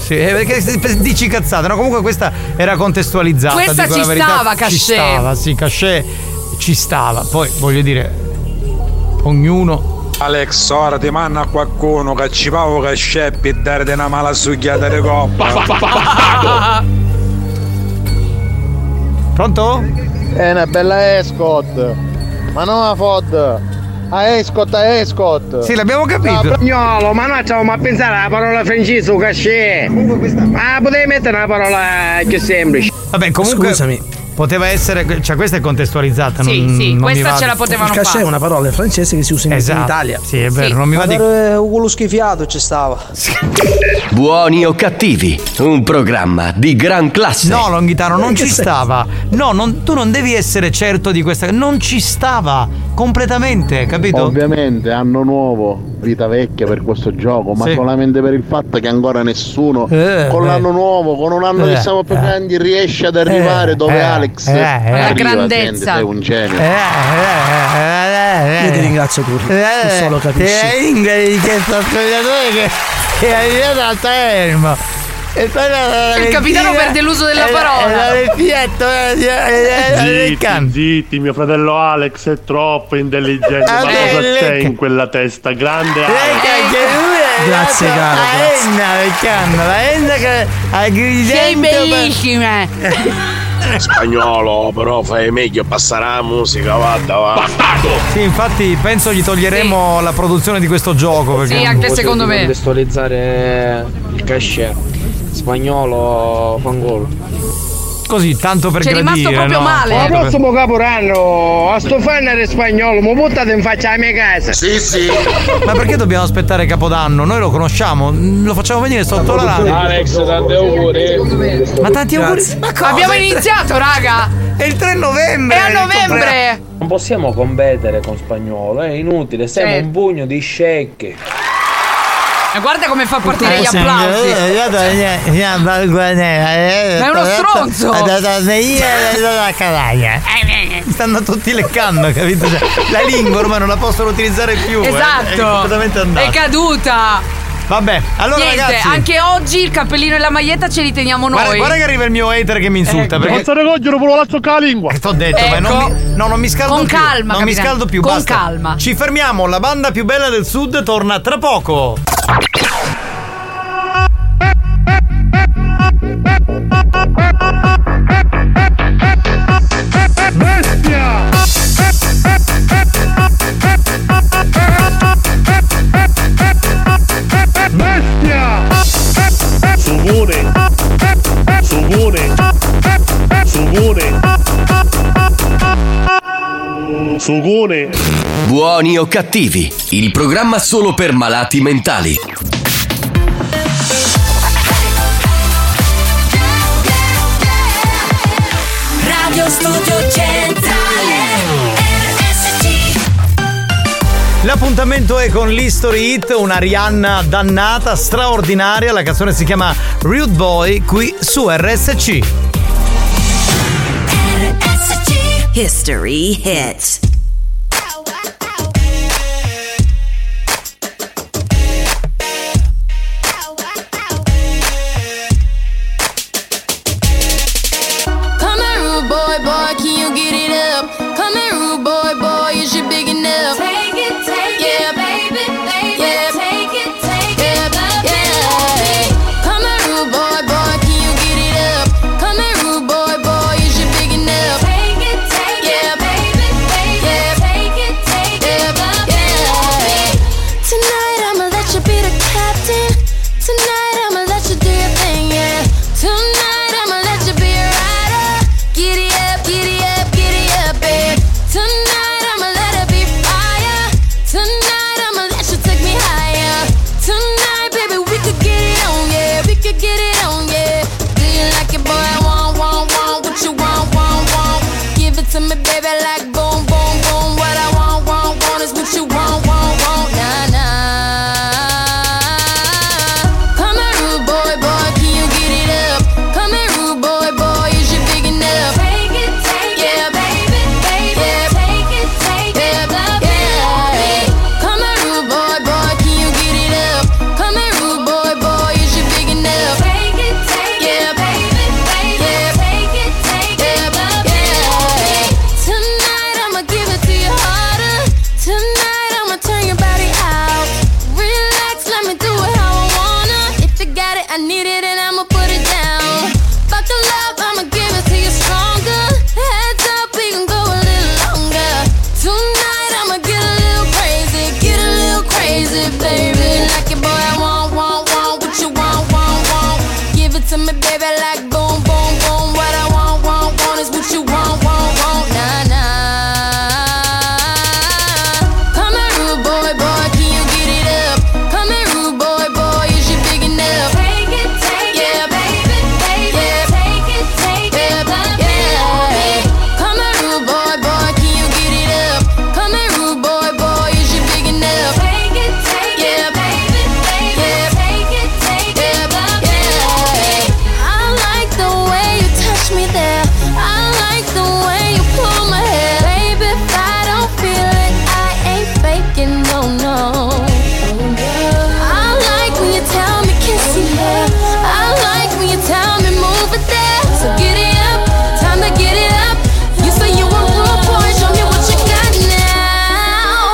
Speaker 3: Sì, eh, perché se- se dici cazzate, no? Comunque questa era contestualizzata.
Speaker 12: Questa
Speaker 3: dico
Speaker 12: ci
Speaker 3: la verità.
Speaker 12: stava,
Speaker 3: Ci
Speaker 12: cachet.
Speaker 3: stava, sì, cachet ci stava. Poi voglio dire, ognuno.
Speaker 53: Alex, ora ti manna qualcuno che ci pavo che sceppi e dare una mala succhiata di
Speaker 3: Ah,
Speaker 53: coppa.
Speaker 3: Pronto?
Speaker 9: È una bella escort. Ma non a Fod. A escort, a escort.
Speaker 3: Sì, l'abbiamo capito.
Speaker 9: Spagnolo, ma noi stiamo a pensare alla parola francese su cachet. Ma potevi mettere una parola più semplice.
Speaker 3: Vabbè, comunque. Poteva essere. Cioè, questa è contestualizzata.
Speaker 9: Sì,
Speaker 3: non,
Speaker 9: sì,
Speaker 3: non mi
Speaker 9: questa
Speaker 3: va-
Speaker 9: ce la potevano
Speaker 6: il cachet è una parola francese che si usa in
Speaker 3: Esatto.
Speaker 6: Italia.
Speaker 3: Sì, è vero, non mi va di.
Speaker 16: quello schifiato ci stava.
Speaker 1: Buoni o cattivi, un programma di gran classe.
Speaker 3: No, Longhitano, non ci stava. No, non- tu non devi essere certo di questa. Non ci stava completamente, capito?
Speaker 19: Ovviamente anno nuovo, vita vecchia per questo gioco, ma
Speaker 3: Sì.
Speaker 19: solamente per il fatto che ancora nessuno
Speaker 3: Eh,
Speaker 19: con
Speaker 3: eh.
Speaker 19: l'anno nuovo, con un anno
Speaker 3: Eh,
Speaker 19: che siamo
Speaker 9: diciamo,
Speaker 19: più grandi, riesce ad arrivare
Speaker 3: eh,
Speaker 19: dove
Speaker 3: eh,
Speaker 19: Alex
Speaker 3: eh, eh.
Speaker 19: arriva.
Speaker 3: Alla
Speaker 6: grandezza.
Speaker 19: Senti, sei un genio.
Speaker 6: Io ti ringrazio Curry, tu
Speaker 3: Eh,
Speaker 6: solo capisci.
Speaker 3: Ingrid che sta spogliatore che è arrivato al Palermo. E poi la, la,
Speaker 12: Il capitano perde l'uso della parola.
Speaker 3: Eh,
Speaker 21: Zitti, zitti, mio fratello Alex è troppo intelligente. Ma
Speaker 3: Vabbè,
Speaker 21: cosa
Speaker 3: lei
Speaker 21: c'è
Speaker 3: che-
Speaker 21: in quella testa? Grande Alex.
Speaker 3: Eh, Grazie caro. La Enna perché hanno la Enna che ha gridato.
Speaker 12: Sei bellissima.
Speaker 7: Spagnolo, però fai meglio passare la musica, vada, va.
Speaker 3: Sì, infatti penso gli toglieremo la produzione di questo gioco. Perché
Speaker 9: Contestualizzare il cachet. Spagnolo, fangolo.
Speaker 3: Così, tanto per gradire, no?
Speaker 9: Al
Speaker 3: Tanto per-
Speaker 9: prossimo caporanno, a sto fanare spagnolo, mi buttate in faccia alla mia casa. Sì, sì.
Speaker 21: Eh,
Speaker 3: Ma perché dobbiamo aspettare Capodanno? Noi lo conosciamo, mm, lo facciamo venire sotto la radio.
Speaker 9: Alex, tanti auguri.
Speaker 3: Ma tanti auguri. Ma cosa?
Speaker 12: Abbiamo iniziato, raga.
Speaker 3: È il 3 novembre.
Speaker 12: È a novembre.
Speaker 9: Non possiamo competere con spagnolo, è inutile, siamo
Speaker 12: Certo.
Speaker 9: un pugno di shake.
Speaker 12: Ma guarda come fa partire gli applausi.
Speaker 3: Ma
Speaker 12: è uno stronzo. eh.
Speaker 3: Stanno tutti leccando, capito? Cioè, la lingua ormai non la possono utilizzare più. eh. È
Speaker 12: Esatto.
Speaker 3: completamente
Speaker 12: È
Speaker 3: andata.
Speaker 12: caduta.
Speaker 3: Vabbè, allora
Speaker 12: Niente,
Speaker 3: ragazzi.
Speaker 12: anche oggi il cappellino e la maglietta ce li teniamo noi.
Speaker 3: Guarda, guarda che arriva il mio hater che mi insulta.
Speaker 21: Ecco.
Speaker 3: perché...
Speaker 21: Forza Regoggio, non volevo la zocca la lingua.
Speaker 3: T'ho detto, ma non mi, no, non mi scaldo
Speaker 12: Ecco. Con
Speaker 3: più.
Speaker 12: calma,
Speaker 3: Non mi
Speaker 12: capitano.
Speaker 3: scaldo più,
Speaker 12: Con
Speaker 3: basta.
Speaker 12: calma.
Speaker 3: Ci fermiamo, la banda più bella del sud torna tra poco.
Speaker 21: Bestia! Bestia! Subone! Subone! Subone! Sugone!
Speaker 1: Buoni o cattivi, il programma solo per malati mentali.
Speaker 11: Radio Studio Centrale RSC
Speaker 3: L'appuntamento è con l'History Hit, un'Arianna dannata, straordinaria. La canzone si chiama Rude Boy, qui su RSC.
Speaker 4: History hit.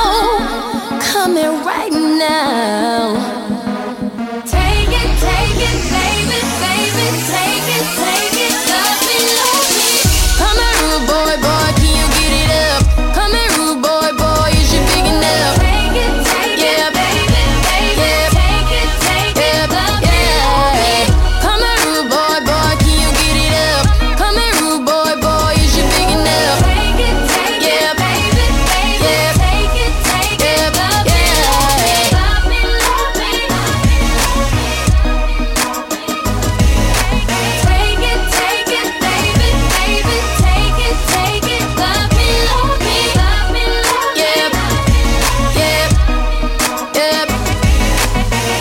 Speaker 14: on it right now. Take it, take it, baby, baby, take it, take it, love me, love me. Come here, rude boy, boy, can you get it up? Come here, rude boy, boy, is you big enough? Take it, take it, baby, baby, take it, take it, love me, love me. Come here, rude boy, boy, can you get it up? Come here, rude boy, boy, is you big enough? Take it, take it, baby, baby, take it, take it, love me, love me. Love me, love me. Take it, take it, baby, baby, take it, take it, love me, love me, love me, love me. Yeah, yeah, yeah.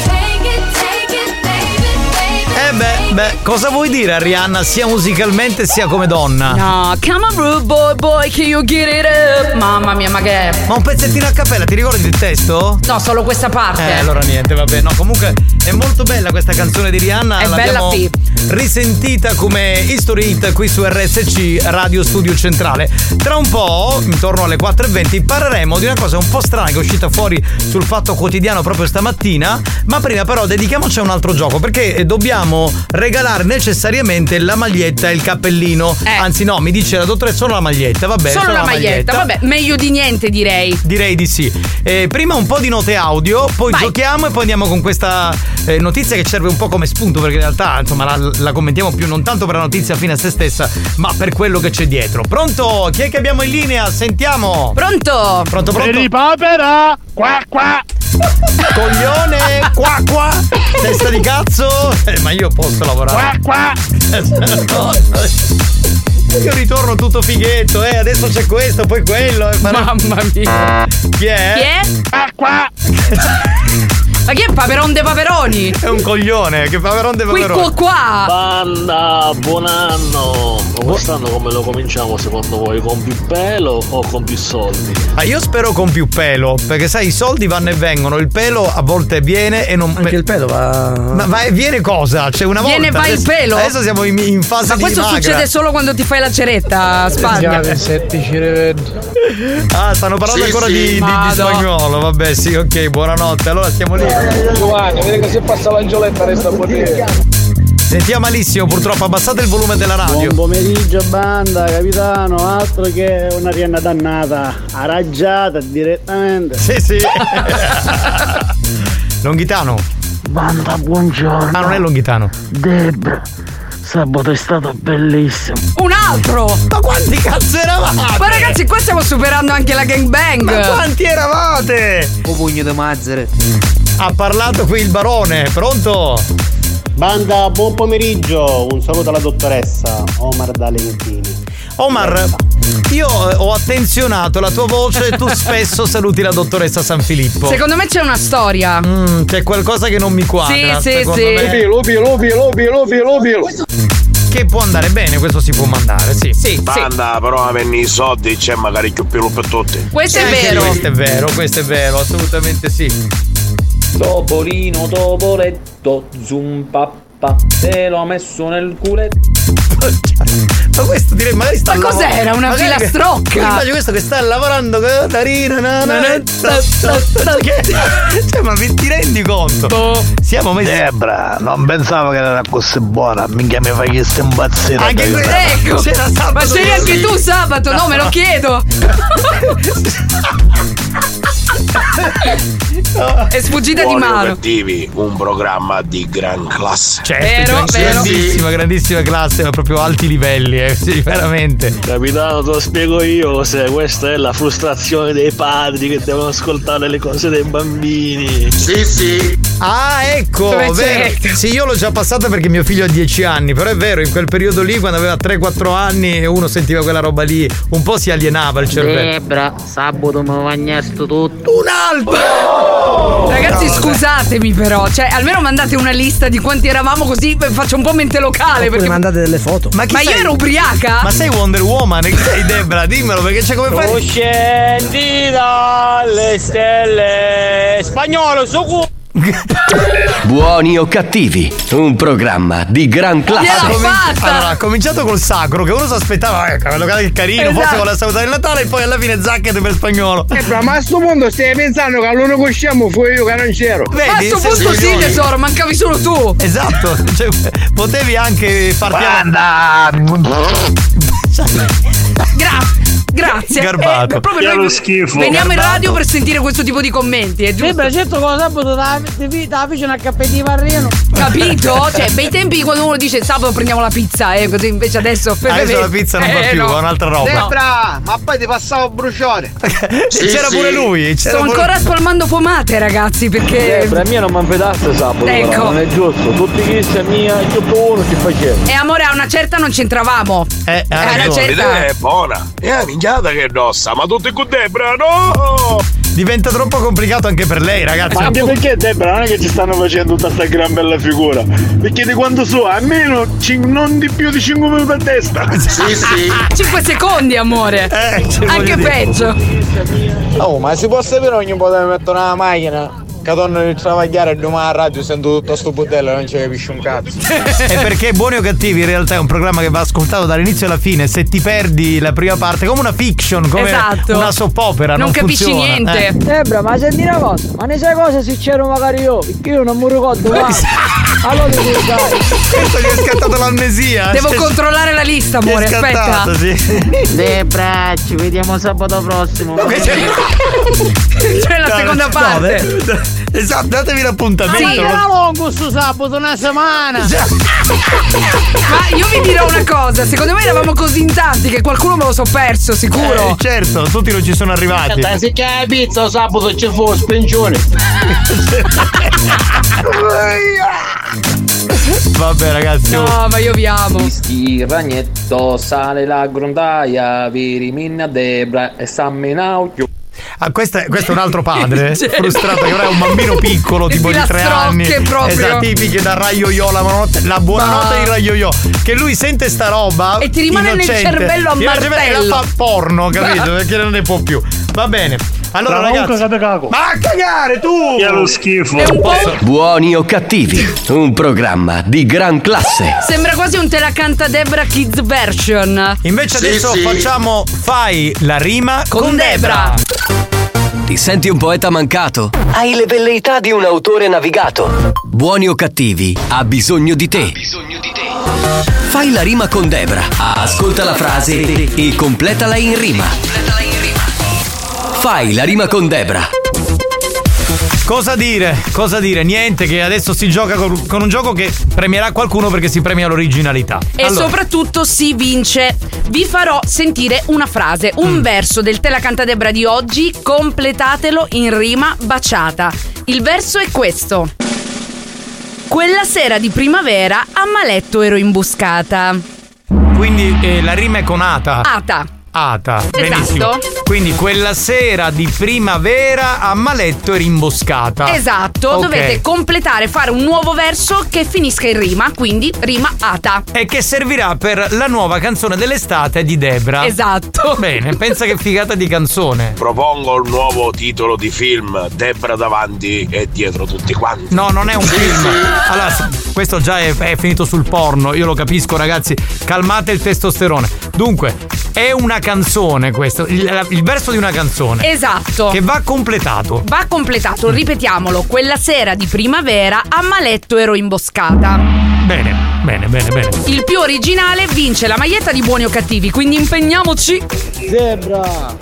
Speaker 14: Take it, take it, baby, baby.
Speaker 3: Eh beh, beh, cosa vuoi dire a Rihanna sia musicalmente sia come donna?
Speaker 12: No, come on, rude boy, boy, can you get it up? Mamma mia, ma che è?
Speaker 3: Ma un pezzettino a cappella, ti ricordi il testo?
Speaker 12: No, solo questa parte.
Speaker 3: Eh, allora niente, vabbè. No, comunque è molto bella questa canzone di Rihanna.
Speaker 12: È bella,
Speaker 3: l'abbiamo
Speaker 12: sì.
Speaker 3: risentita come History Hit qui su RSC Radio Studio Centrale. Tra un po', intorno alle 4.20, parleremo di una cosa un po' strana che è uscita fuori sul fatto quotidiano proprio stamattina. Ma prima però dedichiamoci a un altro gioco perché eh, dobbiamo regalare necessariamente la maglietta e il cappellino. Anzi no, mi dice la dottoressa solo la maglietta, vabbè.
Speaker 12: Eh. solo la maglietta. vabbè, meglio di niente direi.
Speaker 3: Direi di sì. Eh, prima un po' di note audio, poi giochiamo e poi andiamo con questa eh, notizia che serve un po' come spunto, perché in realtà insomma la, la commentiamo più non tanto per la notizia fine a se stessa, ma per quello che c'è dietro. Pronto? Chi è che abbiamo in linea? Sentiamo!
Speaker 12: Pronto?
Speaker 3: Pronto, pronto?
Speaker 6: papera! Qua qua!
Speaker 12: Ah,
Speaker 3: Coglione! Qua qua! Testa di cazzo! Eh, ma io posso lavorare.
Speaker 6: Qua
Speaker 3: qua! Io ritorno tutto fighetto, eh, adesso c'è questo, poi quello. eh, farò-
Speaker 12: Mamma mia.
Speaker 3: Chi è?
Speaker 12: Chi è?
Speaker 6: qua!
Speaker 12: Ma chi è Paperon de Paperoni?
Speaker 3: È un coglione, Eh, che paperon de
Speaker 12: Qui
Speaker 3: paperon.
Speaker 12: qua qua.
Speaker 21: Banda, buon anno! Quest'anno come lo cominciamo secondo voi? Con più pelo o con più soldi?
Speaker 3: Ah, io spero con più pelo, perché sai, i soldi vanno e vengono, il pelo a volte viene e non. Anche il
Speaker 54: pelo va.
Speaker 3: Ma va e viene cosa? Cioè, una volta.
Speaker 12: Viene va il
Speaker 3: adesso-
Speaker 12: pelo.
Speaker 3: Adesso siamo in, in fase
Speaker 12: Ma
Speaker 3: di
Speaker 12: questo
Speaker 3: magra.
Speaker 12: succede solo quando ti fai la ceretta a Spagna.
Speaker 3: Ah, stanno parlando
Speaker 21: Sì,
Speaker 3: ancora
Speaker 21: sì.
Speaker 3: di- di, di
Speaker 21: Vado.
Speaker 3: spagnolo. Vabbè, sì, ok, buonanotte. Allora stiamo lì.
Speaker 55: Giovanni, vedi che se passa l'angioletta resta buonissimo.
Speaker 3: Sentiamo malissimo, purtroppo. Abbassate il volume della radio.
Speaker 9: Buon pomeriggio banda, capitano, altro che una rianna dannata, arraggiata direttamente.
Speaker 3: Sì, sì. Longhitano.
Speaker 9: Banda, buongiorno.
Speaker 3: Ah, non è Longhitano.
Speaker 9: Deb, sabato è stato bellissimo.
Speaker 12: Un altro!
Speaker 3: Ma quanti cazzo eravate?
Speaker 12: Ma ragazzi, qua stiamo superando anche la gangbang!
Speaker 3: Ma quanti eravate? Mm.
Speaker 9: O pugno di mazzere.
Speaker 3: Ha parlato qui il barone, pronto?
Speaker 9: Banda, buon pomeriggio, un saluto alla dottoressa Omar D'Alentini.
Speaker 3: Omar, io eh, ho attenzionato la tua voce e tu spesso saluti la dottoressa San Filippo.
Speaker 12: Secondo me c'è una storia.
Speaker 3: Mm, c'è qualcosa che non mi quadra.
Speaker 12: Sì, sì,
Speaker 3: secondo
Speaker 12: sì.
Speaker 3: me.
Speaker 55: Lupi, lupi, lupi, lupi, lupi,
Speaker 3: Che può andare bene, questo si può mandare, sì.
Speaker 7: Banda, però avendo i soldi c'è magari più pelo per tutti.
Speaker 12: Questo è
Speaker 3: Anche
Speaker 12: vero.
Speaker 3: Questo è vero, questo è vero, assolutamente sì.
Speaker 21: Topolino, topoletto, zumpappa, te l'ho messo nel culetto.
Speaker 3: Ma questo direi magari sta
Speaker 21: Ma cos'era, una
Speaker 3: filastrocca?
Speaker 21: filastrocca?
Speaker 3: immagino questo che sta lavorando con la rina, na, na, na, ta, ta, ta, che- Cioè, ma vi- ti rendi
Speaker 12: Boh.
Speaker 3: conto? Siamo
Speaker 12: Eh,
Speaker 3: messi.
Speaker 21: Debra, non pensavo che era così buona, minchia mi fai che cioè, stai impazzito.
Speaker 3: Anche
Speaker 21: capitano.
Speaker 3: que-
Speaker 12: Ecco!
Speaker 3: C'era sabato
Speaker 12: Ma c'eri anche tu sabato? No, me lo chiedo! È sfuggita di
Speaker 7: Buoni o
Speaker 12: mano.
Speaker 7: cattivi, un programma di gran classe.
Speaker 21: Cioè,
Speaker 12: Vero, vero.
Speaker 3: Grandissima, grandissima classe, ma proprio alti livelli, eh, sì, veramente.
Speaker 21: Capitano, te lo spiego io se questa è la frustrazione dei padri che devono ascoltare le cose dei bambini. Sì, sì.
Speaker 3: Ah, ecco,
Speaker 21: Come
Speaker 3: vero. Sì, io l'ho già passata perché mio figlio ha 10 anni, però è vero, in quel periodo lì, quando aveva 3-4 anni e uno sentiva quella roba lì, un po' si alienava il cervello.
Speaker 9: Debra, sabato mi bagnasto tutto.
Speaker 3: Un altro!
Speaker 12: Ragazzi,
Speaker 9: No, vabbè.
Speaker 12: scusatemi però, cioè, almeno mandate una lista di quanti eravamo così faccio un po' mente locale. Perché...
Speaker 54: mandate delle foto.
Speaker 12: Ma,
Speaker 3: chi
Speaker 12: io
Speaker 3: sei?
Speaker 12: ero ubriaca?
Speaker 3: Ma sei Wonder Woman? Che sei Debra? Dimmelo perché c'è come fai.
Speaker 56: Tu scendi dalle stelle Spagnolo su cu
Speaker 1: Buoni o cattivi, un programma di gran classe.
Speaker 3: Allora, comin- Allora, ha cominciato col sacro, che uno si aspettava, ecco, è un locale carino, forse
Speaker 9: Esatto.
Speaker 3: voleva salutare il Natale e poi alla fine zacchete per spagnolo.
Speaker 9: Eh, bra, ma a sto punto stai pensando che all'unico scemo fu io che non c'ero.
Speaker 14: Ma a sto punto sì, tesoro, mancavi solo tu.
Speaker 3: Esatto, cioè, potevi anche farti Cioè,
Speaker 14: Gra- grazie.
Speaker 3: Garbato.
Speaker 14: Eh, proprio
Speaker 3: Che
Speaker 14: noi
Speaker 3: lo schifo.
Speaker 14: Veniamo in
Speaker 3: Garbato.
Speaker 14: radio per sentire questo tipo di commenti, è giusto?
Speaker 18: certo con sabato da vita vicino a Cappelli Varreno.
Speaker 14: Capito? Cioè, bei tempi quando uno dice sabato prendiamo la pizza, eh, così invece adesso
Speaker 3: Ah,
Speaker 14: Eh,
Speaker 3: Adesso la pizza non va più, è un'altra roba.
Speaker 9: Sembra, ma poi ti passavo a bruciare.
Speaker 3: Sì, c'era sì. pure lui, c'era
Speaker 14: Sto
Speaker 3: pure-
Speaker 14: ancora spalmando pomate, ragazzi, perché.
Speaker 18: Per me non mi anfetasse sabato,
Speaker 14: Ecco.
Speaker 18: però, non è giusto. Tutti chi sia mia, io tutto uno ci faceva.
Speaker 14: E amore, a una certa non c'entravamo.
Speaker 3: Eh,
Speaker 14: a una
Speaker 7: L'idea è
Speaker 14: certa.
Speaker 7: buona. È una minchiata che indossa, ma tutti con Debra, no!
Speaker 3: Diventa troppo complicato anche per lei, ragazzi.
Speaker 21: Ma anche
Speaker 3: Non-
Speaker 21: perché Debra non è che ci stanno facendo tutta sta gran bella figura. Perché di quanto so, almeno cin- non di più di 5 minuti a testa. Sì, sì.
Speaker 14: 5 secondi, amore.
Speaker 3: Eh,
Speaker 14: Anche peggio.
Speaker 9: Oh, ma si può sapere ogni po' dove metto una macchina? Che torno di travagliare e domani a radio sento tutto sto budello e non ci capisci un cazzo.
Speaker 3: è perché Buoni o Cattivi in realtà è un programma che va ascoltato dall'inizio alla fine. Se ti perdi la prima parte, come una fiction, come
Speaker 14: Esatto.
Speaker 3: una soap opera, non, funziona, eh.
Speaker 18: Debra, ma senti una cosa, ma ne sai cosa succede magari io? Perché io non mi ricordo mai. Allora ti devo dare.
Speaker 3: Questo gli è scattato l'amnesia.
Speaker 14: Devo
Speaker 18: Cioè,
Speaker 14: controllare la lista,
Speaker 18: mi è
Speaker 14: amore.
Speaker 18: scattato,
Speaker 14: Aspetta.
Speaker 18: sì.
Speaker 14: Debra, ci vediamo sabato prossimo. C'è la
Speaker 3: No,
Speaker 14: seconda
Speaker 21: Cioè,
Speaker 3: no,
Speaker 14: parte.
Speaker 3: no,
Speaker 21: eh,
Speaker 3: Esatto, datevi l'appuntamento.
Speaker 14: Sì.
Speaker 3: Non-
Speaker 18: lungo sto sabato, una settimana.
Speaker 12: Ah,
Speaker 14: Ma io vi dirò una cosa, secondo me eravamo così in tanti che qualcuno me lo so perso, sicuro.
Speaker 3: Eh, certo, tutti non ci sono arrivati.
Speaker 18: Se c'è la pizza sabato ci fu spencione.
Speaker 3: Vabbè, ragazzi. oh.
Speaker 14: No, ma io vi amo.
Speaker 18: Visti ragnetto, sale la grondaia, virimina debra e sammenauchio.
Speaker 3: Ah, questo è, questo è un altro padre
Speaker 18: Cioè,
Speaker 3: frustrato che ora è un bambino piccolo tipo di tre anni
Speaker 18: filastrocche proprio.
Speaker 3: esatto, tipiche da raioio la, buonanotte- la buonanotte
Speaker 18: Ma-
Speaker 3: di raioio che lui sente sta roba
Speaker 18: E ti rimane nel
Speaker 3: innocente,
Speaker 18: cervello a
Speaker 3: ti rimane nel cervello e la
Speaker 18: martello.
Speaker 3: fa porno capito
Speaker 18: Ma-
Speaker 3: perché non ne può più va bene allora
Speaker 21: Tra un
Speaker 3: ragazzi ma a cagare tu
Speaker 21: Che è lo schifo.
Speaker 1: Buoni o cattivi, un programma di gran classe.
Speaker 14: Sembra quasi un te la canta Debra Kids version.
Speaker 3: invece adesso facciamo fai la rima con, Debra
Speaker 1: Ti senti un poeta mancato? Hai le velleità di un autore navigato. Buoni o cattivi, ha bisogno di te. Fai la rima con Debra. Ascolta la frase e completala in rima. Fai la rima con Debra.
Speaker 3: Cosa dire? Cosa dire? Niente, che adesso si gioca col- con un gioco che premierà qualcuno perché si premia l'originalità.
Speaker 12: E
Speaker 3: Allora,
Speaker 12: soprattutto si vince. Vi farò sentire una frase,
Speaker 3: Mm.
Speaker 12: un verso del Te la canta Debra di oggi, completatelo in rima baciata. Il verso è questo. Quella sera di primavera a Maletto ero imbuscata.
Speaker 3: Quindi eh, la rima è con Ata.
Speaker 12: Ata.
Speaker 3: Ata,
Speaker 12: Esatto.
Speaker 3: benissimo. Quindi quella sera di primavera a Maletto eri imboscata.
Speaker 12: Esatto,
Speaker 3: Ah, Ok.
Speaker 12: dovete completare, fare un nuovo verso che finisca in rima, quindi rima ata.
Speaker 3: E che servirà per la nuova canzone dell'estate di Debra.
Speaker 12: Esatto.
Speaker 3: Bene, pensa che figata di canzone.
Speaker 7: Propongo il nuovo titolo di film, Debra davanti e dietro tutti quanti.
Speaker 3: No, non è un film. Allora, s- questo già è, è finito sul porno, io lo capisco, ragazzi. Calmate il testosterone. Dunque, è una canzone questo, il, la- il verso di una canzone.
Speaker 12: Esatto.
Speaker 3: Che va completato.
Speaker 12: Va completato, ripetiamolo, quella sera di primavera a Maletto ero imboscata.
Speaker 3: Bene, bene, bene, bene.
Speaker 12: Il più originale vince la maglietta di buoni o cattivi, quindi impegniamoci.
Speaker 18: Debra,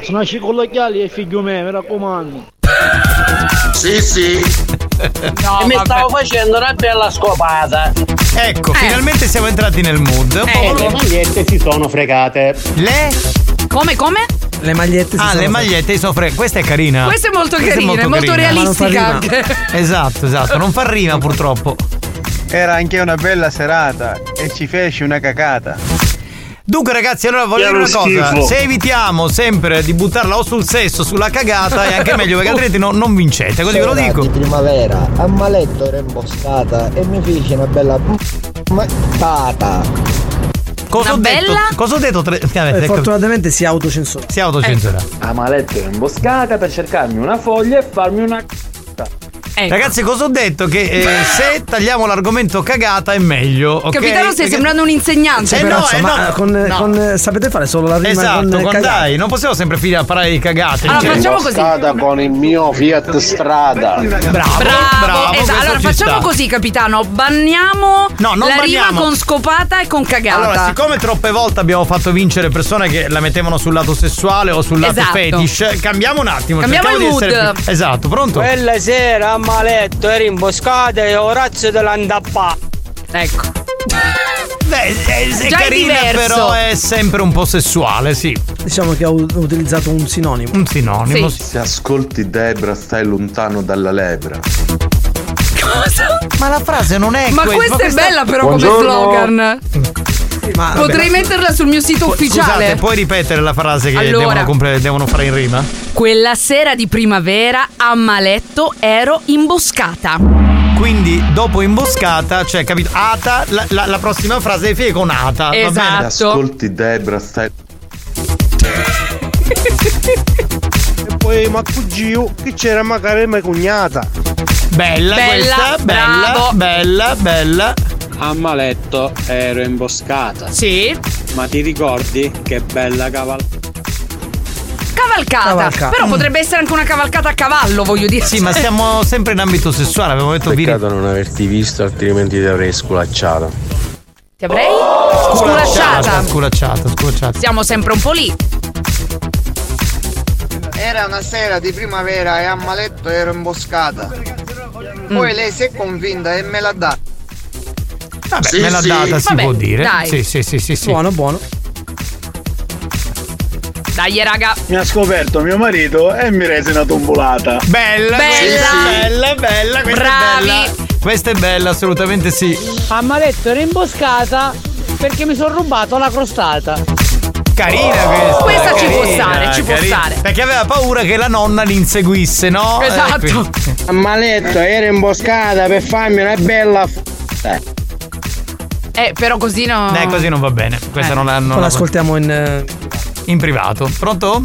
Speaker 18: se nasci con gli occhiali è figlio me, mi raccomando.
Speaker 3: Sì, sì.
Speaker 18: e mi stavo facendo una bella scopata.
Speaker 12: Eh.
Speaker 3: Ecco, finalmente siamo entrati nel mood. Un po'
Speaker 31: Le magliette si sono fregate.
Speaker 3: Le?
Speaker 12: Come, come?
Speaker 3: Le
Speaker 12: si
Speaker 3: magliette Ah,
Speaker 12: sono
Speaker 3: le
Speaker 12: fre-
Speaker 3: magliette sono fre- Questa è carina.
Speaker 12: Questa è molto
Speaker 3: Questa
Speaker 12: carina, è molto
Speaker 3: carina.
Speaker 12: realistica
Speaker 3: Ma non fa rima. Esatto, esatto, non fa rima purtroppo.
Speaker 9: Era anche una bella serata e ci feci una cacata.
Speaker 3: Dunque ragazzi, allora voglio dire
Speaker 9: Chiaro
Speaker 3: una cosa,
Speaker 9: schifo.
Speaker 3: se evitiamo sempre di buttarla o sul sesso, sulla cagata, è anche meglio perché altrimenti no- non vincete, così ve lo
Speaker 12: Esatto.
Speaker 9: Sera
Speaker 3: dico.
Speaker 9: di primavera, a Maletto era imboscata e mi fece una bella mattata.
Speaker 3: Cosa ho detto? Cosa ho detto? Tre... ecco.
Speaker 6: Eh, fortunatamente si autocensura.
Speaker 3: Si
Speaker 12: Ecco.
Speaker 3: autocensura.
Speaker 18: A Maletto ero imboscata per cercarmi una foglia e farmi una c***a.
Speaker 12: Ecco.
Speaker 3: Ragazzi, cosa ho detto? Che eh, se tagliamo l'argomento cagata è meglio. ok?
Speaker 12: Capitano, stai
Speaker 3: Perché-
Speaker 12: sembrando un insegnante.
Speaker 3: Eh,
Speaker 12: però.
Speaker 3: no, eh,
Speaker 57: ma
Speaker 3: no.
Speaker 57: Ah, con, con- sapete fare solo la rima
Speaker 3: Esatto,
Speaker 57: con,
Speaker 3: con,
Speaker 57: cagate.
Speaker 3: dai, non possiamo sempre finire a parlare di cagate.
Speaker 12: Allora,
Speaker 3: Cioè,
Speaker 12: facciamo così.
Speaker 58: Stata con il mio Fiat Strada.
Speaker 3: Bravo,
Speaker 12: Bravo,
Speaker 3: bravo,
Speaker 12: esatto.
Speaker 3: questo
Speaker 12: Allora
Speaker 3: ci
Speaker 12: facciamo
Speaker 3: sta.
Speaker 12: così, capitano. Banniamo
Speaker 3: No, non
Speaker 12: la rima
Speaker 3: banniamo.
Speaker 12: con scopata e con cagata.
Speaker 3: Allora, siccome troppe volte abbiamo fatto vincere persone che la mettevano sul lato sessuale o sul lato
Speaker 12: Esatto.
Speaker 3: fetish, cambiamo un attimo.
Speaker 6: Cambiamo
Speaker 3: cerchiamo
Speaker 6: il
Speaker 3: di essere
Speaker 6: mood.
Speaker 3: più- Esatto, pronto?
Speaker 6: Quella sera a Maletto eri imboscata e Orazio te l'andappa.
Speaker 12: Ecco.
Speaker 3: È
Speaker 6: Già è
Speaker 3: carina,
Speaker 6: diverso.
Speaker 3: però eh. è sempre un po' sessuale, sì.
Speaker 57: Diciamo che ho ho utilizzato un sinonimo.
Speaker 3: Un sinonimo. Sì.
Speaker 4: Se ascolti Debra stai lontano dalla lebra.
Speaker 3: Ma la frase non è
Speaker 12: Ma questa
Speaker 3: questa, ma
Speaker 12: è
Speaker 3: questa-
Speaker 12: bella, però, come
Speaker 3: Buongiorno.
Speaker 12: slogan. Potrei metterla sul mio sito
Speaker 3: Scusate,
Speaker 12: ufficiale.
Speaker 3: puoi ripetere la frase che
Speaker 12: Allora.
Speaker 3: devono, compre- devono fare in rima?
Speaker 12: Quella sera di primavera a Maletto ero imboscata.
Speaker 3: Quindi dopo imboscata, cioè capito? Ata, la, la- la prossima frase è fie con Ata. Va
Speaker 12: Esatto.
Speaker 4: Se
Speaker 3: bene?
Speaker 4: ascolti Debra stai.
Speaker 9: E poi ma cugino che c'era magari mia cognata.
Speaker 3: Bella,
Speaker 9: Bella,
Speaker 3: questa, bella,
Speaker 9: bravo.
Speaker 3: bella, bella.
Speaker 6: A Maletto ero imboscata.
Speaker 12: Sì.
Speaker 6: Ma ti ricordi che bella cavalcata?
Speaker 12: Cavalcata.
Speaker 3: Cavalcata.
Speaker 12: Però
Speaker 3: Mm.
Speaker 12: potrebbe essere anche una cavalcata a cavallo, voglio dire. Eh.
Speaker 3: Sì, ma siamo sempre in ambito sessuale, avevamo detto Peccato
Speaker 58: non averti visto, altrimenti ti avrei sculacciato.
Speaker 12: Ti avrei
Speaker 3: Sculacciata,
Speaker 12: sculacciata.
Speaker 3: sculacciata, sculacciata.
Speaker 12: Siamo sempre un po' lì.
Speaker 15: Era una sera di primavera e a Maletto ero imboscata. Poi lei si è convinta e me l'ha data.
Speaker 3: Vabbè, me l'ha data, si
Speaker 15: Vabbè,
Speaker 3: può dire.
Speaker 15: dai.
Speaker 3: Sì, sì, sì, sì, sì.
Speaker 57: Buono, buono.
Speaker 12: Dai, raga.
Speaker 9: Mi ha scoperto mio marito e mi rese una tombolata.
Speaker 3: Bella,
Speaker 15: Eh,
Speaker 9: Bella.
Speaker 3: bella, bella, questa
Speaker 9: Bravi.
Speaker 3: è bella. Questa è bella, assolutamente sì.
Speaker 6: A Maletto ero imboscata perché mi sono rubato la crostata.
Speaker 3: Carina questa.
Speaker 6: Questa ci può
Speaker 3: carina,
Speaker 6: stare, ci può
Speaker 3: carina.
Speaker 6: stare.
Speaker 3: Perché aveva paura che la nonna li inseguisse, no? Eh, quindi-
Speaker 6: A Maletto ero imboscata per farmi una bella f-
Speaker 12: Eh, però così no.
Speaker 3: Eh, così non va bene. Questa
Speaker 57: Eh.
Speaker 3: non la non
Speaker 57: Poi
Speaker 3: la-
Speaker 57: l'ascoltiamo in. eh,
Speaker 3: in privato. Pronto?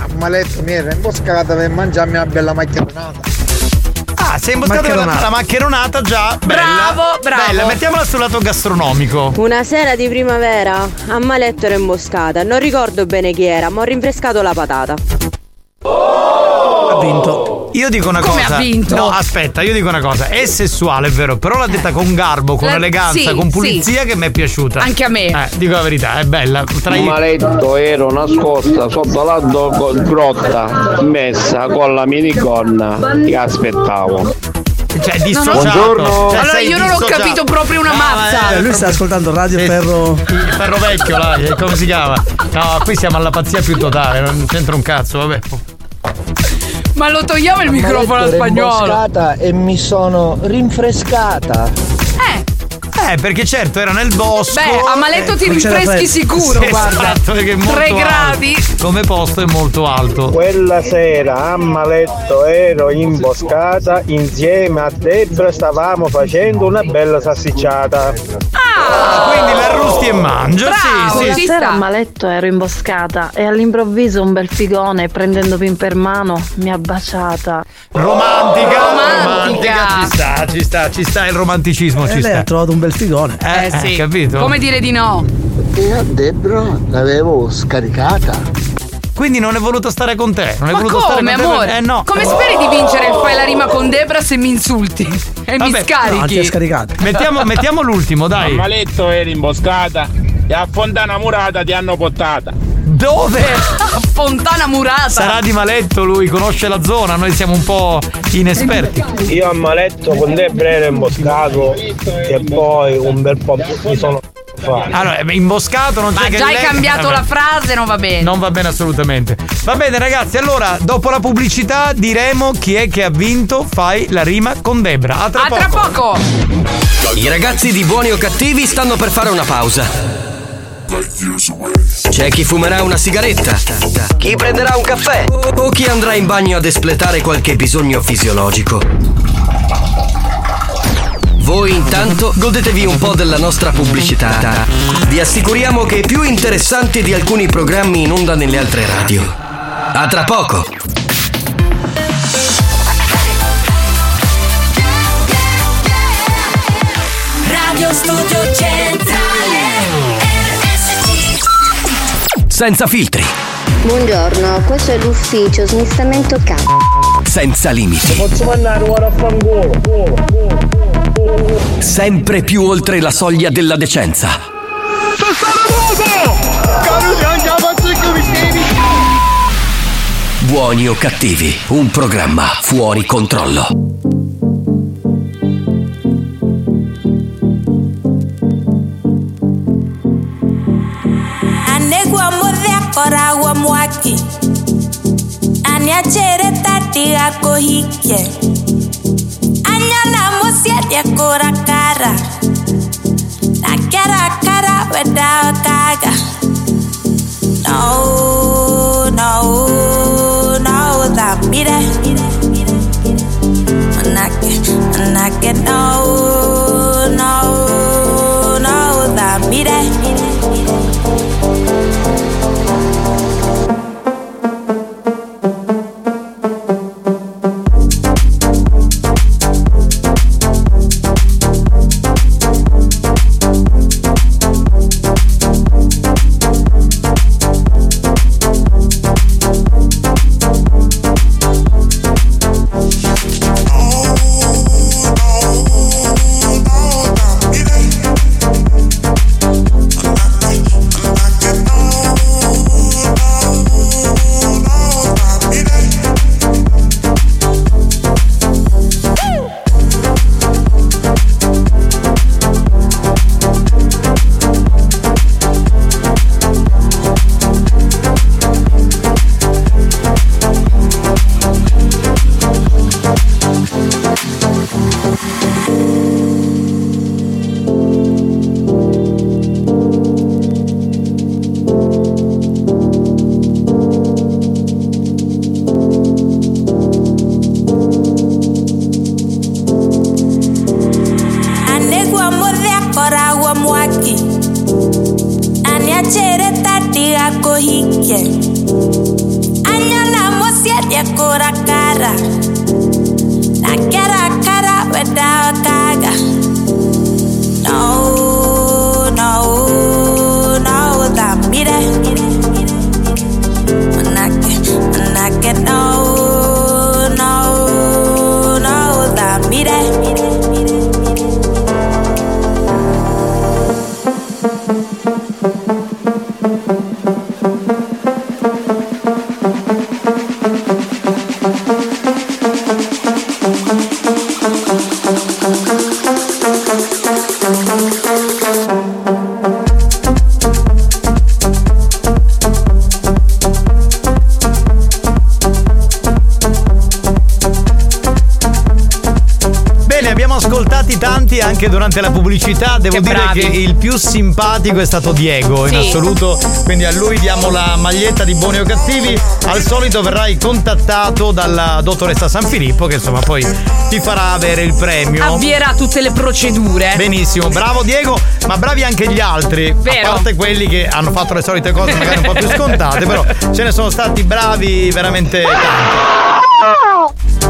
Speaker 15: A Maletto mi ero imboscata per mangiarmi una bella macchionata.
Speaker 3: Ah, sei imboscato per la,
Speaker 15: Maccheronata.
Speaker 3: la maccheronata già. Bella.
Speaker 15: Bravo, bravo.
Speaker 3: Bella, mettiamola sul lato gastronomico.
Speaker 59: Una sera di primavera a Maletto ero imboscata, non ricordo bene chi era, ma ho rinfrescato la patata.
Speaker 3: Ha vinto. Io dico una
Speaker 59: Come
Speaker 3: cosa.
Speaker 59: ha vinto?
Speaker 3: No, aspetta, io dico una cosa. È sessuale, è vero, però l'ha detta con garbo, con
Speaker 12: La-
Speaker 3: eleganza,
Speaker 12: sì,
Speaker 3: con pulizia che mi è piaciuta.
Speaker 12: Anche a me.
Speaker 3: Eh, dico la verità, è bella. Tra i-
Speaker 60: Maletto ero nascosta sotto la do- grotta messa con la minigonna. Ti aspettavo.
Speaker 3: Cioè,
Speaker 57: dissociato.
Speaker 60: Buongiorno.
Speaker 57: Cioè,
Speaker 12: Allora
Speaker 57: sei
Speaker 12: io non ho
Speaker 57: dissociato.
Speaker 12: capito proprio una
Speaker 3: certo.
Speaker 12: mazza.
Speaker 3: eh,
Speaker 57: Eh, lui sta ascoltando Radio Ferro.
Speaker 3: Il ferro vecchio, là, eh, come si chiama? No, qui siamo alla pazzia più totale, non c'entra un cazzo, vabbè.
Speaker 12: Ma lo togliamo il microfono al spagnolo.
Speaker 15: e mi sono rinfrescata.
Speaker 3: Eh, perché certo era nel bosco. Eh,
Speaker 12: Beh, a Maletto ti
Speaker 3: Non c'era
Speaker 12: rinfreschi
Speaker 3: fresco.
Speaker 12: sicuro,
Speaker 3: Sì,
Speaker 12: guarda.
Speaker 3: Esatto, perché è molto
Speaker 12: Tre
Speaker 3: alto.
Speaker 12: gradi.
Speaker 3: Come posto è molto alto.
Speaker 9: Quella sera a Maletto ero imboscata, insieme a Debra stavamo facendo una bella salsicciata.
Speaker 3: Ah, Quindi l'arrusti e mangio, sì,
Speaker 26: Quella
Speaker 3: sì.
Speaker 26: sera a Maletto ero imboscata e all'improvviso un bel figone prendendomi in per mano mi ha baciata.
Speaker 3: Romantica, romantica, ci sta, ci sta, ci sta il romanticismo,
Speaker 57: e
Speaker 3: ci
Speaker 57: Eh, lei ha
Speaker 3: sta.
Speaker 57: trovato un bel figone.
Speaker 3: Eh, eh, sì. capito?
Speaker 12: Come dire di no?
Speaker 15: E a Debra l'avevo scaricata.
Speaker 3: Quindi non è voluto stare con te. Non è
Speaker 12: Ma
Speaker 3: voluto
Speaker 12: come,
Speaker 3: stare con
Speaker 12: amore?
Speaker 3: te. Eh no.
Speaker 12: Come speri di vincere il fai la rima con Debra se mi insulti? E mi scarichi?
Speaker 3: Mettiamo, mettiamo l'ultimo, dai.
Speaker 21: A Maletto eri imboscata e a Fontana Murata ti hanno portata.
Speaker 3: Dove?
Speaker 12: Fontana murata.
Speaker 3: Sarà di Maletto lui, conosce la zona, noi siamo un po' inesperti.
Speaker 9: Io a Maletto con Debra ero imboscato e poi un bel po' mi sono fatto.
Speaker 3: Allora, eh, imboscato non c'è
Speaker 12: Ma
Speaker 3: che
Speaker 12: già hai
Speaker 3: lei-
Speaker 12: cambiato
Speaker 3: Vabbè.
Speaker 12: la frase, non va bene.
Speaker 3: Non va bene assolutamente. Va bene ragazzi, allora dopo la pubblicità diremo chi è che ha vinto, fai la rima con Debra. A tra poco.
Speaker 1: I ragazzi di buoni o cattivi stanno per fare una pausa. C'è chi fumerà una sigaretta, chi prenderà un caffè o chi andrà in bagno ad espletare qualche bisogno fisiologico. Voi intanto godetevi un po' della nostra pubblicità. Vi assicuriamo che è più interessante di alcuni programmi in onda nelle altre radio. A tra poco! senza filtri,
Speaker 26: Buongiorno, questo è l'ufficio smistamento c***o.
Speaker 1: senza limiti,
Speaker 21: Posso mandare ora a fangolo?
Speaker 1: sempre più oltre la soglia della decenza. Buoni o cattivi, un programma fuori controllo.
Speaker 61: anegwa muthekora wa mwaki aniacere tatiga kuhikie anyona musiendie kurakara nakerakara wendao kaga nau nau nau thambire manake manake nau nau nau thambire anĩguo mũthĩ akoragwo mwaki na nĩanjĩrĩte ndiga kũhikie anyona mũciendie kũrakara na kerakara wendao kaga no no no thambire manake manake no no no thambire
Speaker 3: Bene, abbiamo ascoltati tanti anche durante la pubblicità. Devo
Speaker 9: Che
Speaker 3: dire
Speaker 9: bravi.
Speaker 3: che il più simpatico è stato Diego in
Speaker 9: Sì.
Speaker 3: assoluto. Quindi a lui diamo la maglietta di buoni o cattivi. Al solito verrai contattato dalla dottoressa San Filippo, che insomma poi ti farà avere il premio.
Speaker 12: Avvierà tutte le procedure.
Speaker 3: Benissimo, bravo Diego, ma bravi anche gli altri. A parte quelli che hanno fatto le solite cose magari un po' più scontate, però ce ne sono stati bravi veramente tanti.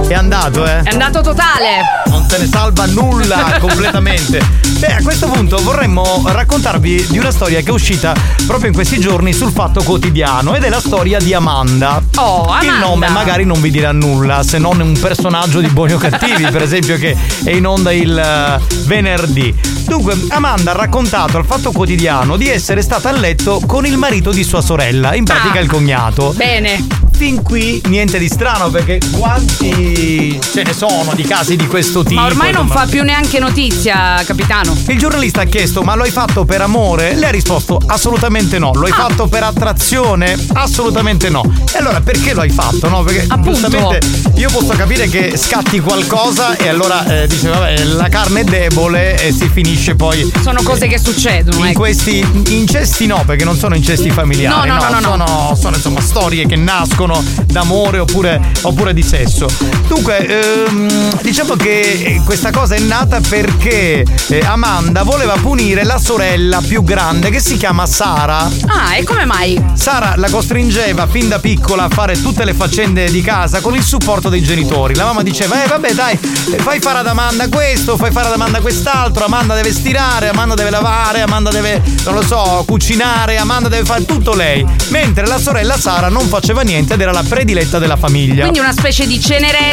Speaker 3: È andato, eh?
Speaker 12: È andato totale.
Speaker 3: Non se ne salva nulla completamente. Beh, a questo punto vorremmo raccontarvi di una storia che è uscita proprio in questi giorni sul Fatto Quotidiano ed è la storia di Amanda.
Speaker 12: Oh,
Speaker 3: Il
Speaker 12: Amanda.
Speaker 3: nome magari non vi dirà nulla se non un personaggio di Buoni o Cattivi, per esempio, che è in onda il eh, venerdì. Dunque, Amanda ha raccontato al Fatto Quotidiano di essere stata a letto con il marito di sua sorella, in pratica
Speaker 12: Ah.
Speaker 3: il cognato.
Speaker 12: Bene.
Speaker 3: Fin qui niente di strano perché quanti ce ne sono di casi di questo tipo.
Speaker 12: Ma ormai non
Speaker 3: insomma.
Speaker 12: fa più neanche notizia, capitano.
Speaker 3: Il giornalista ha chiesto: Ma lo hai fatto per amore? Lei ha risposto: Assolutamente no. Lo hai
Speaker 12: Ah.
Speaker 3: fatto per attrazione? Assolutamente no. E allora perché lo hai fatto? No? Perché giustamente io posso capire che scatti qualcosa e allora eh, dice: Vabbè, la carne è debole e si finisce poi.
Speaker 12: Sono cose che succedono.
Speaker 3: In
Speaker 12: ecco.
Speaker 3: questi incesti no, perché non sono incesti familiari,
Speaker 12: No, no, no, no, no.
Speaker 3: sono, sono, insomma storie che nascono d'amore oppure, oppure di sesso. Dunque, ehm, diciamo che eh, questa cosa è nata perché eh, Amanda voleva punire la sorella più grande che si chiama Sara.
Speaker 12: Ah, e come mai?
Speaker 3: Sara la costringeva fin da piccola a fare tutte le faccende di casa con il supporto dei genitori. La mamma diceva: Eh, vabbè, dai, fai fare ad Amanda questo, fai fare ad Amanda quest'altro. Amanda deve stirare, Amanda deve lavare, Amanda deve, non lo so, cucinare, Amanda deve fare tutto lei. Mentre la sorella Sara non faceva niente ed era la prediletta della famiglia.
Speaker 12: Quindi una specie di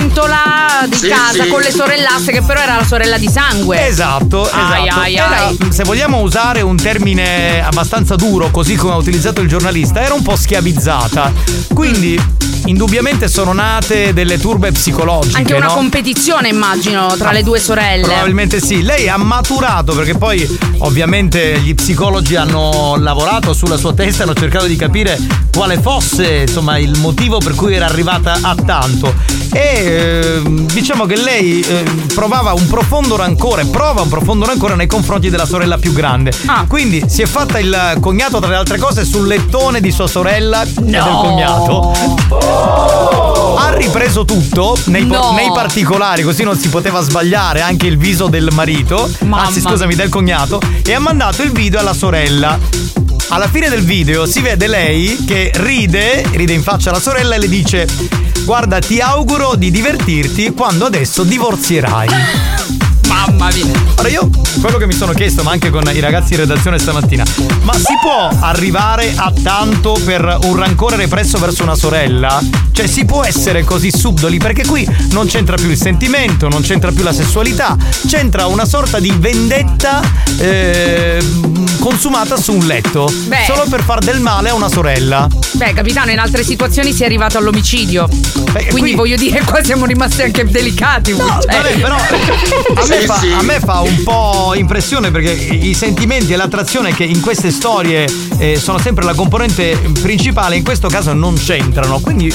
Speaker 12: cenerentola di
Speaker 3: Sì,
Speaker 12: casa
Speaker 3: sì.
Speaker 12: con le sorellastre che però era la sorella di sangue.
Speaker 3: Esatto, esatto.
Speaker 12: Ai, ai,
Speaker 3: Era,
Speaker 12: ai.
Speaker 3: se vogliamo usare un termine abbastanza duro, così come ha utilizzato il giornalista, era un po' schiavizzata. Quindi, indubbiamente sono nate delle turbe psicologiche.
Speaker 12: Anche una
Speaker 3: no?
Speaker 12: competizione immagino tra le due sorelle.
Speaker 3: Probabilmente sì, lei ha maturato perché poi ovviamente gli psicologi hanno lavorato sulla sua testa, hanno cercato di capire quale fosse insomma il motivo per cui era arrivata a tanto e ehm, diciamo che lei eh, provava un profondo rancore, prova un profondo rancore nei confronti della sorella più grande. Quindi si è fatta il cognato tra le altre cose sul lettone di sua sorella e del cognato. Ha ripreso tutto nei, po-
Speaker 47: No.
Speaker 3: nei particolari, così non si poteva sbagliare anche il viso del marito, anzi scusami del cognato, e ha mandato il video alla sorella. Alla fine del video si vede lei che ride, ride in faccia alla sorella e le dice guarda ti auguro di divertirti quando adesso divorzierai.
Speaker 12: Mamma mia.
Speaker 3: Ora io quello che mi sono chiesto, ma anche con i ragazzi in redazione stamattina, ma si può arrivare a tanto per un rancore represso verso una sorella? Cioè si può essere così subdoli? Perché qui non c'entra più il sentimento, non c'entra più la sessualità, c'entra una sorta di vendetta eh, consumata su un letto,
Speaker 12: Beh.
Speaker 3: solo per far del male a una sorella.
Speaker 12: Beh, capitano, in altre situazioni si è arrivato all'omicidio.
Speaker 3: Eh,
Speaker 12: Quindi voglio dire, qua siamo rimasti anche delicati. cioè.
Speaker 3: vabbè, però- A me, fa, a me fa un po' impressione perché i sentimenti e l'attrazione che in queste storie eh, sono sempre la componente principale, in questo caso non c'entrano. Quindi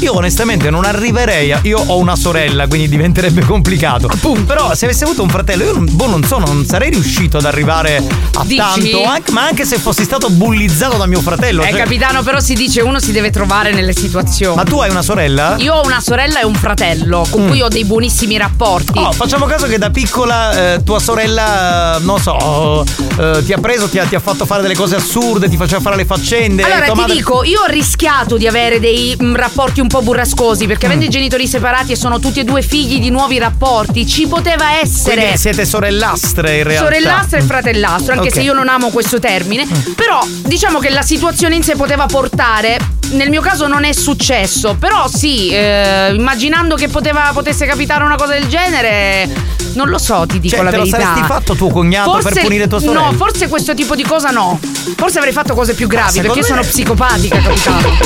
Speaker 3: io onestamente non arriverei. A, io ho una sorella, quindi diventerebbe complicato. Però se avessi avuto un fratello, io non, boh, non so, non sarei riuscito ad arrivare a
Speaker 12: Dici?
Speaker 3: tanto, anche- ma anche se fossi stato bullizzato da mio fratello.
Speaker 12: Eh,
Speaker 3: cioè-
Speaker 12: capitano, però si dice uno si deve trovare nelle situazioni.
Speaker 3: Ma tu hai una sorella?
Speaker 12: Io ho una sorella e un fratello con
Speaker 3: Mm.
Speaker 12: cui ho dei buonissimi rapporti.
Speaker 3: Oh, facciamo caso che da piccola eh, tua sorella, eh, non so, eh, ti ha preso, ti ha, ti ha fatto fare delle cose assurde, ti faceva fare le faccende.
Speaker 12: Allora
Speaker 3: tua
Speaker 12: ti
Speaker 3: madre-
Speaker 12: dico, io ho rischiato di avere dei mm, rapporti un po' burrascosi perché
Speaker 3: Mm.
Speaker 12: avendo i genitori separati e sono tutti e due figli di nuovi rapporti, ci poteva essere.
Speaker 3: Quindi siete sorellastre in realtà.
Speaker 12: Sorellastra e fratellastra, anche
Speaker 3: Ok. Mm.
Speaker 12: se io non amo questo termine. Però diciamo che la situazione in sé poteva portare. Nel mio caso non è successo, però sì, eh, immaginando che poteva- potesse capitare una cosa del genere, non lo so, ti dico
Speaker 3: Cioè,
Speaker 12: la
Speaker 3: te lo
Speaker 12: verità.
Speaker 3: saresti fatto tuo cognato per punire tua sorella?
Speaker 12: No, forse questo tipo di cosa no. Forse avrei fatto cose più gravi,
Speaker 3: secondo
Speaker 12: perché io sono
Speaker 3: me-
Speaker 12: psicopatica, capitano.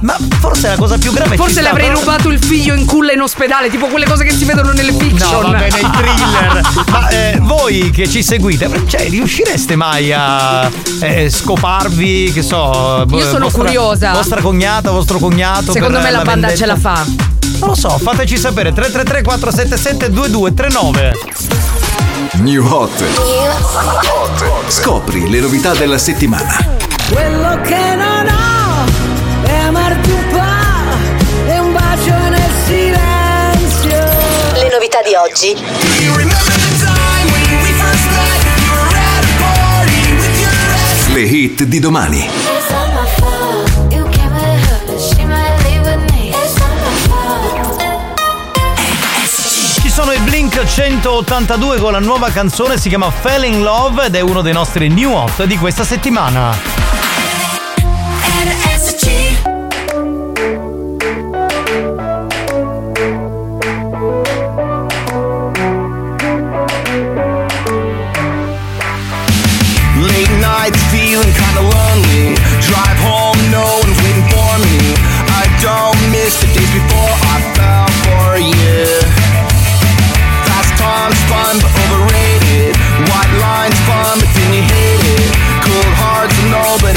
Speaker 3: Ma forse la cosa più grave è
Speaker 12: Forse le avrei rubato il figlio in culla in ospedale, tipo quelle cose che si vedono nelle fiction.
Speaker 3: No, vabbè, nei thriller. Ma eh, voi che ci seguite, cioè, riuscireste mai a eh, scoparvi? Che so.
Speaker 12: Io sono
Speaker 3: vostra-
Speaker 12: curiosa.
Speaker 3: Vostra cognata, vostro cognato.
Speaker 12: Secondo
Speaker 3: per
Speaker 12: me
Speaker 3: eh,
Speaker 12: la, banda
Speaker 3: vendetta?
Speaker 12: ce la fa.
Speaker 3: Non lo so, fateci sapere 333 477 2239.
Speaker 13: New Hot. Scopri le novità della settimana.
Speaker 11: Quello che non ho è amarti un po', è un bacio nel silenzio. Le novità di oggi.
Speaker 13: Le hit di domani.
Speaker 3: Ci sono i Blink 182 con la nuova canzone, si chiama Fell in Love ed è uno dei nostri new hot di questa settimana.
Speaker 15: Late nights feeling kinda lonely. Drive home, no one's waiting for me. I don't miss the days before I fell for you. Past times fun but overrated. White lines fun but then you hate it. Cold hearts and all but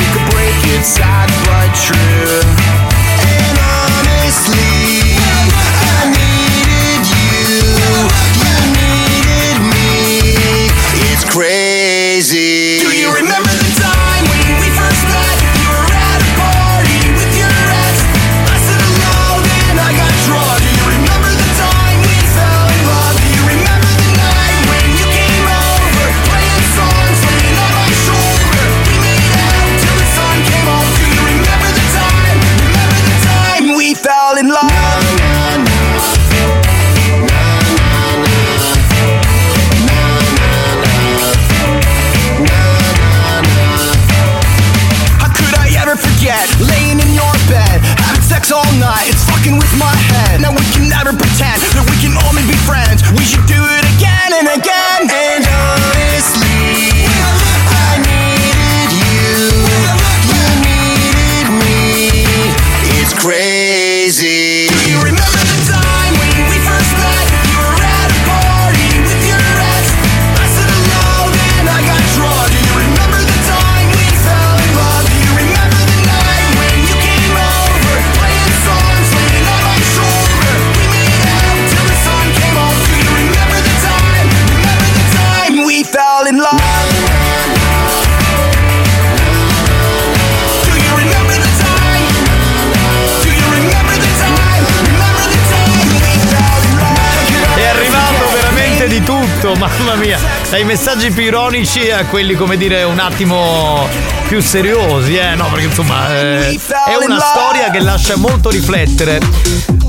Speaker 3: tutto, mamma mia. Dai messaggi più ironici a quelli, come dire, un attimo più seriosi, eh? No, perché insomma eh, è una storia che lascia molto riflettere.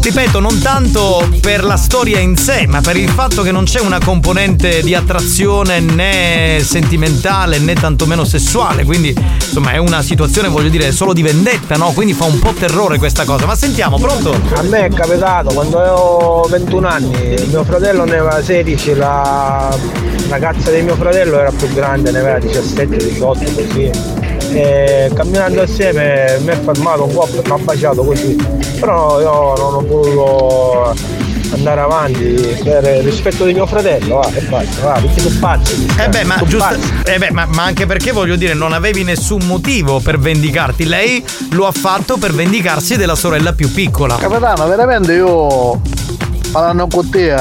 Speaker 3: Ripeto, non tanto per la storia in sé, ma per il fatto che non c'è una componente di attrazione né sentimentale né tantomeno sessuale. Quindi, insomma, è una situazione, voglio dire, solo di vendetta, no? Quindi fa un po' terrore questa cosa. Ma sentiamo, pronto?
Speaker 10: A me è capitato quando avevo 21 anni, mio fratello ne aveva 16, la ragazza di mio fratello era più grande, ne aveva 17, 18 così. E camminando assieme mi ha fermato un po' e mi ha baciato così. Però io non ho voluto andare avanti per rispetto di mio fratello, va, e basta, va, perché tu pazzi.
Speaker 3: Eh beh, ma,
Speaker 10: tu
Speaker 3: giusta-
Speaker 10: pazzi.
Speaker 3: eh beh, ma- ma anche perché voglio dire, non avevi nessun motivo per vendicarti. Lei lo ha fatto per vendicarsi della sorella più piccola.
Speaker 9: Capitano, veramente io parlando con te,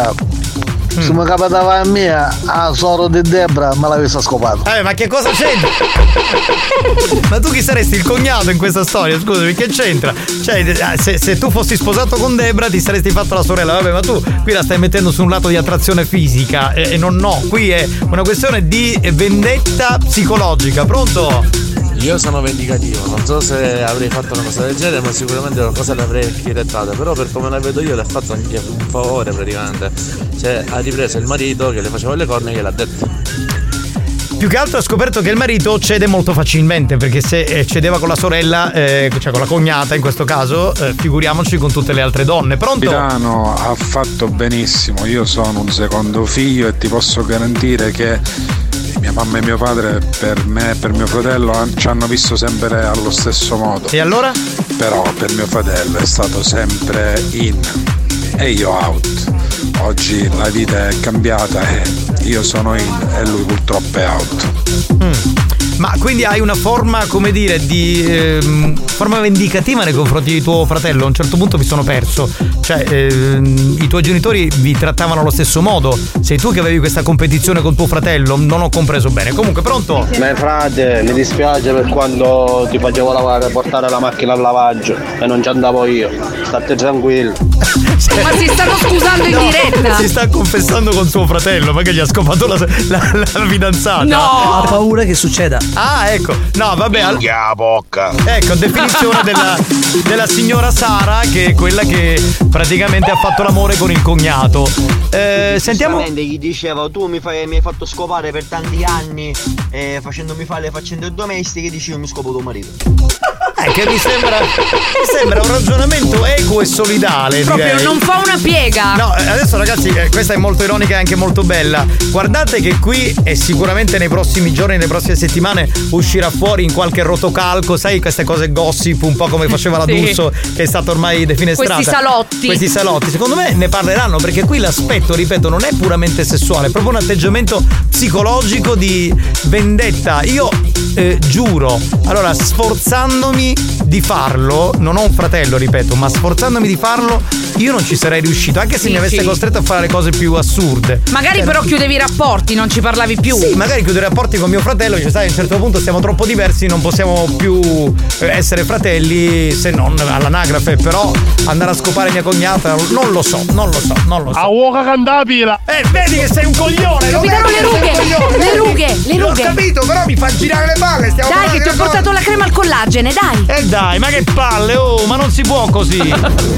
Speaker 9: se mi capitava a me, a soro di Debra me l'avesse scopato.
Speaker 3: Eh, ma che cosa c'entra? Ma tu chi saresti il cognato in questa storia? Scusami, che c'entra? Cioè, eh, se, se tu fossi sposato con Debra ti saresti fatto la sorella. Vabbè, ma tu qui la stai mettendo su un lato di attrazione fisica e, e non no. Qui è una questione di vendetta psicologica, pronto?
Speaker 47: Io sono vendicativo, non so se avrei fatto una cosa del genere, ma sicuramente qualcosa l'avrei architettata, però per come la vedo io le ha fatto anche un favore praticamente. Cioè ha ripreso il marito che le faceva le corna e gliel'ha detto.
Speaker 3: Più che altro ha scoperto che il marito cede molto facilmente, perché se eh, cedeva con la sorella, eh, cioè con la cognata in questo caso, eh, figuriamoci con tutte le altre donne, pronto?
Speaker 16: Milano ha fatto benissimo, io sono un secondo figlio e ti posso garantire che mia mamma e mio padre per me e per mio fratello han- ci hanno visto sempre allo stesso modo.
Speaker 3: E allora?
Speaker 16: Però per mio fratello è stato sempre in e io out. Oggi la vita è cambiata e io sono in e lui purtroppo è out.
Speaker 3: Mm. Ma quindi hai una forma, come dire, di ehm, forma vendicativa nei confronti di tuo fratello? A un certo punto mi sono perso. Cioè, ehm, i tuoi genitori vi trattavano allo stesso modo. Sei tu che avevi questa competizione con tuo fratello? Non ho compreso bene. Comunque, pronto?
Speaker 9: Ma frate, mi dispiace per quando ti facevo lavare, portare la macchina al lavaggio e non ci andavo io. State tranquillo.
Speaker 12: Ma si stanno scusando in
Speaker 3: No,
Speaker 12: diretta.
Speaker 3: Si sta confessando con suo fratello, ma che gli ha scopato la, la- la fidanzata.
Speaker 6: Ha paura che succeda.
Speaker 3: Ah, ecco. No, vabbè. al- Ecco, definizione della, della signora Sara, che è quella che praticamente ha fatto l'amore con il cognato. Eh, sentiamo.
Speaker 16: Giustamente gli diceva tu mi, fai- mi hai fatto scopare per tanti anni eh, facendomi fare le faccende domestiche dici io mi scopo tuo marito
Speaker 3: Eh, che mi sembra, mi sembra un ragionamento equo e solidale.
Speaker 12: Proprio
Speaker 3: direi.
Speaker 12: non fa una piega.
Speaker 3: No, eh, adesso ragazzi, eh, questa è molto ironica e anche molto bella. Guardate che qui e sicuramente nei prossimi giorni, nelle prossime settimane uscirà fuori in qualche rotocalco, sai, queste cose gossip, un po' come faceva la
Speaker 12: Sì.
Speaker 3: D'Urso che è stata ormai defenestrata.
Speaker 12: Questi salotti.
Speaker 3: Questi salotti. Secondo me ne parleranno perché qui l'aspetto, ripeto, non è puramente sessuale, è proprio un atteggiamento psicologico di vendetta. Io eh, giuro, allora sforzandomi di farlo, non ho un fratello, ripeto, ma sforzandomi di farlo, io non ci sarei riuscito, anche se mi avesse
Speaker 12: Dici?
Speaker 3: costretto a fare le cose più assurde.
Speaker 12: Magari
Speaker 3: Cioè,
Speaker 12: però chiudevi i rapporti, non ci parlavi più.
Speaker 3: sì, magari chiudo i rapporti con mio fratello, dice, sai, a un certo punto siamo troppo diversi, non possiamo più eh, essere fratelli se non all'anagrafe, però andare a scopare mia cognata, non lo so, non lo so, non lo so. A uoca candapila! Eh, vedi che sei un coglione! lo
Speaker 12: Capitano,
Speaker 3: vedi
Speaker 12: le
Speaker 3: che sei un
Speaker 12: rughe,
Speaker 3: coglione?
Speaker 12: le rughe, le
Speaker 3: L'ho
Speaker 12: rughe.
Speaker 3: capito, però mi fa girare le palle, stiamo
Speaker 12: Dai, che
Speaker 3: parlando
Speaker 12: ti ho
Speaker 3: di
Speaker 12: portato la crema al collagene, dai.
Speaker 3: Eh dai, ma che palle, oh, ma non si può così!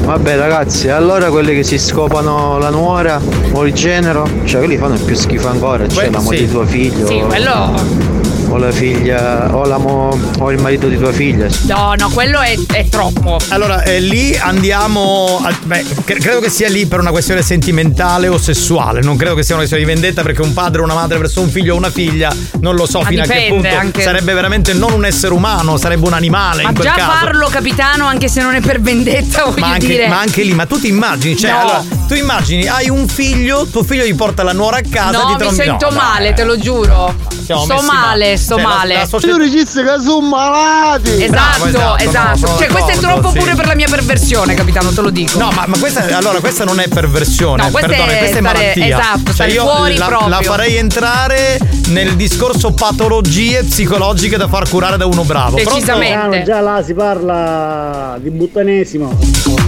Speaker 9: Vabbè ragazzi, allora quelli che si scopano la nuora o il genero, cioè quelli fanno più schifo ancora, cioè
Speaker 16: Que-
Speaker 9: l'amo
Speaker 16: sì.
Speaker 9: di tuo figlio.
Speaker 16: Sì, quello-
Speaker 9: O la figlia, o l'amo, o il marito di tua figlia.
Speaker 3: Eh.
Speaker 12: No, no, quello è, è troppo.
Speaker 3: Allora, eh, lì andiamo. a- beh, cre- credo che sia lì per una questione sentimentale o sessuale. Non credo che sia una questione di vendetta perché un padre o una madre verso un figlio o una figlia, non lo so
Speaker 12: Ma
Speaker 3: fino a che
Speaker 12: dipende
Speaker 3: punto.
Speaker 12: anche-
Speaker 3: Sarebbe veramente non un essere umano, sarebbe un animale
Speaker 12: Ma
Speaker 3: in quel
Speaker 12: già
Speaker 3: caso.
Speaker 12: farlo, capitano, anche se non è per vendetta, voglio
Speaker 3: Ma anche,
Speaker 12: dire.
Speaker 3: ma anche lì, ma tu ti immagini, cioè,
Speaker 12: No.
Speaker 3: allora, tu immagini, hai un figlio, tuo figlio gli porta la nuora a casa
Speaker 12: no,
Speaker 3: ti
Speaker 12: mi
Speaker 3: trovi-
Speaker 12: sento
Speaker 3: no,
Speaker 12: male,
Speaker 3: dai.
Speaker 12: te lo giuro.
Speaker 3: Siamo
Speaker 12: Sto
Speaker 3: messi
Speaker 12: male, questo
Speaker 14: Cioè, la-
Speaker 12: male.
Speaker 14: la società- Io
Speaker 12: registro che sono malati. Esatto,
Speaker 14: Bravo, esatto,
Speaker 12: esatto.
Speaker 14: no, no,
Speaker 12: cioè, questo è
Speaker 14: d'accordo,
Speaker 12: troppo
Speaker 14: sì.
Speaker 12: pure per la mia perversione, capitano, te lo dico.
Speaker 3: No, ma, ma questa, allora, questa non è perversione,
Speaker 12: No, questa
Speaker 3: perdone,
Speaker 12: è
Speaker 3: questa è
Speaker 12: stare-
Speaker 3: malattia.
Speaker 12: esatto,
Speaker 3: Cioè,
Speaker 12: stare
Speaker 3: io
Speaker 12: fuori
Speaker 3: la,
Speaker 12: proprio.
Speaker 3: la farei entrare nel discorso patologie psicologiche da far curare da uno bravo. Pronto?
Speaker 8: Ah, già là si parla di buttanesimo.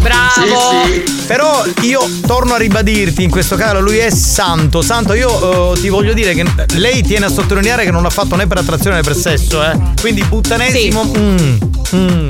Speaker 12: Bravo.
Speaker 3: Però io torno a ribadirti in questo caso, lui è santo. Santo, io eh, ti voglio dire che lei tiene a sottolineare che non ha fatto né per attrazione né per sesso, eh. Quindi puttanesimo. mm, mm.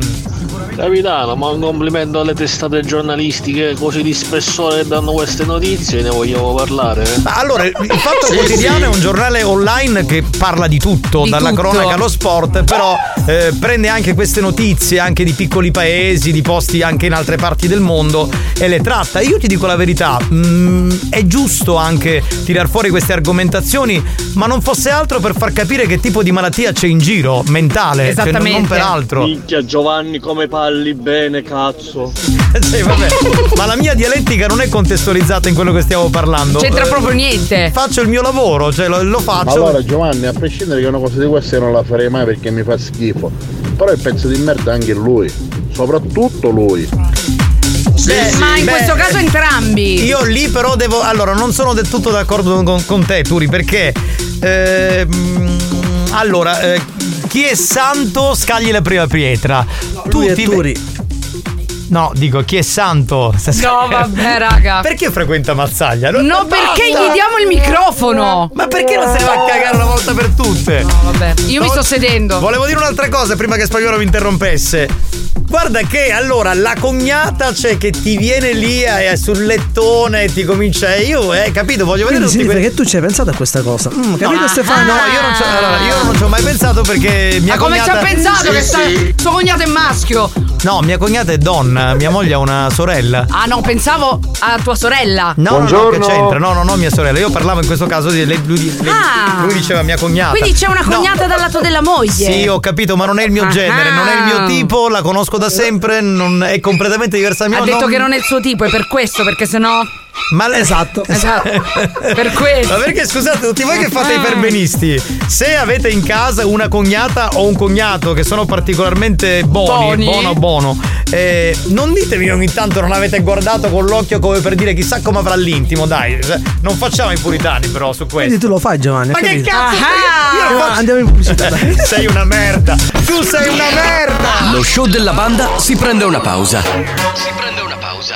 Speaker 19: Capitano, ma un complimento alle testate giornalistiche così di spessore che danno queste notizie, ne vogliamo parlare?
Speaker 3: Ma Allora, il Fatto Quotidiano è un giornale online che parla di tutto, dalla
Speaker 19: tutto.
Speaker 3: cronaca allo sport, però eh, prende anche queste notizie anche di piccoli paesi, di posti anche in altre parti del mondo e le tratta. Io ti dico la verità, mm, è giusto anche tirar fuori queste argomentazioni, ma non fosse altro per far capire che tipo di malattia c'è in giro, mentale, cioè, non, non per altro.
Speaker 19: Minchia Giovanni come parli bene, cazzo.
Speaker 3: Sì, vabbè. Ma la mia dialettica non è contestualizzata in quello che stiamo parlando.
Speaker 12: C'entra
Speaker 3: Eh,
Speaker 12: proprio niente.
Speaker 3: Faccio il mio lavoro, cioè lo, lo
Speaker 53: Ma
Speaker 3: faccio.
Speaker 53: allora Giovanni, a prescindere che una cosa di queste non la farei mai perché mi fa schifo. Però il pezzo di merda è anche lui. Soprattutto lui.
Speaker 12: Beh, Eh, ma in
Speaker 3: beh,
Speaker 12: questo caso entrambi.
Speaker 3: Io lì però devo. Allora, non sono del tutto d'accordo con, con te, Turi, perché. eh, mm, allora, eh, chi è santo scagli la prima pietra.
Speaker 6: lui è
Speaker 3: Turi. No, dico chi è santo.
Speaker 12: No, vabbè, raga.
Speaker 3: Perché frequenta Mazzaglia? Non-
Speaker 12: No, perché gli diamo il microfono?
Speaker 3: Ma perché non se ne va a cagare una volta per tutte?
Speaker 12: Vabbè, io mi sto sedendo.
Speaker 3: Volevo dire un'altra cosa prima che Spagnolo mi interrompesse. Guarda che allora la cognata c'è che ti viene lì eh, sul lettone e ti comincia eh, io, eh, capito, voglio
Speaker 6: Quindi
Speaker 3: vedere tutti
Speaker 6: significa
Speaker 3: quelli
Speaker 6: che tu ci hai pensato a questa cosa. Mm, capito Stefano?
Speaker 3: No, io non, ci- allora, io non ci ho mai pensato perché mia
Speaker 12: Ma come
Speaker 3: cognata...
Speaker 12: ci ha pensato che sta, suo cognato è maschio?
Speaker 3: No, mia cognata è donna, mia moglie ha una sorella.
Speaker 12: Ah no, pensavo a tua sorella.
Speaker 3: No, no, no, che c'entra? No, no, no, mia sorella. Io parlavo in questo caso di lei, lui, di- lei-
Speaker 12: Ah.
Speaker 3: lui diceva mia cognata.
Speaker 12: Quindi c'è una
Speaker 3: No,
Speaker 12: cognata dal lato della moglie.
Speaker 3: Sì, ho capito, ma non è il mio
Speaker 12: Ah.
Speaker 3: genere, non è il mio tipo, la conosco da sempre, non- è completamente diversa da mia.
Speaker 12: Ha detto che non è il suo tipo, è per questo, perché sennò.
Speaker 3: Ma esatto.
Speaker 12: Esatto. per questo. Ah.
Speaker 3: Ma perché scusate, tutti voi che fate i perbenisti, se avete in casa una cognata o un cognato che sono particolarmente buoni,
Speaker 31: Buoni.
Speaker 3: buono buono, eh, non ditemi ogni tanto non avete guardato con l'occhio come per dire chissà come avrà l'intimo, dai, cioè, non facciamo i puritani però su questo.
Speaker 6: Quindi tu lo fai Giovanni.
Speaker 3: Ma
Speaker 6: hai
Speaker 3: che
Speaker 6: capito?
Speaker 3: cazzo? Io- io
Speaker 6: No,
Speaker 3: non faccio-
Speaker 6: Andiamo in pubblicità. dai.
Speaker 3: Sei una merda! Tu sei una merda!
Speaker 1: Lo show della banda si prende una pausa.
Speaker 31: Si prende una pausa.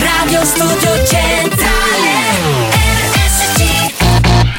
Speaker 26: Radio Studio Centrale RSC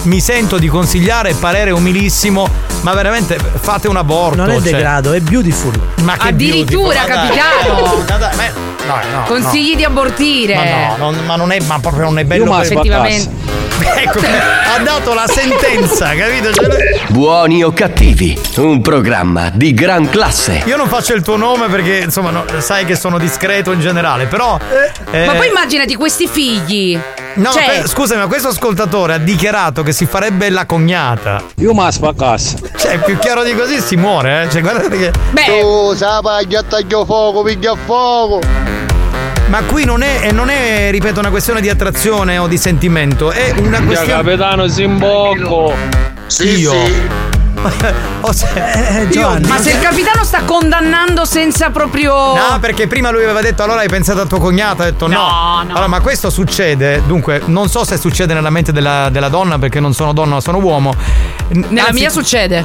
Speaker 3: mi sento di consigliare parere umilissimo, ma veramente fate un aborto.
Speaker 6: Non è
Speaker 3: cioè.
Speaker 6: degrado, è beautiful.
Speaker 3: Ma che
Speaker 12: Addirittura,
Speaker 3: beautiful, ma dai,
Speaker 12: capitano.
Speaker 3: ma dai, ma- dai, no, no.
Speaker 12: Consigli di abortire.
Speaker 3: Ma no, non- ma non è, ma proprio non è bello
Speaker 12: Io
Speaker 3: per-
Speaker 12: effettivamente.
Speaker 3: Ecco, ha dato la sentenza, capito? Cioè,
Speaker 1: Buoni o cattivi, un programma di gran classe.
Speaker 3: io non faccio il tuo nome perché, insomma, no, sai che sono discreto in generale, però. eh,
Speaker 12: Ma poi immaginati questi figli.
Speaker 3: No,
Speaker 12: cioè,
Speaker 3: per- scusami, ma questo ascoltatore ha dichiarato che si farebbe la cognata. Io ma spaccas. Cioè, più chiaro di così si muore, eh. Cioè, guardate che.
Speaker 9: Tu sapaglia taglio fuoco, piglia fuoco.
Speaker 3: Ma qui non è, e non è, ripeto, una questione di attrazione o di sentimento, è una questione.
Speaker 37: capitano Simbocco.
Speaker 3: Io. O
Speaker 12: Eh,
Speaker 3: se- Io-
Speaker 12: ma se il capitano sta condannando senza proprio.
Speaker 3: No, Ah, perché prima lui aveva detto allora hai pensato a tua cognata, ha detto no.
Speaker 12: No, no.
Speaker 3: Allora, ma questo succede, dunque, non so se succede nella mente della, della donna, perché non sono donna, sono uomo. N-
Speaker 12: Nella
Speaker 3: anzi-
Speaker 12: mia succede.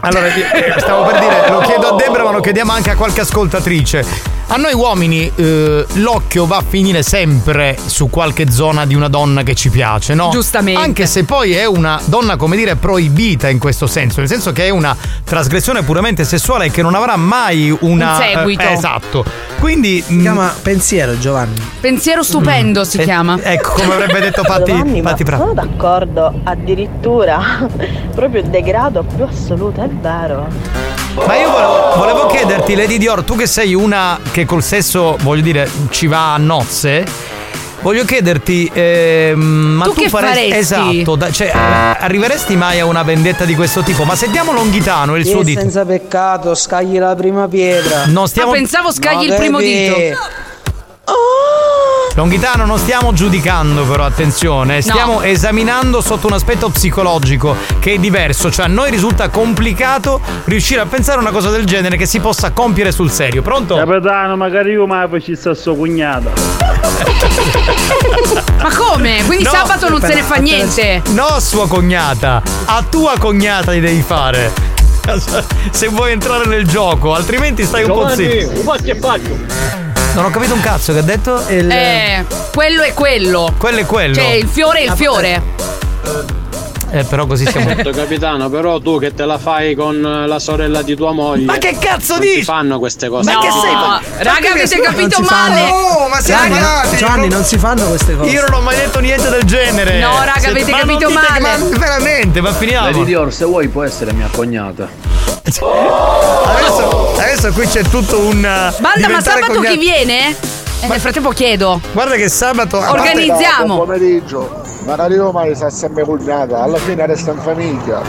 Speaker 3: Allora, io- stavo per dire, lo chiedo a Debra, ma lo chiediamo anche a qualche ascoltatrice. A noi uomini eh, l'occhio va a finire sempre su qualche zona di una donna che ci piace, no?
Speaker 12: Giustamente.
Speaker 3: Anche se poi è una donna, come dire, proibita in questo senso, nel senso che è una trasgressione puramente sessuale che non avrà mai una...
Speaker 12: Un seguito.
Speaker 3: eh, esatto. Quindi... Si
Speaker 6: chiama pensiero Giovanni.
Speaker 12: Pensiero stupendo si chiama.
Speaker 3: Ecco, come avrebbe detto Patti,
Speaker 4: Giovanni, ma
Speaker 3: Patti Prati.
Speaker 4: sono d'accordo, addirittura proprio il degrado più assoluto, è vero.
Speaker 3: Ma io volevo, volevo chiederti, Lady Dior, tu che sei una che col sesso, voglio dire, ci va a nozze. Voglio chiederti, ehm, ma
Speaker 12: Tu
Speaker 3: tu,
Speaker 12: che
Speaker 3: faresti.
Speaker 12: faresti?
Speaker 3: Esatto, da- cioè, eh, arriveresti mai a una vendetta di questo tipo? Ma sentiamo Longhitano e il suo dito.
Speaker 5: senza peccato, scagli la prima pietra.
Speaker 3: Non stiamo- Ah, pensavo scagli il primo dito. Longhitano, non stiamo giudicando, però attenzione, eh. stiamo esaminando sotto un aspetto psicologico che è diverso. Cioè, a noi risulta complicato riuscire a pensare a una cosa del genere che si possa compiere sul serio. Pronto?
Speaker 8: Capitano, magari io ma poi ci sta suo cognato.
Speaker 12: Ma come? Quindi
Speaker 3: No,
Speaker 12: sabato non se ne
Speaker 3: aspetta,
Speaker 12: fa
Speaker 3: aspetta.
Speaker 12: niente.
Speaker 3: No, sua cognata, a tua cognata li devi fare. Se vuoi entrare nel gioco, altrimenti stai un po' zitto. Non ho capito un cazzo che ha detto.
Speaker 12: Eh, quello è quello.
Speaker 3: Quello è quello. Ah,
Speaker 12: Cioè, il fiore è il fiore.
Speaker 3: Eh, però così siamo.
Speaker 62: Certo, capitano, però tu che te la fai con la sorella di tua moglie.
Speaker 3: Ma che cazzo
Speaker 62: non
Speaker 3: dici?
Speaker 62: Si fanno queste cose.
Speaker 12: Ma che sei- Ma raga, avete capito male?
Speaker 6: No, ma siamo
Speaker 12: Raga-
Speaker 6: malati. Giovanni, non si fanno queste cose.
Speaker 3: Io non ho mai detto niente del genere.
Speaker 12: No, raga,
Speaker 3: Se-
Speaker 12: avete
Speaker 3: ma non
Speaker 12: capito
Speaker 3: dite che-
Speaker 12: male.
Speaker 3: ma veramente, ma finiamo.
Speaker 62: Lady Dior, se vuoi può essere mia cognata.
Speaker 3: Oh! Adesso, adesso qui c'è tutto un. eh,
Speaker 12: Banda, ma sabato chi viene? Eh, nel frattempo chiedo.
Speaker 3: Guarda che sabato.
Speaker 12: Organizziamo.
Speaker 9: Buon pomeriggio. Ma la Roma mi sta sempre cognata, alla fine resta in famiglia.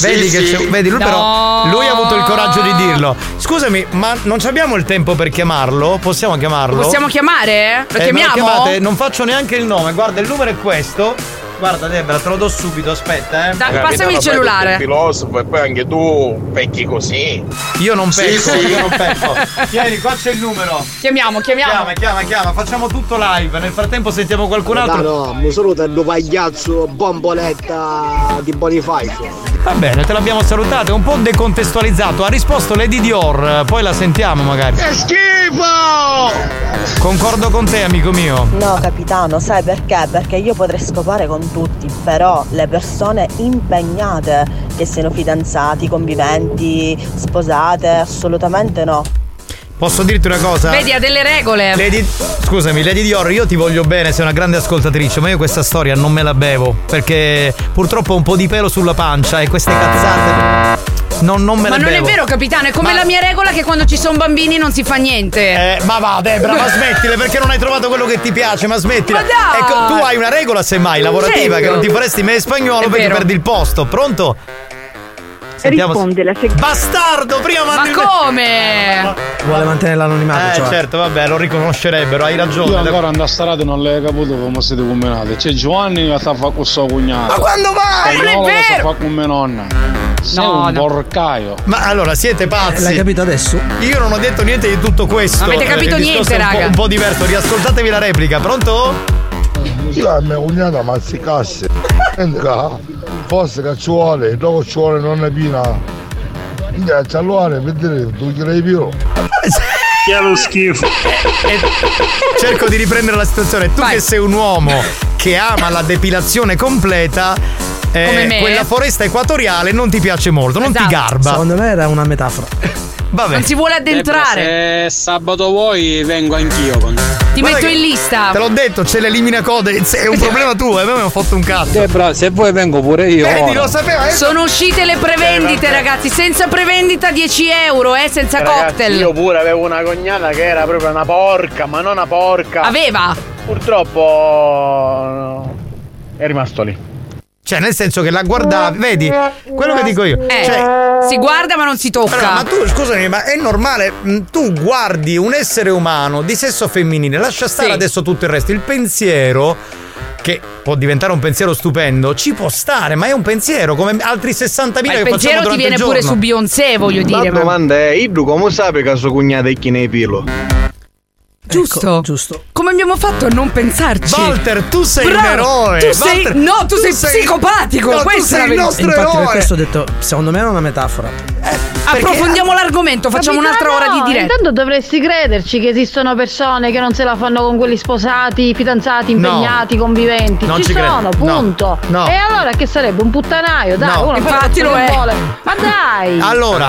Speaker 3: Vedi, che c'è- vedi lui però lui ha avuto il coraggio di dirlo. Scusami, ma non abbiamo il tempo per chiamarlo? Possiamo chiamarlo?
Speaker 12: Lo possiamo chiamare? Lo
Speaker 3: Eh, ma
Speaker 12: chiamiamo?
Speaker 3: chiamate? non faccio neanche il nome, guarda il numero è questo. Guarda Debra, te lo do subito, aspetta, eh.
Speaker 12: Dai, passami il cellulare.
Speaker 63: filosofo e poi anche tu pecchi così.
Speaker 3: Io non
Speaker 63: Sì,
Speaker 3: pecco,
Speaker 63: sì.
Speaker 3: io non pecco. Tieni, qua c'è il numero.
Speaker 12: Chiamiamo, chiamiamo.
Speaker 3: Chiama, chiama, chiama, facciamo tutto live. Nel frattempo sentiamo qualcun altro.
Speaker 64: No, mi saluta il pagliazzo bomboletta di Bonifacio.
Speaker 3: Va bene, te l'abbiamo salutato, è un po' decontestualizzato. Ha risposto Lady Dior, poi la sentiamo magari.
Speaker 64: Che schifo!
Speaker 3: Concordo con te, amico mio.
Speaker 26: No, capitano, sai perché? Perché io potrei scopare con tutti, però le persone impegnate, che siano fidanzati, conviventi, sposate, assolutamente no.
Speaker 3: Posso dirti una cosa?
Speaker 12: Vedi, ha delle regole.
Speaker 3: Lady- scusami, Lady Dior, io ti voglio bene, sei una grande ascoltatrice, ma io questa storia non me la bevo. Perché purtroppo ho un po' di pelo sulla pancia e queste cazzate. Non, non me
Speaker 12: Ma
Speaker 3: le
Speaker 12: non
Speaker 3: bevo.
Speaker 12: è vero, capitano, è come la mia regola che quando ci sono bambini non si fa niente.
Speaker 3: Eh, ma va, Debra, ma smettile perché non hai trovato quello che ti piace, ma smettila.
Speaker 12: Ma dai!
Speaker 3: Ecco, tu hai una regola semmai lavorativa
Speaker 65: Certo.
Speaker 3: che non ti faresti mai in spagnolo
Speaker 65: È
Speaker 3: perché
Speaker 65: vero.
Speaker 3: perdi il posto. Pronto? Sentiamo se-
Speaker 65: Risponde la seguente.
Speaker 3: Bastardo, prima
Speaker 12: Ma come?
Speaker 5: Vuole mantenere l'anonimato.
Speaker 3: Eh,
Speaker 5: cioè.
Speaker 3: certo, vabbè, lo riconoscerebbero, hai ragione.
Speaker 9: Io ancora andare a strada non l'hai capito come siete combinati. C'è Giovanni che sta a fare con suo cognato.
Speaker 3: Ma quando vai?
Speaker 9: Spagnolo
Speaker 3: Non
Speaker 9: che
Speaker 3: è
Speaker 9: sta a
Speaker 3: vero!
Speaker 9: fare con mia nonna. Sei
Speaker 3: No,
Speaker 9: un
Speaker 3: no.
Speaker 9: porcaio.
Speaker 3: Ma allora siete pazzi.
Speaker 5: Eh, L'hai capito adesso?
Speaker 3: Io non ho detto niente di tutto questo.
Speaker 5: Non avete
Speaker 3: Eh,
Speaker 5: capito
Speaker 3: il
Speaker 5: niente,
Speaker 3: discorso è un po'-
Speaker 5: raga.
Speaker 3: Un po' diverso, riascoltatevi la replica, pronto?
Speaker 15: Io a mia cognata mazzicasse. Entra, forse che ci vuole, dopo ci vuole nonna Pina. Quindi a cialluare, vedere, tu chiedi più.
Speaker 3: Che lo schifo. cerco di riprendere la situazione. Tu che sei un uomo che ama la depilazione completa, eh,
Speaker 5: Come me.
Speaker 3: quella foresta equatoriale non ti piace molto, non ti garba.
Speaker 5: Secondo me era una metafora.
Speaker 3: Vabbè.
Speaker 12: Esatto. Non si vuole addentrare.
Speaker 9: Debra, se Eh, sabato vuoi vengo anch'io con te.
Speaker 12: Ti
Speaker 3: Guarda
Speaker 12: metto
Speaker 3: che-
Speaker 12: in lista.
Speaker 3: Te l'ho detto, c'è l'elimina Codez, è un problema tuo, e a me mi ho fatto un cazzo. Debra, se vuoi vengo pure io. Vedi, lo sapeva, eh?
Speaker 12: Sono uscite le prevendite,
Speaker 9: Eh, vabbè.
Speaker 12: ragazzi. Senza prevendita 10 euro, eh, senza cocktail.
Speaker 9: Io pure avevo una cognata che era proprio una porca, ma non una porca.
Speaker 12: Aveva.
Speaker 9: Purtroppo no, eh, è rimasto lì.
Speaker 3: Cioè, nel senso che la guardavi, vedi, quello che dico io.
Speaker 12: Eh,
Speaker 3: Cioè,
Speaker 12: si guarda ma non si tocca.
Speaker 3: Però, ma tu scusami, ma è normale? mh, Tu guardi un essere umano di sesso femminile, lascia stare
Speaker 12: Sì.
Speaker 3: adesso tutto il resto. Il pensiero, che può diventare un pensiero stupendo, ci può stare, ma è un pensiero come altri 60.000
Speaker 12: Ma
Speaker 3: che
Speaker 12: il
Speaker 3: facciamo
Speaker 12: pensiero ti
Speaker 3: durante
Speaker 12: viene
Speaker 3: il
Speaker 12: pure
Speaker 3: giorno.
Speaker 12: su Beyoncé, voglio dire. ma-
Speaker 9: è, Ibru eh, come sape che sua cognata è chi ne pilo?
Speaker 12: Giusto.
Speaker 5: giusto.
Speaker 12: Come abbiamo fatto a non pensarci?
Speaker 3: Walter, tu sei
Speaker 12: Bravo,
Speaker 3: un eroe.
Speaker 12: Tu sei,
Speaker 3: Walter,
Speaker 12: no, tu,
Speaker 3: tu
Speaker 12: sei,
Speaker 3: sei-
Speaker 12: psicopatico.
Speaker 3: No, tu
Speaker 12: questa
Speaker 3: sei
Speaker 12: è la
Speaker 3: il
Speaker 12: verità.
Speaker 3: nostro
Speaker 5: Infatti, per
Speaker 3: eroe.
Speaker 5: questo ho detto, secondo me era una metafora.
Speaker 12: Approfondiamo l'argomento, facciamo un'altra ora di diretta.
Speaker 30: Ah, Intanto dovresti crederci che esistono persone che non se la fanno con quelli sposati, fidanzati,
Speaker 3: No.
Speaker 30: impegnati, conviventi.
Speaker 3: Non ci credo.
Speaker 30: sono,
Speaker 3: No.
Speaker 30: punto.
Speaker 3: No.
Speaker 30: E allora che sarebbe un puttanaio, dai,
Speaker 3: No.
Speaker 30: uno fa
Speaker 3: Infatti
Speaker 30: quello
Speaker 3: lo
Speaker 30: che
Speaker 3: è.
Speaker 30: vuole. Ma dai!
Speaker 3: Allora,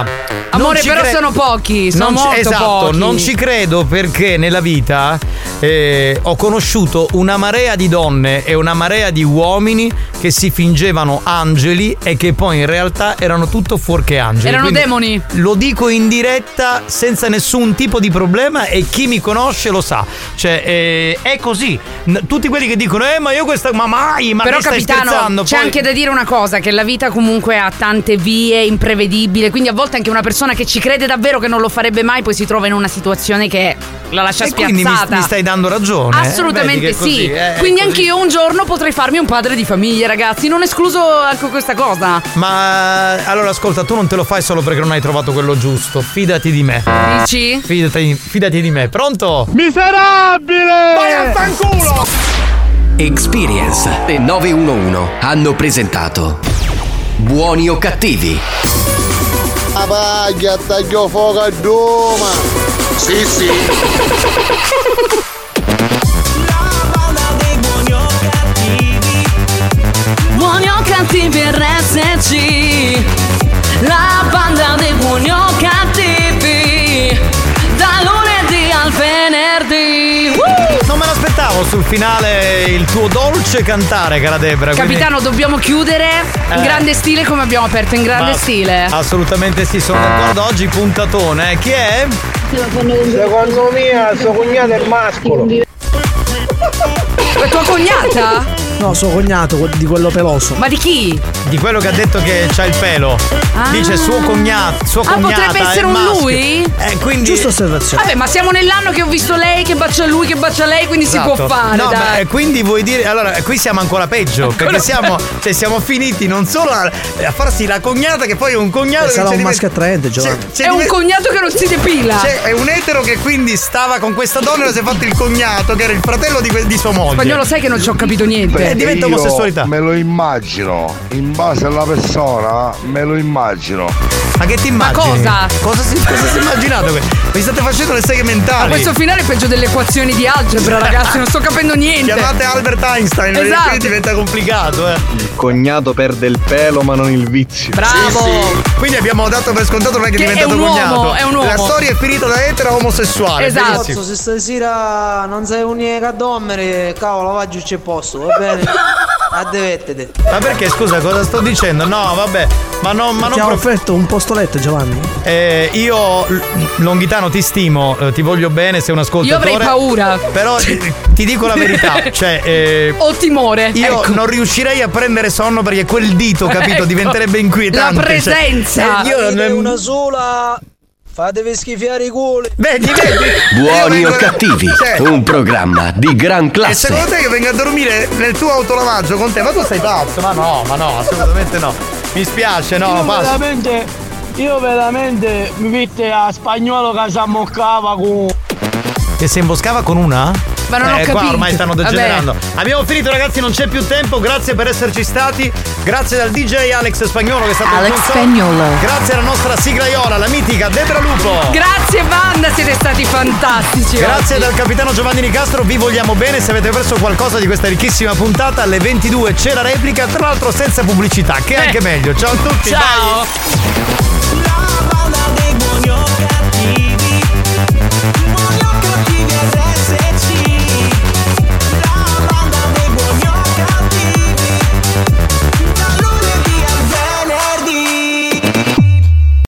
Speaker 12: Amore,
Speaker 3: non ci
Speaker 12: però sono pochi, sono
Speaker 3: Non ci-
Speaker 12: molto
Speaker 3: esatto,
Speaker 12: pochi.
Speaker 3: non ci credo perché nella vita eh, ho conosciuto una marea di donne e una marea di uomini che si fingevano angeli e che poi in realtà erano tutto fuorché angeli.
Speaker 12: Erano
Speaker 3: Quindi
Speaker 12: demoni.
Speaker 3: Lo dico in diretta senza nessun tipo di problema e chi mi conosce lo sa. Cioè, eh, è così. N- tutti quelli che dicono, eh, ma io questa. Ma mai, ma
Speaker 12: Però
Speaker 3: che stai
Speaker 12: capitano,
Speaker 3: scherzando?
Speaker 12: c'è
Speaker 3: Poi-
Speaker 12: anche da dire una cosa, che la vita comunque ha tante vie, imprevedibile, quindi a volte anche una persona che ci crede davvero che non lo farebbe mai poi si trova in una situazione che la lascia
Speaker 3: E
Speaker 12: spiazzata.
Speaker 3: quindi mi, mi stai dando ragione. eh?
Speaker 12: Assolutamente
Speaker 3: Vedi che è
Speaker 12: sì.
Speaker 3: così, eh, è
Speaker 12: Quindi
Speaker 3: così.
Speaker 12: anch'io un giorno potrei farmi un padre di famiglia, ragazzi. Non escluso anche questa cosa.
Speaker 3: Ma allora ascolta, tu non te lo fai solo perché non hai trovato quello giusto. Fidati di me.
Speaker 12: Dici?
Speaker 3: Fidati, fidati di me. Pronto?
Speaker 6: Miserabile!
Speaker 3: Vai a fanculo!
Speaker 1: Experience e 911 hanno presentato Buoni o cattivi?
Speaker 15: La paglia, taglio fuoco a Doma! Sì, sì!
Speaker 11: Buoni o cattivi RSC La banda dei buoni o cattivi Da lunedì al venerdì
Speaker 3: Non me l'aspettavo sul finale il tuo dolce cantare, cara Debra. quindi-
Speaker 12: Capitano, dobbiamo chiudere in
Speaker 3: Eh.
Speaker 12: grande stile come abbiamo aperto, in grande
Speaker 3: Ma-
Speaker 12: stile.
Speaker 3: Assolutamente sì, sono d'accordo. Oggi puntatone. eh. Chi è?
Speaker 66: Secondo me, sua cognata è mascolo.
Speaker 12: La tua cognata?
Speaker 6: No, suo cognato, quel- di quello peloso.
Speaker 12: Ma di chi?
Speaker 3: Di quello che ha detto che c'ha il pelo.
Speaker 12: Ah.
Speaker 3: Dice suo cognato. Suo
Speaker 12: Ah,
Speaker 3: cognata
Speaker 12: potrebbe essere
Speaker 3: è
Speaker 12: un
Speaker 3: maschio.
Speaker 12: lui?
Speaker 3: Eh, quindi. Giusta osservazione.
Speaker 12: Vabbè, ma siamo nell'anno che ho visto lei che bacia lui, che bacia lei, quindi si può fare,
Speaker 3: Esatto. No,
Speaker 12: dai.
Speaker 3: ma, eh, quindi vuoi dire. Allora, eh, qui siamo ancora peggio. Perché siamo, cioè, siamo finiti non solo a, a farsi la cognata, che poi è un cognato.
Speaker 6: Eh,
Speaker 3: che
Speaker 6: sarà
Speaker 3: c'è
Speaker 6: un
Speaker 3: di me-
Speaker 6: maschio attraente, Giovanni.
Speaker 3: c'è
Speaker 12: è
Speaker 3: di
Speaker 12: un
Speaker 3: me-
Speaker 12: cognato che non si depila.
Speaker 3: Cioè, è un etero che quindi stava con questa donna e si è fatto il cognato, che era il fratello di, que- di sua moglie. Eh,
Speaker 12: Spagnolo, sai che non ci ho capito niente.
Speaker 15: Perché io Me lo immagino, in base alla persona me lo immagino.
Speaker 3: Ma che ti
Speaker 12: Ma
Speaker 3: immagini?
Speaker 12: cosa?
Speaker 3: Cosa si, cosa si è immaginato? qui? Mi state facendo le seghe
Speaker 12: Ma
Speaker 3: mentali.
Speaker 12: questo finale è peggio delle equazioni di algebra, ragazzi, non sto capendo niente.
Speaker 3: Chiamate Albert Einstein,
Speaker 12: Esatto.
Speaker 3: quindi diventa complicato, eh.
Speaker 47: Il cognato perde il pelo ma non il vizio.
Speaker 12: Bravo!
Speaker 3: Quindi abbiamo dato per scontato non è che,
Speaker 47: Che
Speaker 3: è
Speaker 47: è
Speaker 3: diventato
Speaker 47: un uomo,
Speaker 3: cognato.
Speaker 47: è un uomo.
Speaker 3: La storia è Esatto. finita da etero omosessuale.
Speaker 6: Esatto.
Speaker 5: Cazzo,
Speaker 3: benissimo.
Speaker 5: se stasera non sei unire a dommere, cavolo, va giù c'è posto, va bene? Addevettete.
Speaker 3: Ma perché scusa cosa sto dicendo? No, vabbè, ma non, ma non
Speaker 6: Ti ha
Speaker 3: pro-
Speaker 6: offerto un postoletto, Giovanni.
Speaker 3: Eh, io, L- Longhitano, ti stimo, eh, ti voglio bene, sei un ascoltatore.
Speaker 12: Io avrei paura.
Speaker 3: Però ti, ti dico la verità, cioè... eh,
Speaker 12: Ho timore.
Speaker 3: io
Speaker 12: ecco.
Speaker 3: non riuscirei a prendere sonno perché quel dito, capito,
Speaker 5: Ecco.
Speaker 3: diventerebbe inquietante.
Speaker 5: La
Speaker 3: cioè,
Speaker 5: presenza.
Speaker 3: eh, io
Speaker 5: Avete
Speaker 3: non-
Speaker 5: una sola. Fatevi schifiare i culi.
Speaker 3: Vedi, vedi.
Speaker 1: Buoni o cattivi,
Speaker 3: Sì.
Speaker 1: un programma di gran
Speaker 3: E
Speaker 1: classe.
Speaker 3: secondo te io vengo a dormire nel tuo autolavaggio con te? Ma tu sei pazzo? Ma no, ma no, assolutamente no. Mi spiace, no,
Speaker 13: io
Speaker 3: basta.
Speaker 13: veramente, io veramente mi viste a spagnolo che si ammoccava con...
Speaker 3: Che si imboscava con una?
Speaker 13: Ma non ho
Speaker 3: eh, qua
Speaker 13: capito.
Speaker 3: ormai stanno
Speaker 13: Vabbè.
Speaker 3: degenerando. Abbiamo finito, ragazzi, non c'è più tempo. Grazie per esserci stati. Grazie dal DJ Alex Spagnolo che è stato
Speaker 12: Alex
Speaker 3: il console.
Speaker 12: Spagnolo.
Speaker 3: Grazie alla nostra sigla Iola, la mitica Debra Lupo.
Speaker 12: Grazie banda, siete stati fantastici.
Speaker 3: Grazie
Speaker 12: oggi.
Speaker 3: dal capitano Giovanni Nicastro, vi vogliamo bene. Se avete perso qualcosa di questa ricchissima puntata, alle 22 c'è
Speaker 13: Eh.
Speaker 3: la replica, tra l'altro senza pubblicità, che è anche meglio. Ciao a tutti,
Speaker 31: Ciao.
Speaker 3: bye.